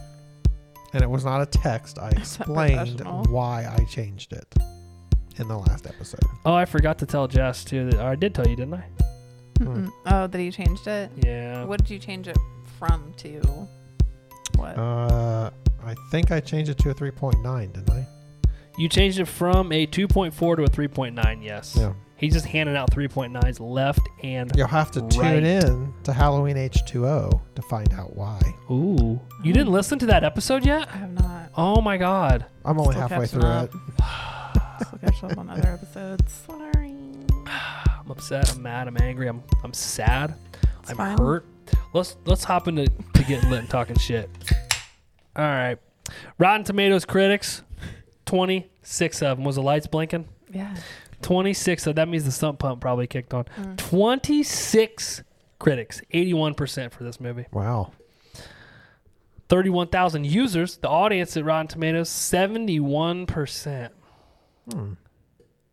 B: and it was not a text. I explained
C: professional.
B: why I changed it in the last episode.
A: Oh, I forgot to tell Jess too. That, or I did tell you, didn't I?
B: Hmm.
C: Mm-mm. Oh, that he changed it?
A: Yeah.
C: What did you change it from to? What?
B: Uh, I think I changed it to a 3.9, didn't I?
A: You changed it from a 2.4 to a 3.9, yes.
B: Yeah.
A: He's just handing out 3.9s left and.
B: You'll have to tune
A: Right.
B: in to Halloween H2O to find out why.
A: Ooh. You didn't listen to that episode yet?
C: I have not.
A: Oh my god.
B: I'm only
C: Still
B: halfway
C: catching
B: through
C: up.
B: it.
C: Still catch up on other episodes. Sorry.
A: I'm upset. I'm mad. I'm angry. I'm I'm sad. I'm
C: fine.
A: hurt. Let's let's hop into to get lit and talking shit. All right. Rotten Tomatoes critics, 26 of them. Was the lights blinking?
C: Yeah.
A: 26 so that means the sump pump probably kicked on 26 critics 81% for this movie
B: Wow.
A: 31,000 users the audience at rotten tomatoes 71%
B: Hmm.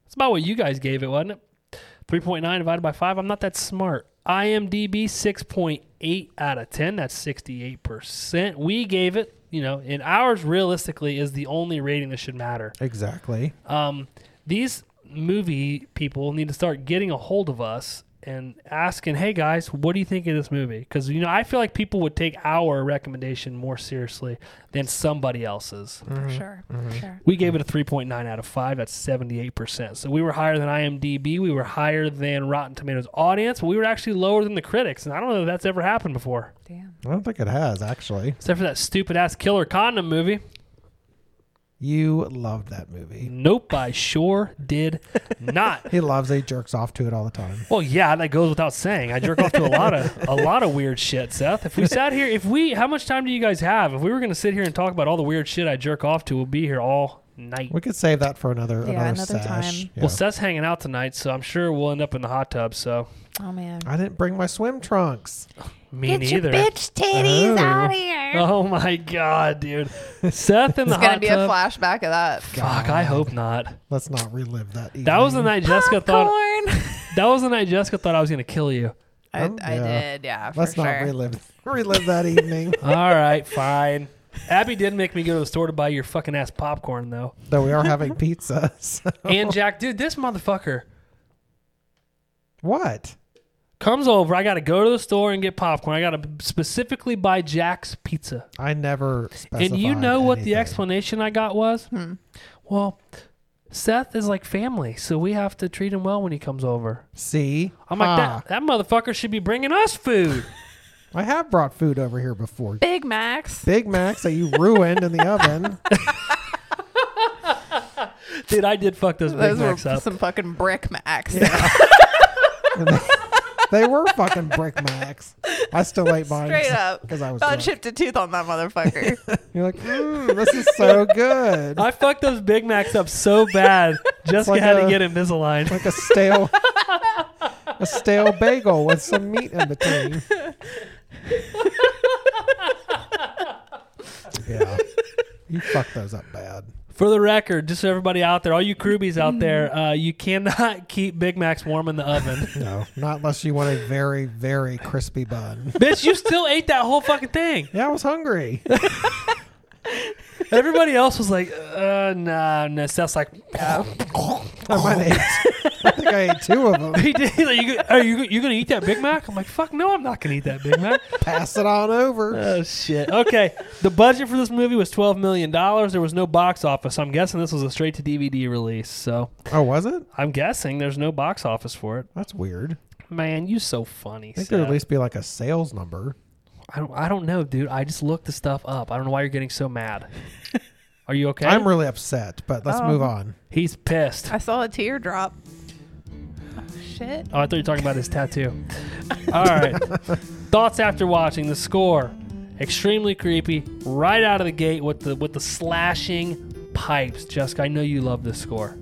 A: that's about what you guys gave it wasn't it 3.9 divided by 5 i'm not that smart imdb 6.8 out of 10 that's 68% we gave it you know and ours realistically is the only rating that should matter
B: Exactly.
A: um, these movie people need to start getting a hold of us and asking, "Hey guys, what do you think of this movie?" Because you know, I feel like people would take our recommendation more seriously than somebody else's.
C: For
B: Mm-hmm.
C: sure. For sure.
A: We gave it a 3.9 out of 5. That's 78%. So we were higher than IMDb. We were higher than Rotten Tomatoes audience. But we were actually lower than the critics. And I don't know if that's ever happened before.
C: Damn.
B: I don't think it has, actually.
A: Except for that stupid ass Killer Condom movie.
B: You loved that movie.
A: Nope, I sure did not.
B: He loves it. He jerks off to it all the time.
A: Well, yeah, that goes without saying. I jerk off to a lot of a lot of weird shit, Seth. If we sat here, if we, how much time do you guys have? If we were gonna sit here and talk about all the weird shit I jerk off to, we'll be here all night.
B: We could save that for another
C: Yeah,
B: another, sesh.
C: another time.
B: Yeah.
A: Well, Seth's hanging out tonight, so I'm sure we'll end up in the hot tub. So
C: Oh man.
B: I didn't bring my swim trunks.
A: me neither.
C: bitch
B: Oh.
C: titties out here.
A: Oh my god, dude! Seth in the
D: It's gonna
A: hot
D: be a
A: tub.
D: flashback of that.
A: Fuck, I hope not.
B: Let's not relive that. Evening.
A: That was the
D: Mm-hmm.
A: night Jessica thought.
C: Corn.
A: That was the night Jessica thought I was gonna kill you.
D: I,
B: Oh,
D: I
B: yeah.
D: did, yeah, for
B: Let's
D: sure.
B: not relive relive that evening.
A: All right, fine. Abby did make me go to the store to buy your fucking ass popcorn though.
B: Though we are having pizza. so-
A: And Jack, dude, this motherfucker
B: What?
A: comes over. I gotta go to the store and get popcorn. I gotta specifically buy Jack's pizza.
B: I never. Specified
A: and you know what the
B: anything.
A: explanation I got was?
D: Hmm.
A: Well, Seth is like family, so we have to treat him well when he comes over.
B: See,
A: I'm like
B: Ah,
A: that. That motherfucker should be bringing us food.
B: I have brought food over here before.
D: Big Macs.
B: Big Macs that you ruined in the oven.
A: Dude, I did fuck those Big
D: Those were
A: Macs up.
D: some fucking brick Macs.
B: They were fucking brick Macs. I still ate mine.
D: Straight up.
B: Because I was.
D: About
B: drunk.
D: chipped a tooth on that motherfucker.
B: You're like, mm, this is so good.
A: I fucked those Big Macs up so bad. Jessica
B: like
A: had
B: a-
A: to get Invisalign.
B: like a stale a stale bagel with some meat in between. yeah. You fucked those up bad.
A: For the record, just so everybody out there, all you crewbies out there,
D: Mm.
A: uh, you cannot keep Big Macs warm in the oven.
B: No, not unless you want a very, very crispy bun.
A: Bitch, you still ate that whole fucking thing.
B: Yeah, I was hungry.
A: Everybody else was like, uh, nah, no. Seth's like,
B: I might have ate, I think I ate two of them.
A: he did. He's like, you, go- are you, you going to eat that Big Mac? I'm like, fuck no, I'm not going to eat that Big Mac.
B: Pass it on over.
A: oh, shit. Okay. The budget for this movie was $12 million. There was no box office. I'm guessing this was a straight to DVD release. So
B: Oh, was it?
A: I'm guessing there's no box office for it.
B: That's weird.
A: Man, you so funny.
B: I think there'd at
A: Seth.
B: least be like a sales number.
A: I don't, I don't know, dude. I just looked the stuff up. I don't know why you're getting so mad. Are you okay?
B: I'm really upset, but let's move on.
A: He's pissed.
D: I saw a teardrop. Oh, shit.
A: Oh, I thought you were talking about his tattoo. All right. Thoughts after watching the score. Extremely creepy. Right out of the gate with the with the slashing pipes. Jessica, I know you love this score.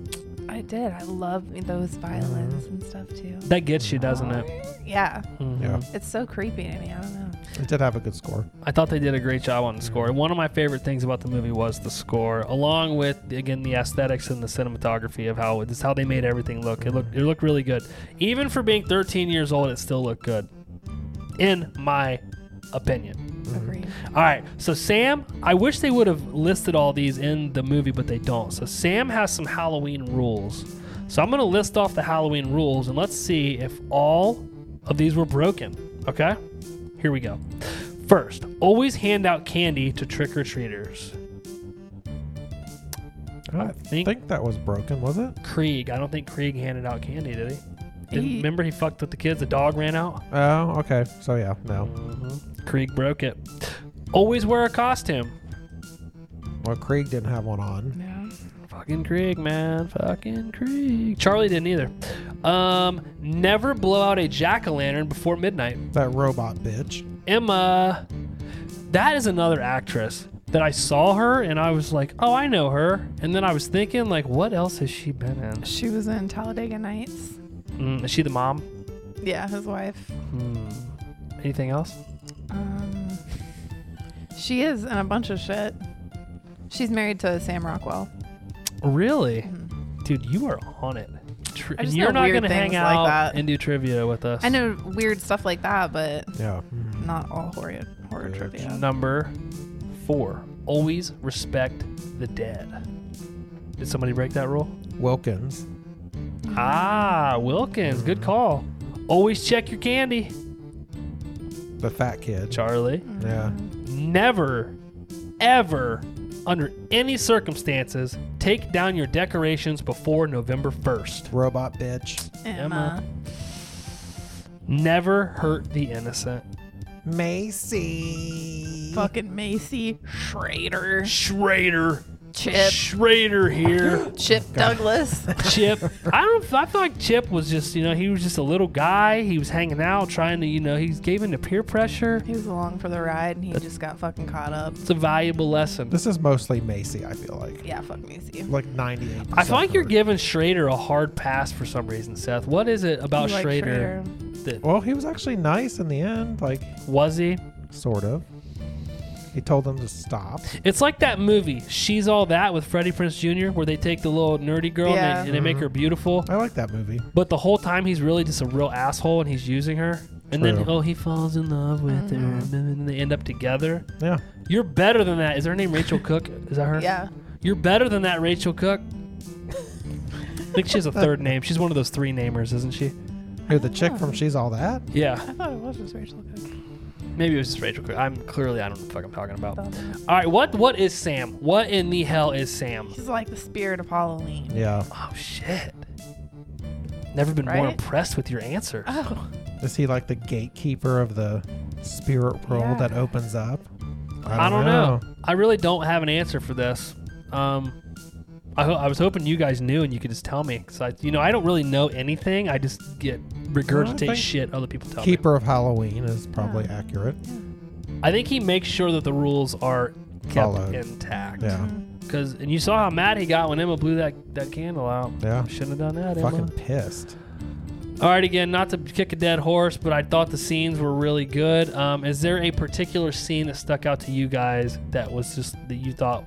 C: I did. I love those violins and stuff too.
A: That gets you, doesn't it? Mm-hmm.
C: Yeah.
B: Yeah.
C: It's so creepy to me. I don't know.
B: It did have a good score.
A: I thought they did a great job on the score. One of my favorite things about the movie was the score, along with again the aesthetics and the cinematography of how just how they made everything look. It looked it looked really good. Even for being 13 years old, it still looked good, in my opinion.
C: Agreed.
A: All right, so Sam, I wish they would have listed all these in the movie, but they don't. So Sam has some Halloween rules. So I'm gonna list off the Halloween rules and let's see if all of these were broken. Okay, here we go. First, always hand out candy to trick or treaters.
B: I
A: think-
B: think that was broken, was it?
A: Krieg, I don't think Krieg handed out candy, did he? Didn't,
C: He-
A: remember he fucked with the kids. The dog ran out.
B: Oh, okay. So yeah, no.
A: Krieg broke it. Always wear a costume.
B: Well, Krieg didn't have one on.
C: Yeah.
A: Fucking Krieg, man. Fucking Krieg. Charlie didn't either. Um, never blow out a jack o' lantern before midnight.
B: That robot bitch.
A: Emma, that is another actress that I saw her and I was like, oh, I know her. And then I was thinking, like, what else has she been in?
C: She was in Talladega Nights.
A: Mm, is she the mom?
C: Yeah, his wife.
A: Hmm. Anything else?
C: Um, she is in a bunch of shit. She's married to Sam Rockwell.
A: Really? Dude, you are on it. Tri-
C: Mm-hmm. I
A: and
C: just
A: you're
C: know
A: not
C: weird
A: going to hang
C: things like
A: out
C: that.
A: and do trivia with us.
C: I know weird stuff like that, but
B: Yeah.
C: not all horror, horror
B: Good.
C: trivia.
A: Number four, always respect the dead. Did somebody break that rule?
B: Wilkins.
A: Ah, Wilkins, good call. Always check your candy,
B: The fat kid.
A: Charlie.
B: yeah.
A: Never, ever, under any circumstances, take down your decorations before November 1st.
B: Robot bitch.
A: Emma.
C: Emma.
A: Never hurt the innocent.
B: Macy.
C: Fucking Macy Schrader.
A: Schrader.
D: Chip.
A: Schrader here.
D: Chip Douglas.
A: Chip. I don't. I feel like Chip was just, you know, he was just a little guy. He was hanging out, trying to, you know, he gave in to peer pressure.
C: He was along for the ride and he just got fucking caught up.
A: It's a valuable lesson.
B: This is mostly Macy, I feel like.
C: Yeah, fuck me, see.
B: Like 98.
A: I feel like you're giving Schrader a hard pass for some reason, Seth. What is it about
C: You like
A: Schrader? that
B: Well, he was actually nice in the end, like,
A: was he?
B: sort of. He told them to stop.
A: It's like that movie, She's All That, with Freddie Prince Jr., where they take the little nerdy girl
C: Yeah.
A: and, they, and they make
B: Mm-hmm.
A: her beautiful.
B: I like that movie.
A: But the whole time he's really just a real asshole and he's using her. And then,
B: True.
A: oh, he falls in love with her. And
C: Mm-hmm.
A: then they end up together.
B: Yeah.
A: You're better than that. Is her name Rachel Cook? Is that her?
C: Yeah.
A: You're better than that, Rachel Cook. I think she has a third name. She's one of those three namers, isn't she?
B: Who, the chick from She's All That?
A: Yeah.
C: I thought it was just Rachel Cook.
A: Maybe it was just Rachel Cook. I'm clearly I don't know what the fuck I'm talking about. All right, what what is Sam? What in the hell is Sam?
C: He's like the spirit of Halloween.
B: Yeah.
A: Oh shit. Never been more
C: Right?
A: impressed with your answer.
C: Oh.
B: Is he like the gatekeeper of the spirit world
C: Yeah.
B: that opens up?
A: I don't know. I really don't have an answer for this. Um I, ho- I was hoping you guys knew and you could just tell me cuz I you know I don't really know anything. I just get regurgitate
B: think
A: shit other people tell me.
B: Keeper of Halloween is probably accurate.
A: I think he makes sure that the rules are kept
B: Followed.
A: intact.
B: Yeah.
A: Cause and you saw how mad he got when Emma blew that, that candle out.
B: Yeah.
A: Shouldn't have done that, Emma.
B: Fucking pissed.
A: All right, again, not to kick a dead horse, but I thought the scenes were really good. Um, is there a particular scene that stuck out to you guys that was just that you thought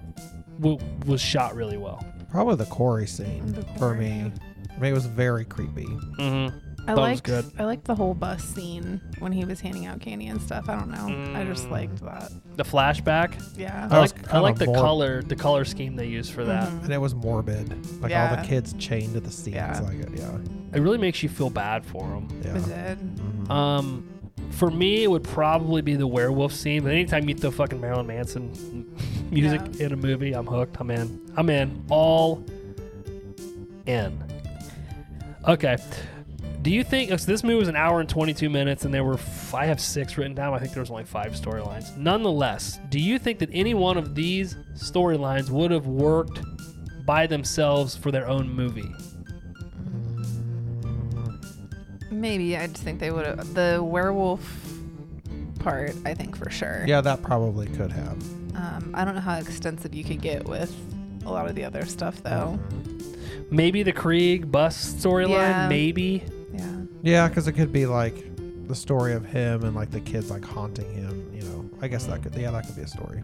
A: w- was shot really well?
B: Probably the Corey scene
C: The
B: for
C: Cory.
B: me. I mean, it was very creepy.
A: Mm-hmm.
C: I
A: That was
C: liked
A: good.
C: I liked the whole bus scene when he was handing out candy and stuff. I don't know. I just
A: Mm.
C: liked that.
A: The flashback.
C: Yeah.
A: I
B: That was
A: like I
B: kinda
A: like the
B: more-
A: color the color scheme they used for that.
C: Mhm.
B: And it was morbid. Like all
C: Yeah.
B: the kids chained to the seats.
C: Yeah.
B: Like, it. yeah.
A: It really makes you feel bad for them.
B: Yeah.
C: It did.
B: Mhm.
A: Um, for me, it would probably be the werewolf scene. But anytime you throw fucking Marilyn Manson music in a movie, I'm hooked. I'm in. I'm in. All in. Okay. Do you think so this movie was an hour and 22 minutes, and there were f- I have six written down. I think there was only five storylines. Nonetheless, do you think that any one of these storylines would have worked by themselves for their own movie?
C: Maybe I just think they would have the werewolf part. I think for sure.
B: Yeah, that probably could have.
C: Um, I don't know how extensive you could get with a lot of the other stuff though.
A: Maybe the Krieg bus storyline.
C: Yeah.
A: Maybe
C: Yeah.
B: Yeah, because it could be like the story of him and like the kids like haunting him. You know, I guess that could yeah that could be a story.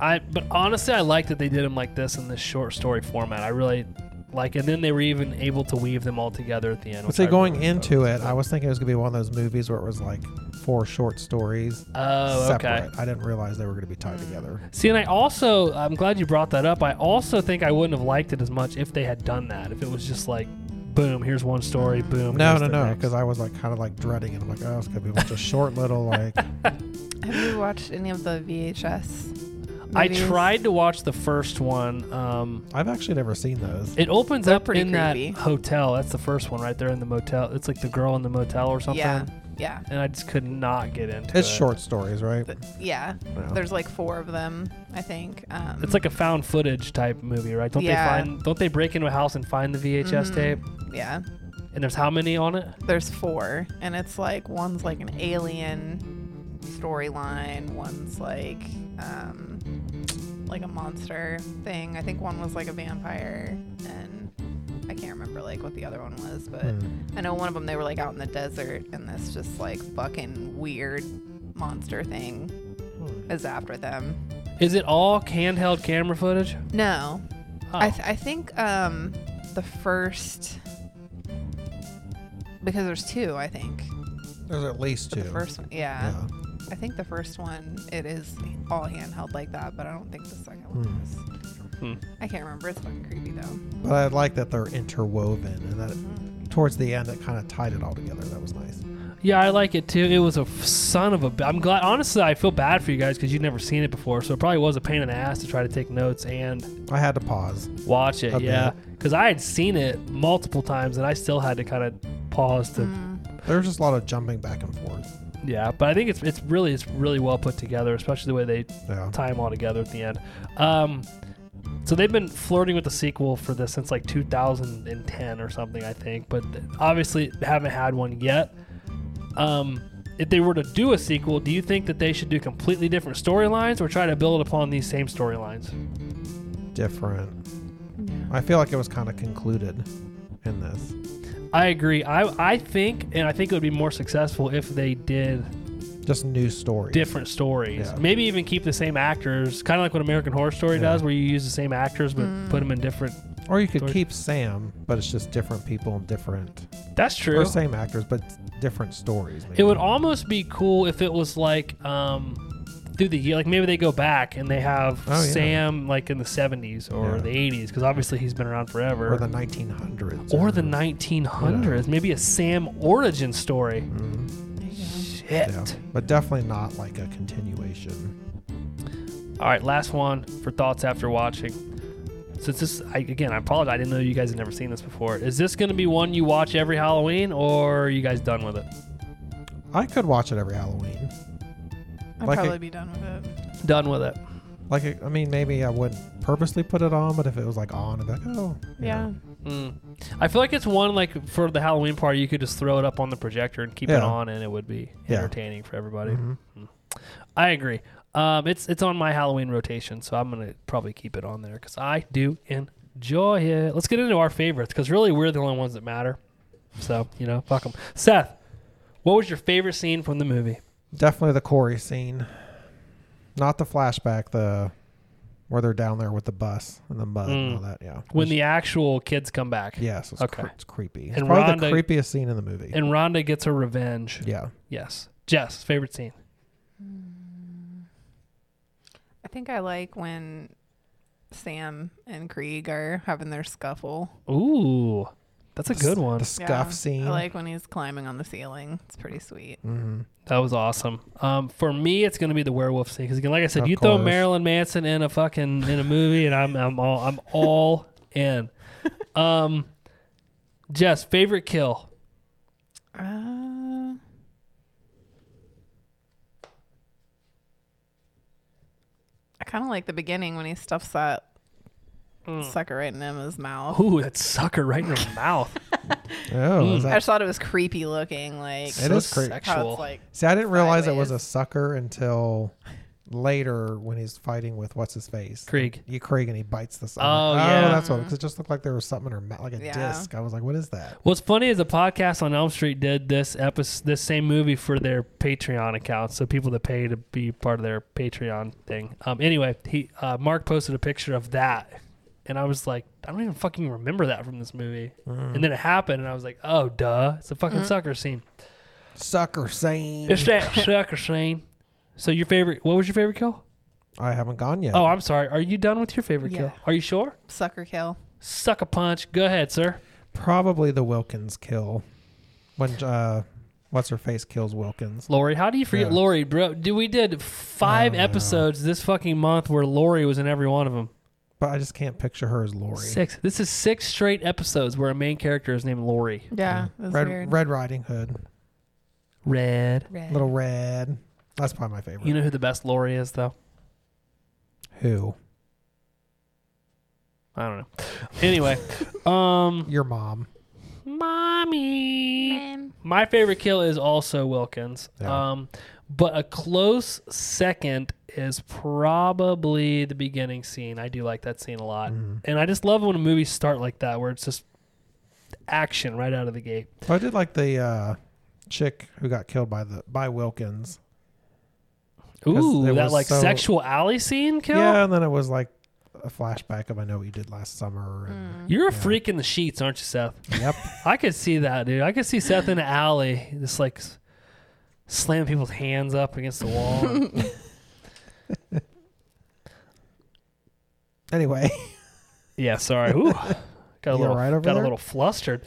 A: I but honestly, I like that they did them like this in this short story format. I really like, and then they were even able to weave them all together at the end.
B: But
A: which
B: see,
A: I
B: going
A: really
B: into
A: thought
B: it, I was thinking it was gonna be one of those movies where it was like four short stories
A: Oh,
B: separate.
A: okay.
B: I didn't realize they were gonna be tied together.
A: See, and I also, I'm glad you brought that up. I also think I wouldn't have liked it as much if they had done that. If it was just like, boom, here's one story, boom.
B: No,
A: here's
B: no,
A: the
B: no,
A: next.
B: because I was like kind of like dreading it. I'm like, oh, it's gonna be a bunch of short little like.
C: Have you watched any of the VHS?
A: I
C: movies?
A: tried to watch the first one. Um,
B: I've actually never seen those.
A: it opens
C: They're
A: up
C: pretty
A: in
C: creepy.
A: that hotel. That's the first one right there in the motel. It's like the girl in the motel or something.
C: Yeah. Yeah.
A: And I just could not get into
B: It's
A: it.
B: short stories, right?
C: Th- yeah.
B: Yeah.
C: There's like four of them, I think. Um,
A: Oh. It's like a found footage type movie, right? Don't
C: Yeah.
A: they find? Don't they break into a house and find the VHS
C: Mhm.
A: tape?
C: yeah.
A: And there's how many on it?
C: There's four, and it's like one's like an alien storyline, one's like um, like a monster thing. I think one was like a vampire, and I can't remember like what the other one was, but
B: Hmm.
C: I know one of them they were like out in the desert, and this just like fucking weird monster thing is after them.
A: Is it all handheld camera footage?
C: No,
A: Oh.
C: I, th- I think um, the first because there's two. I think
B: There's at least
C: But
B: two.
C: the first one, yeah.
B: yeah.
C: I think the first one it is all handheld like that, but I don't think the second one
B: Hmm.
C: is.
A: Hmm.
C: I can't remember. It's fucking creepy though.
B: But I like that they're interwoven and that towards the end it kind of tied it all together. That was nice.
A: yeah, I like it too. It was a f- son of a. b- I'm glad. Honestly, I feel bad for you guys because you've never seen it before, so it probably was a pain in the ass to try to take notes and
B: I had to pause.
A: watch it.
B: A
A: yeah, because I had seen it multiple times and I still had to kind of pause to.
C: Mm-hmm.
B: There's just a lot of jumping back and forth.
A: Yeah, but I think it's it's really it's really well put together, especially the way they
B: Yeah.
A: time all together at the end. Um, So they've been flirting with the sequel for this since like 2010 or something, I think. But th- obviously they haven't had one yet. Um, if they were to do a sequel, do you think that they should do completely different storylines or try to build upon these same storylines?
B: Different. I feel like it was kind of concluded in this.
A: I agree. I I think, and I think it would be more successful if they did
B: Just new stories.
A: different stories.
B: Yeah.
A: Maybe even keep the same actors, kind of like what American Horror Story
B: Yeah.
A: does, where you use the same actors but put them in different.
B: Or you could
A: Story-
B: keep Sam, but it's just different people and different,
A: That's true.
B: or same actors, but different stories. Maybe.
A: It would almost be cool if it was like um, through the year, like maybe they go back and they have
B: Oh, yeah.
A: Sam like in the 70s or
B: Yeah.
A: the 80s, because obviously he's been around forever.
B: or the 1900s.
A: Or the 1900s, maybe a Sam origin story.
B: Mhm.
A: Shit.
B: Yeah. But definitely not like a continuation.
A: All right, last one for thoughts after watching. Since this, I, again, I apologize. I didn't know you guys had never seen this before. Is this going to be one you watch every Halloween, or are you guys done with it?
B: I could watch it every Halloween.
C: I'd
B: Like a-
C: probably be done with it.
A: Done with it.
B: Like, I I mean, maybe I wouldn't purposely put it on, but if it was like on, I'd be like, oh, you
C: Yeah.
B: know.
A: Mm. I feel like it's one like for the Halloween party, you could just throw it up on the projector and keep it
B: Yeah.
A: on, and it would be
B: Yeah.
A: entertaining for everybody. Mm.
B: Mhm.
A: I agree. Um, it's it's on my Halloween rotation, so I'm gonna probably keep it on there because I do enjoy it. Let's get into our favorites because really we're the only ones that matter. So you know, fuck them. Seth, what was your favorite scene from the movie?
B: Definitely the Corey scene. Not the flashback, the where they're down there with the bus and the mud
A: Mm.
B: and all that. Yeah.
A: When
B: It's-
A: the actual kids come back
B: yes, it's,
A: Okay.
B: cre- it's creepy. It's
A: And
B: probably
A: Rhonda-
B: the creepiest scene in the movie.
A: and Rhonda gets her revenge.
B: yeah.
A: Yes, Jess, favorite scene.
C: I think I like when
D: Sam and Krieg are having their scuffle.
A: Ooh, that's a
B: The s-
A: good one.
B: The scuff
D: Yeah.
B: scene.
D: I like when he's climbing on the ceiling. It's pretty sweet.
B: hmm
A: That was awesome. Um, for me, it's going to be the werewolf scene because, again, like I said,
B: Of
A: you throw
B: course.
A: Marilyn Manson in a fucking in a movie, and I'm I'm all I'm all in. Um, Jess, favorite kill.
B: Mm.
D: Uh,
C: I kind of like the beginning when he stuffs that sucker right in Emma's mouth.
A: Ooh, that sucker right in her mouth.
B: Oh,
A: mm.
B: is
C: I
B: that,
C: just thought it was creepy looking, like
A: so
B: is creep-
C: how
A: sexual.
C: it's like
B: see, I didn't realize it was a sucker until later when he's fighting with what's his face.
A: Krieg.
B: You Craig and he bites the sucker.
A: Oh, yeah.
B: that's what. Because it just looked like there was something in her mouth, like a
C: Yeah.
B: disc. I was like, what is that?
A: What's funny is a podcast on Elm Street did this episode, this same movie for their Patreon account. So people that pay to be part of their Patreon thing. Um, anyway, he uh, Mark posted a picture of that, and I was like, I don't even fucking remember that from this movie. And then it happened, and I was like, oh duh, it's a fucking sucker scene.
B: Sucker scene.
A: It's that sucker scene. So your favorite? What was your favorite kill?
B: I haven't gone yet.
A: Oh, I'm sorry. Are you done with your favorite kill?
C: Yeah.
A: Are you sure?
C: sucker kill.
A: Sucker punch. Go ahead, sir.
B: Probably the Wilkins kill. When uh what's her face kills Wilkins.
A: Lori, how do you forget
B: Yeah.
A: Lori, bro? Dude, we did five
B: Oh, yeah.
A: episodes this fucking month where Lori was in every one of them.
B: But I just can't picture her as Lori.
A: Six. This is six straight episodes where a main character is named Lori.
C: Yeah, that's
B: Red
C: weird.
B: Red Riding Hood.
A: Red.
B: Little Red. That's probably my favorite.
A: You know who the best Lori is, though?
B: Who?
A: I don't know. Anyway, um,
B: Your mom.
A: mommy. My favorite kill is also Wilkins.
B: Yeah.
A: Um, but a close second is probably the beginning scene. I do like that scene a lot.
B: Mm-hmm.
A: And I just love when movies start like that, where it's just action right out of the gate.
B: But Oh, I did like the uh chick who got killed by the by Wilkins. 'Cause
A: Ooh,
B: it
A: that
B: was
A: like
B: so-
A: sexual alley scene kill?
B: Yeah, and then it was like a flashback of I know what you did last summer and
A: You're a freak in the sheets, aren't you, Seth?
B: Yep.
A: I could see that, dude. I could see Seth in an alley just like s- slamming people's hands up against the wall.
B: Anyway.
A: yeah, sorry. Ooh. Got a
B: You
A: little,
B: alright over
A: got a
B: there?
A: little flustered.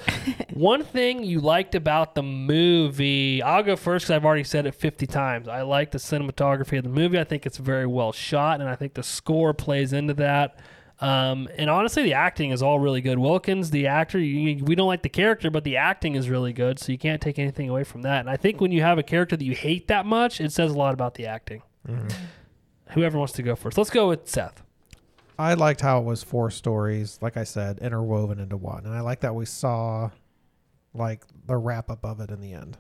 A: One thing you liked about the movie, I'll go first because I've already said it 50 times. I like the cinematography of the movie. I think it's very well shot, and I think the score plays into that. Um, and honestly, the acting is all really good. Wilkins, the actor, you, we don't like the character, but the acting is really good, so you can't take anything away from that. And I think when you have a character that you hate that
B: Mm-hmm.
A: much, it says a lot about the acting. Whoever wants to go first, let's go with Seth.
B: I liked how it was four stories, like I said, interwoven into one, and I like that we saw, like the wrap up of it in the end.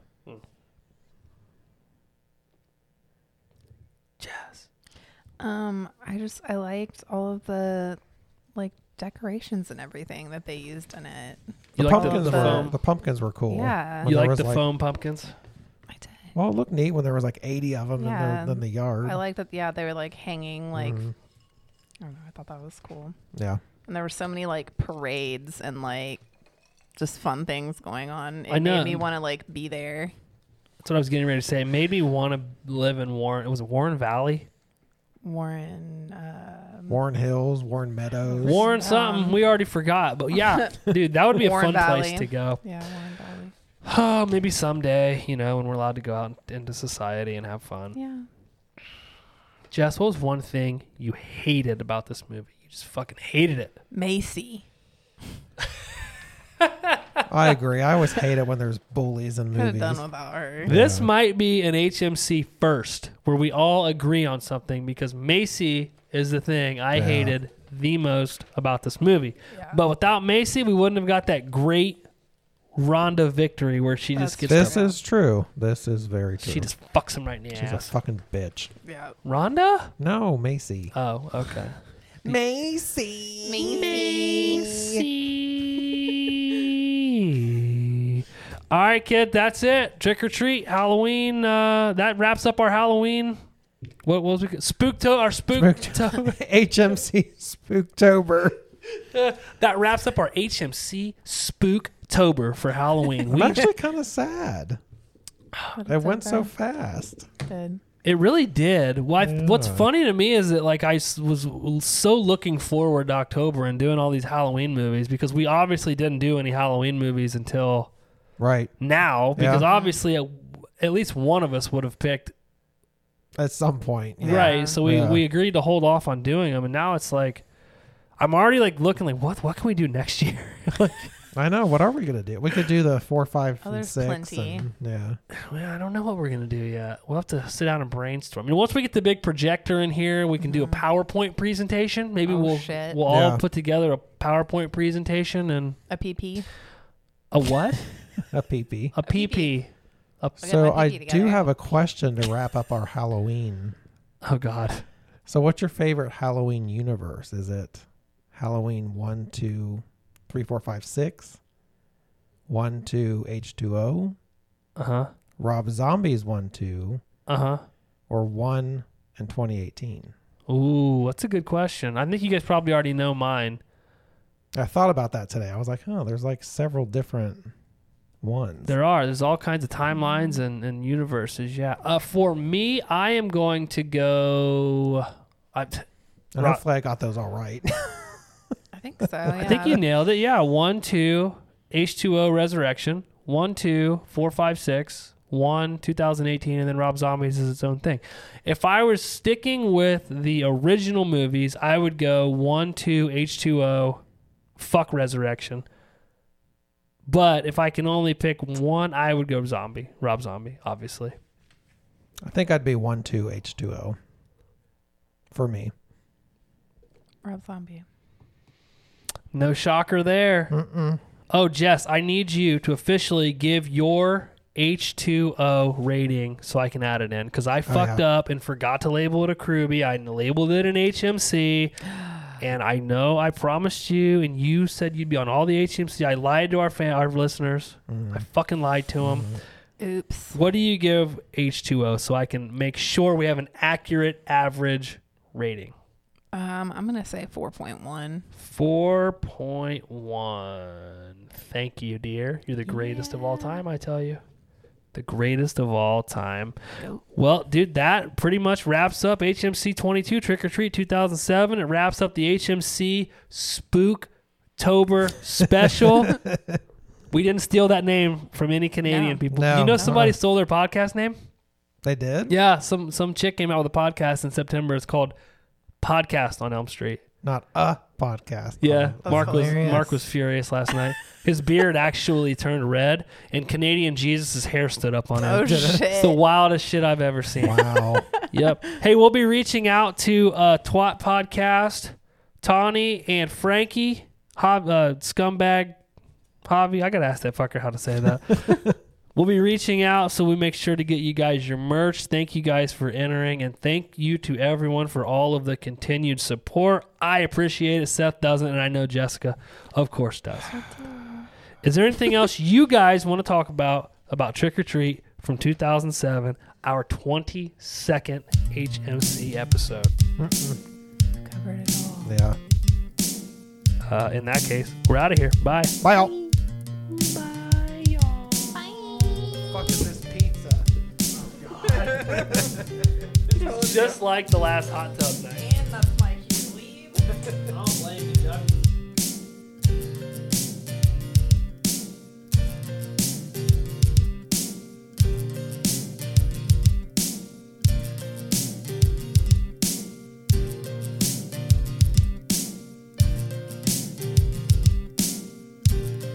A: Jazz.
C: Um, I just I liked all of the like decorations and everything that they used in it.
A: You
B: The
A: like the,
B: pumpkins
A: the
B: were
A: foam?
B: the pumpkins were cool.
C: Yeah.
B: When
A: You
B: there
A: like
B: was,
A: the foam pumpkins?
C: I did.
B: Well, it looked neat when there was like eighty of them
C: Yeah.
B: in, the, in the yard.
C: I liked that. Yeah, they were like hanging. Like
B: Mhm.
C: I don't know. I thought that was cool.
B: yeah,
C: And there were so many like parades and like just fun things going on. It
A: I know.
C: made me want to like be there.
A: That's what I was getting ready to say. It made me want to live in Warren. It was Warren Valley.
C: Warren. Um,
B: Warren Hills, Warren Meadows.
A: Warren something. We already forgot. But yeah, dude, that would be a
C: Warren
A: fun
C: Valley.
A: place to go.
C: Yeah, Warren Valley.
A: Oh, maybe someday, you know, when we're allowed to go out into society and have fun.
C: Yeah.
A: Jess, what was one thing you hated about this movie? You just fucking hated it.
C: Macy.
B: I agree. I always hate it when there's bullies in
C: Could have
B: movies.
C: done without her.
A: This
B: Yeah.
A: might be an HMC first where we all agree on something because Macy is the thing I
B: Yeah.
A: hated the most about this movie.
C: Yeah.
A: But without Macy, we wouldn't have got that great Ronda victory where she
C: That's
A: just gets
B: This
A: the-
B: is true. This is very true.
A: she just fucks him right in the
B: She's a
A: ass.
B: fucking bitch.
C: yeah.
A: Rhonda?
B: No, Macy.
A: Oh, okay.
B: Macy.
A: Macy. All right, kid, that's it. Trick or treat, Halloween. Uh, that wraps up our Halloween. What, what was we? Spookto, our spookto.
B: HMC Spooktober.
A: that wraps up our HMC Spooktober for Halloween.
B: I'm
A: We,
B: actually kind of sad. It went so fast.
C: Good.
A: it really did. Why? What's
B: Yeah.
A: funny to me is that like I s- was so looking forward to October and doing all these Halloween movies because we obviously didn't do any Halloween movies until
B: Right.
A: now because
B: Yeah.
A: obviously at, at least one of us would have picked
B: At some point. yeah.
A: right so we,
B: Yeah.
A: we agreed to hold off on doing them and now it's like i'm already like looking like what what can we do next year like
B: I know. What are we going to do? We could do the four, five,
C: Oh,
B: and
C: there's
B: six.
C: plenty.
B: and- yeah.
A: well, i don't know what we're gonna do yet we'll have to sit down and brainstorm and once we get the big projector in here we can do a powerpoint presentation maybe
C: Oh,
A: we'll
C: shit.
A: we'll all
B: Yeah.
A: put together a powerpoint presentation and
C: A PP.
A: a what
B: A peepee.
A: a pp
C: I'll get
B: So
C: my
B: I
C: peepee together.
B: do have a question to wrap up our Halloween.
A: oh god
B: So what's your favorite Halloween universe? Is it Halloween one, two, three, four, five, six? One, two, H2O?
A: uh-huh
B: Rob Zombies 1, 2?
A: uh-huh
B: or one in 2018?
A: ooh that's a good question i think you guys probably already know mine
B: I thought about that today. I was like, huh, there's like several different ones.
A: There are. There's all kinds of timelines and, and universes. Yeah. Uh, for me, I am going to go. I,
B: and
A: Right.
B: hopefully I got those all right.
C: I think so. Yeah.
A: I think you nailed it. Yeah. One, two, H2O Resurrection. One, two, four, five, six. One, 2018, and then Rob Zombies is its own thing. If I was sticking with the original movies, I would go one, two, H2O, fuck Resurrection. But if I can only pick one, I would go Zombie, Rob Zombie, obviously.
B: I think I'd be 1 2 H2O for me.
C: Rob Zombie.
A: No shocker there. Oh, Jess, I need you to officially give your H2O rating so I can add it in because I fucked up and forgot to label it a Kruby. I labeled it an HMC. And I know I promised you, and you said you'd be on all the HMC. I lied to our fan, our listeners. I fucking lied to them.
C: Oops.
A: What do you give H2O so I can make sure we have an accurate average rating?
C: Um, I'm gonna say 4.1.
A: 4.1. Thank you, dear. You're the greatest of all time, I tell you. The greatest of all time.
C: Nope.
A: Well, dude, that pretty much wraps up HMC 22 Trick or Treat 2007. It wraps up the HMC Spooktober special. we didn't steal that name from any Canadian
C: No.
A: people.
B: No.
A: You know
B: No.
A: somebody stole their podcast name?
B: They did?
A: Yeah, some some chick came out with a podcast in September. It's called Podcast on Elm Street.
B: Not a podcast.
A: Yeah,
B: Oh,
A: Mark was
C: hilarious.
A: Mark was furious last night. His beard actually turned red, and Canadian Jesus' hair stood up on
C: Oh
A: end. It's
C: shit.
A: the wildest shit I've ever seen.
B: Wow.
A: yep. Hey, we'll be reaching out to uh, Twat Podcast, Tawny and Frankie, hob, uh, scumbag, hobby. I gotta ask that fucker how to say that. we'll be reaching out, so we make sure to get you guys your merch. Thank you guys for entering, and thank you to everyone for all of the continued support. I appreciate it. Seth doesn't, and I know Jessica, of course, does. Is there anything else you guys want to talk about about Trick or Treat from 2007, our 22nd HMC episode?
C: Covered it all.
B: Yeah.
A: Uh, in that case, we're out of here. Bye.
B: Bye all.
A: Bye, y'all.
B: Fuck is this pizza?
A: Just like the last hot tub night.
D: And that's like you leave.
A: I don't blame you, Doug. Happy
C: Happy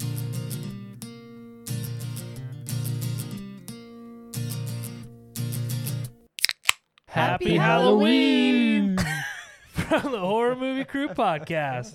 A: Halloween from the Horror Movie Crew podcast.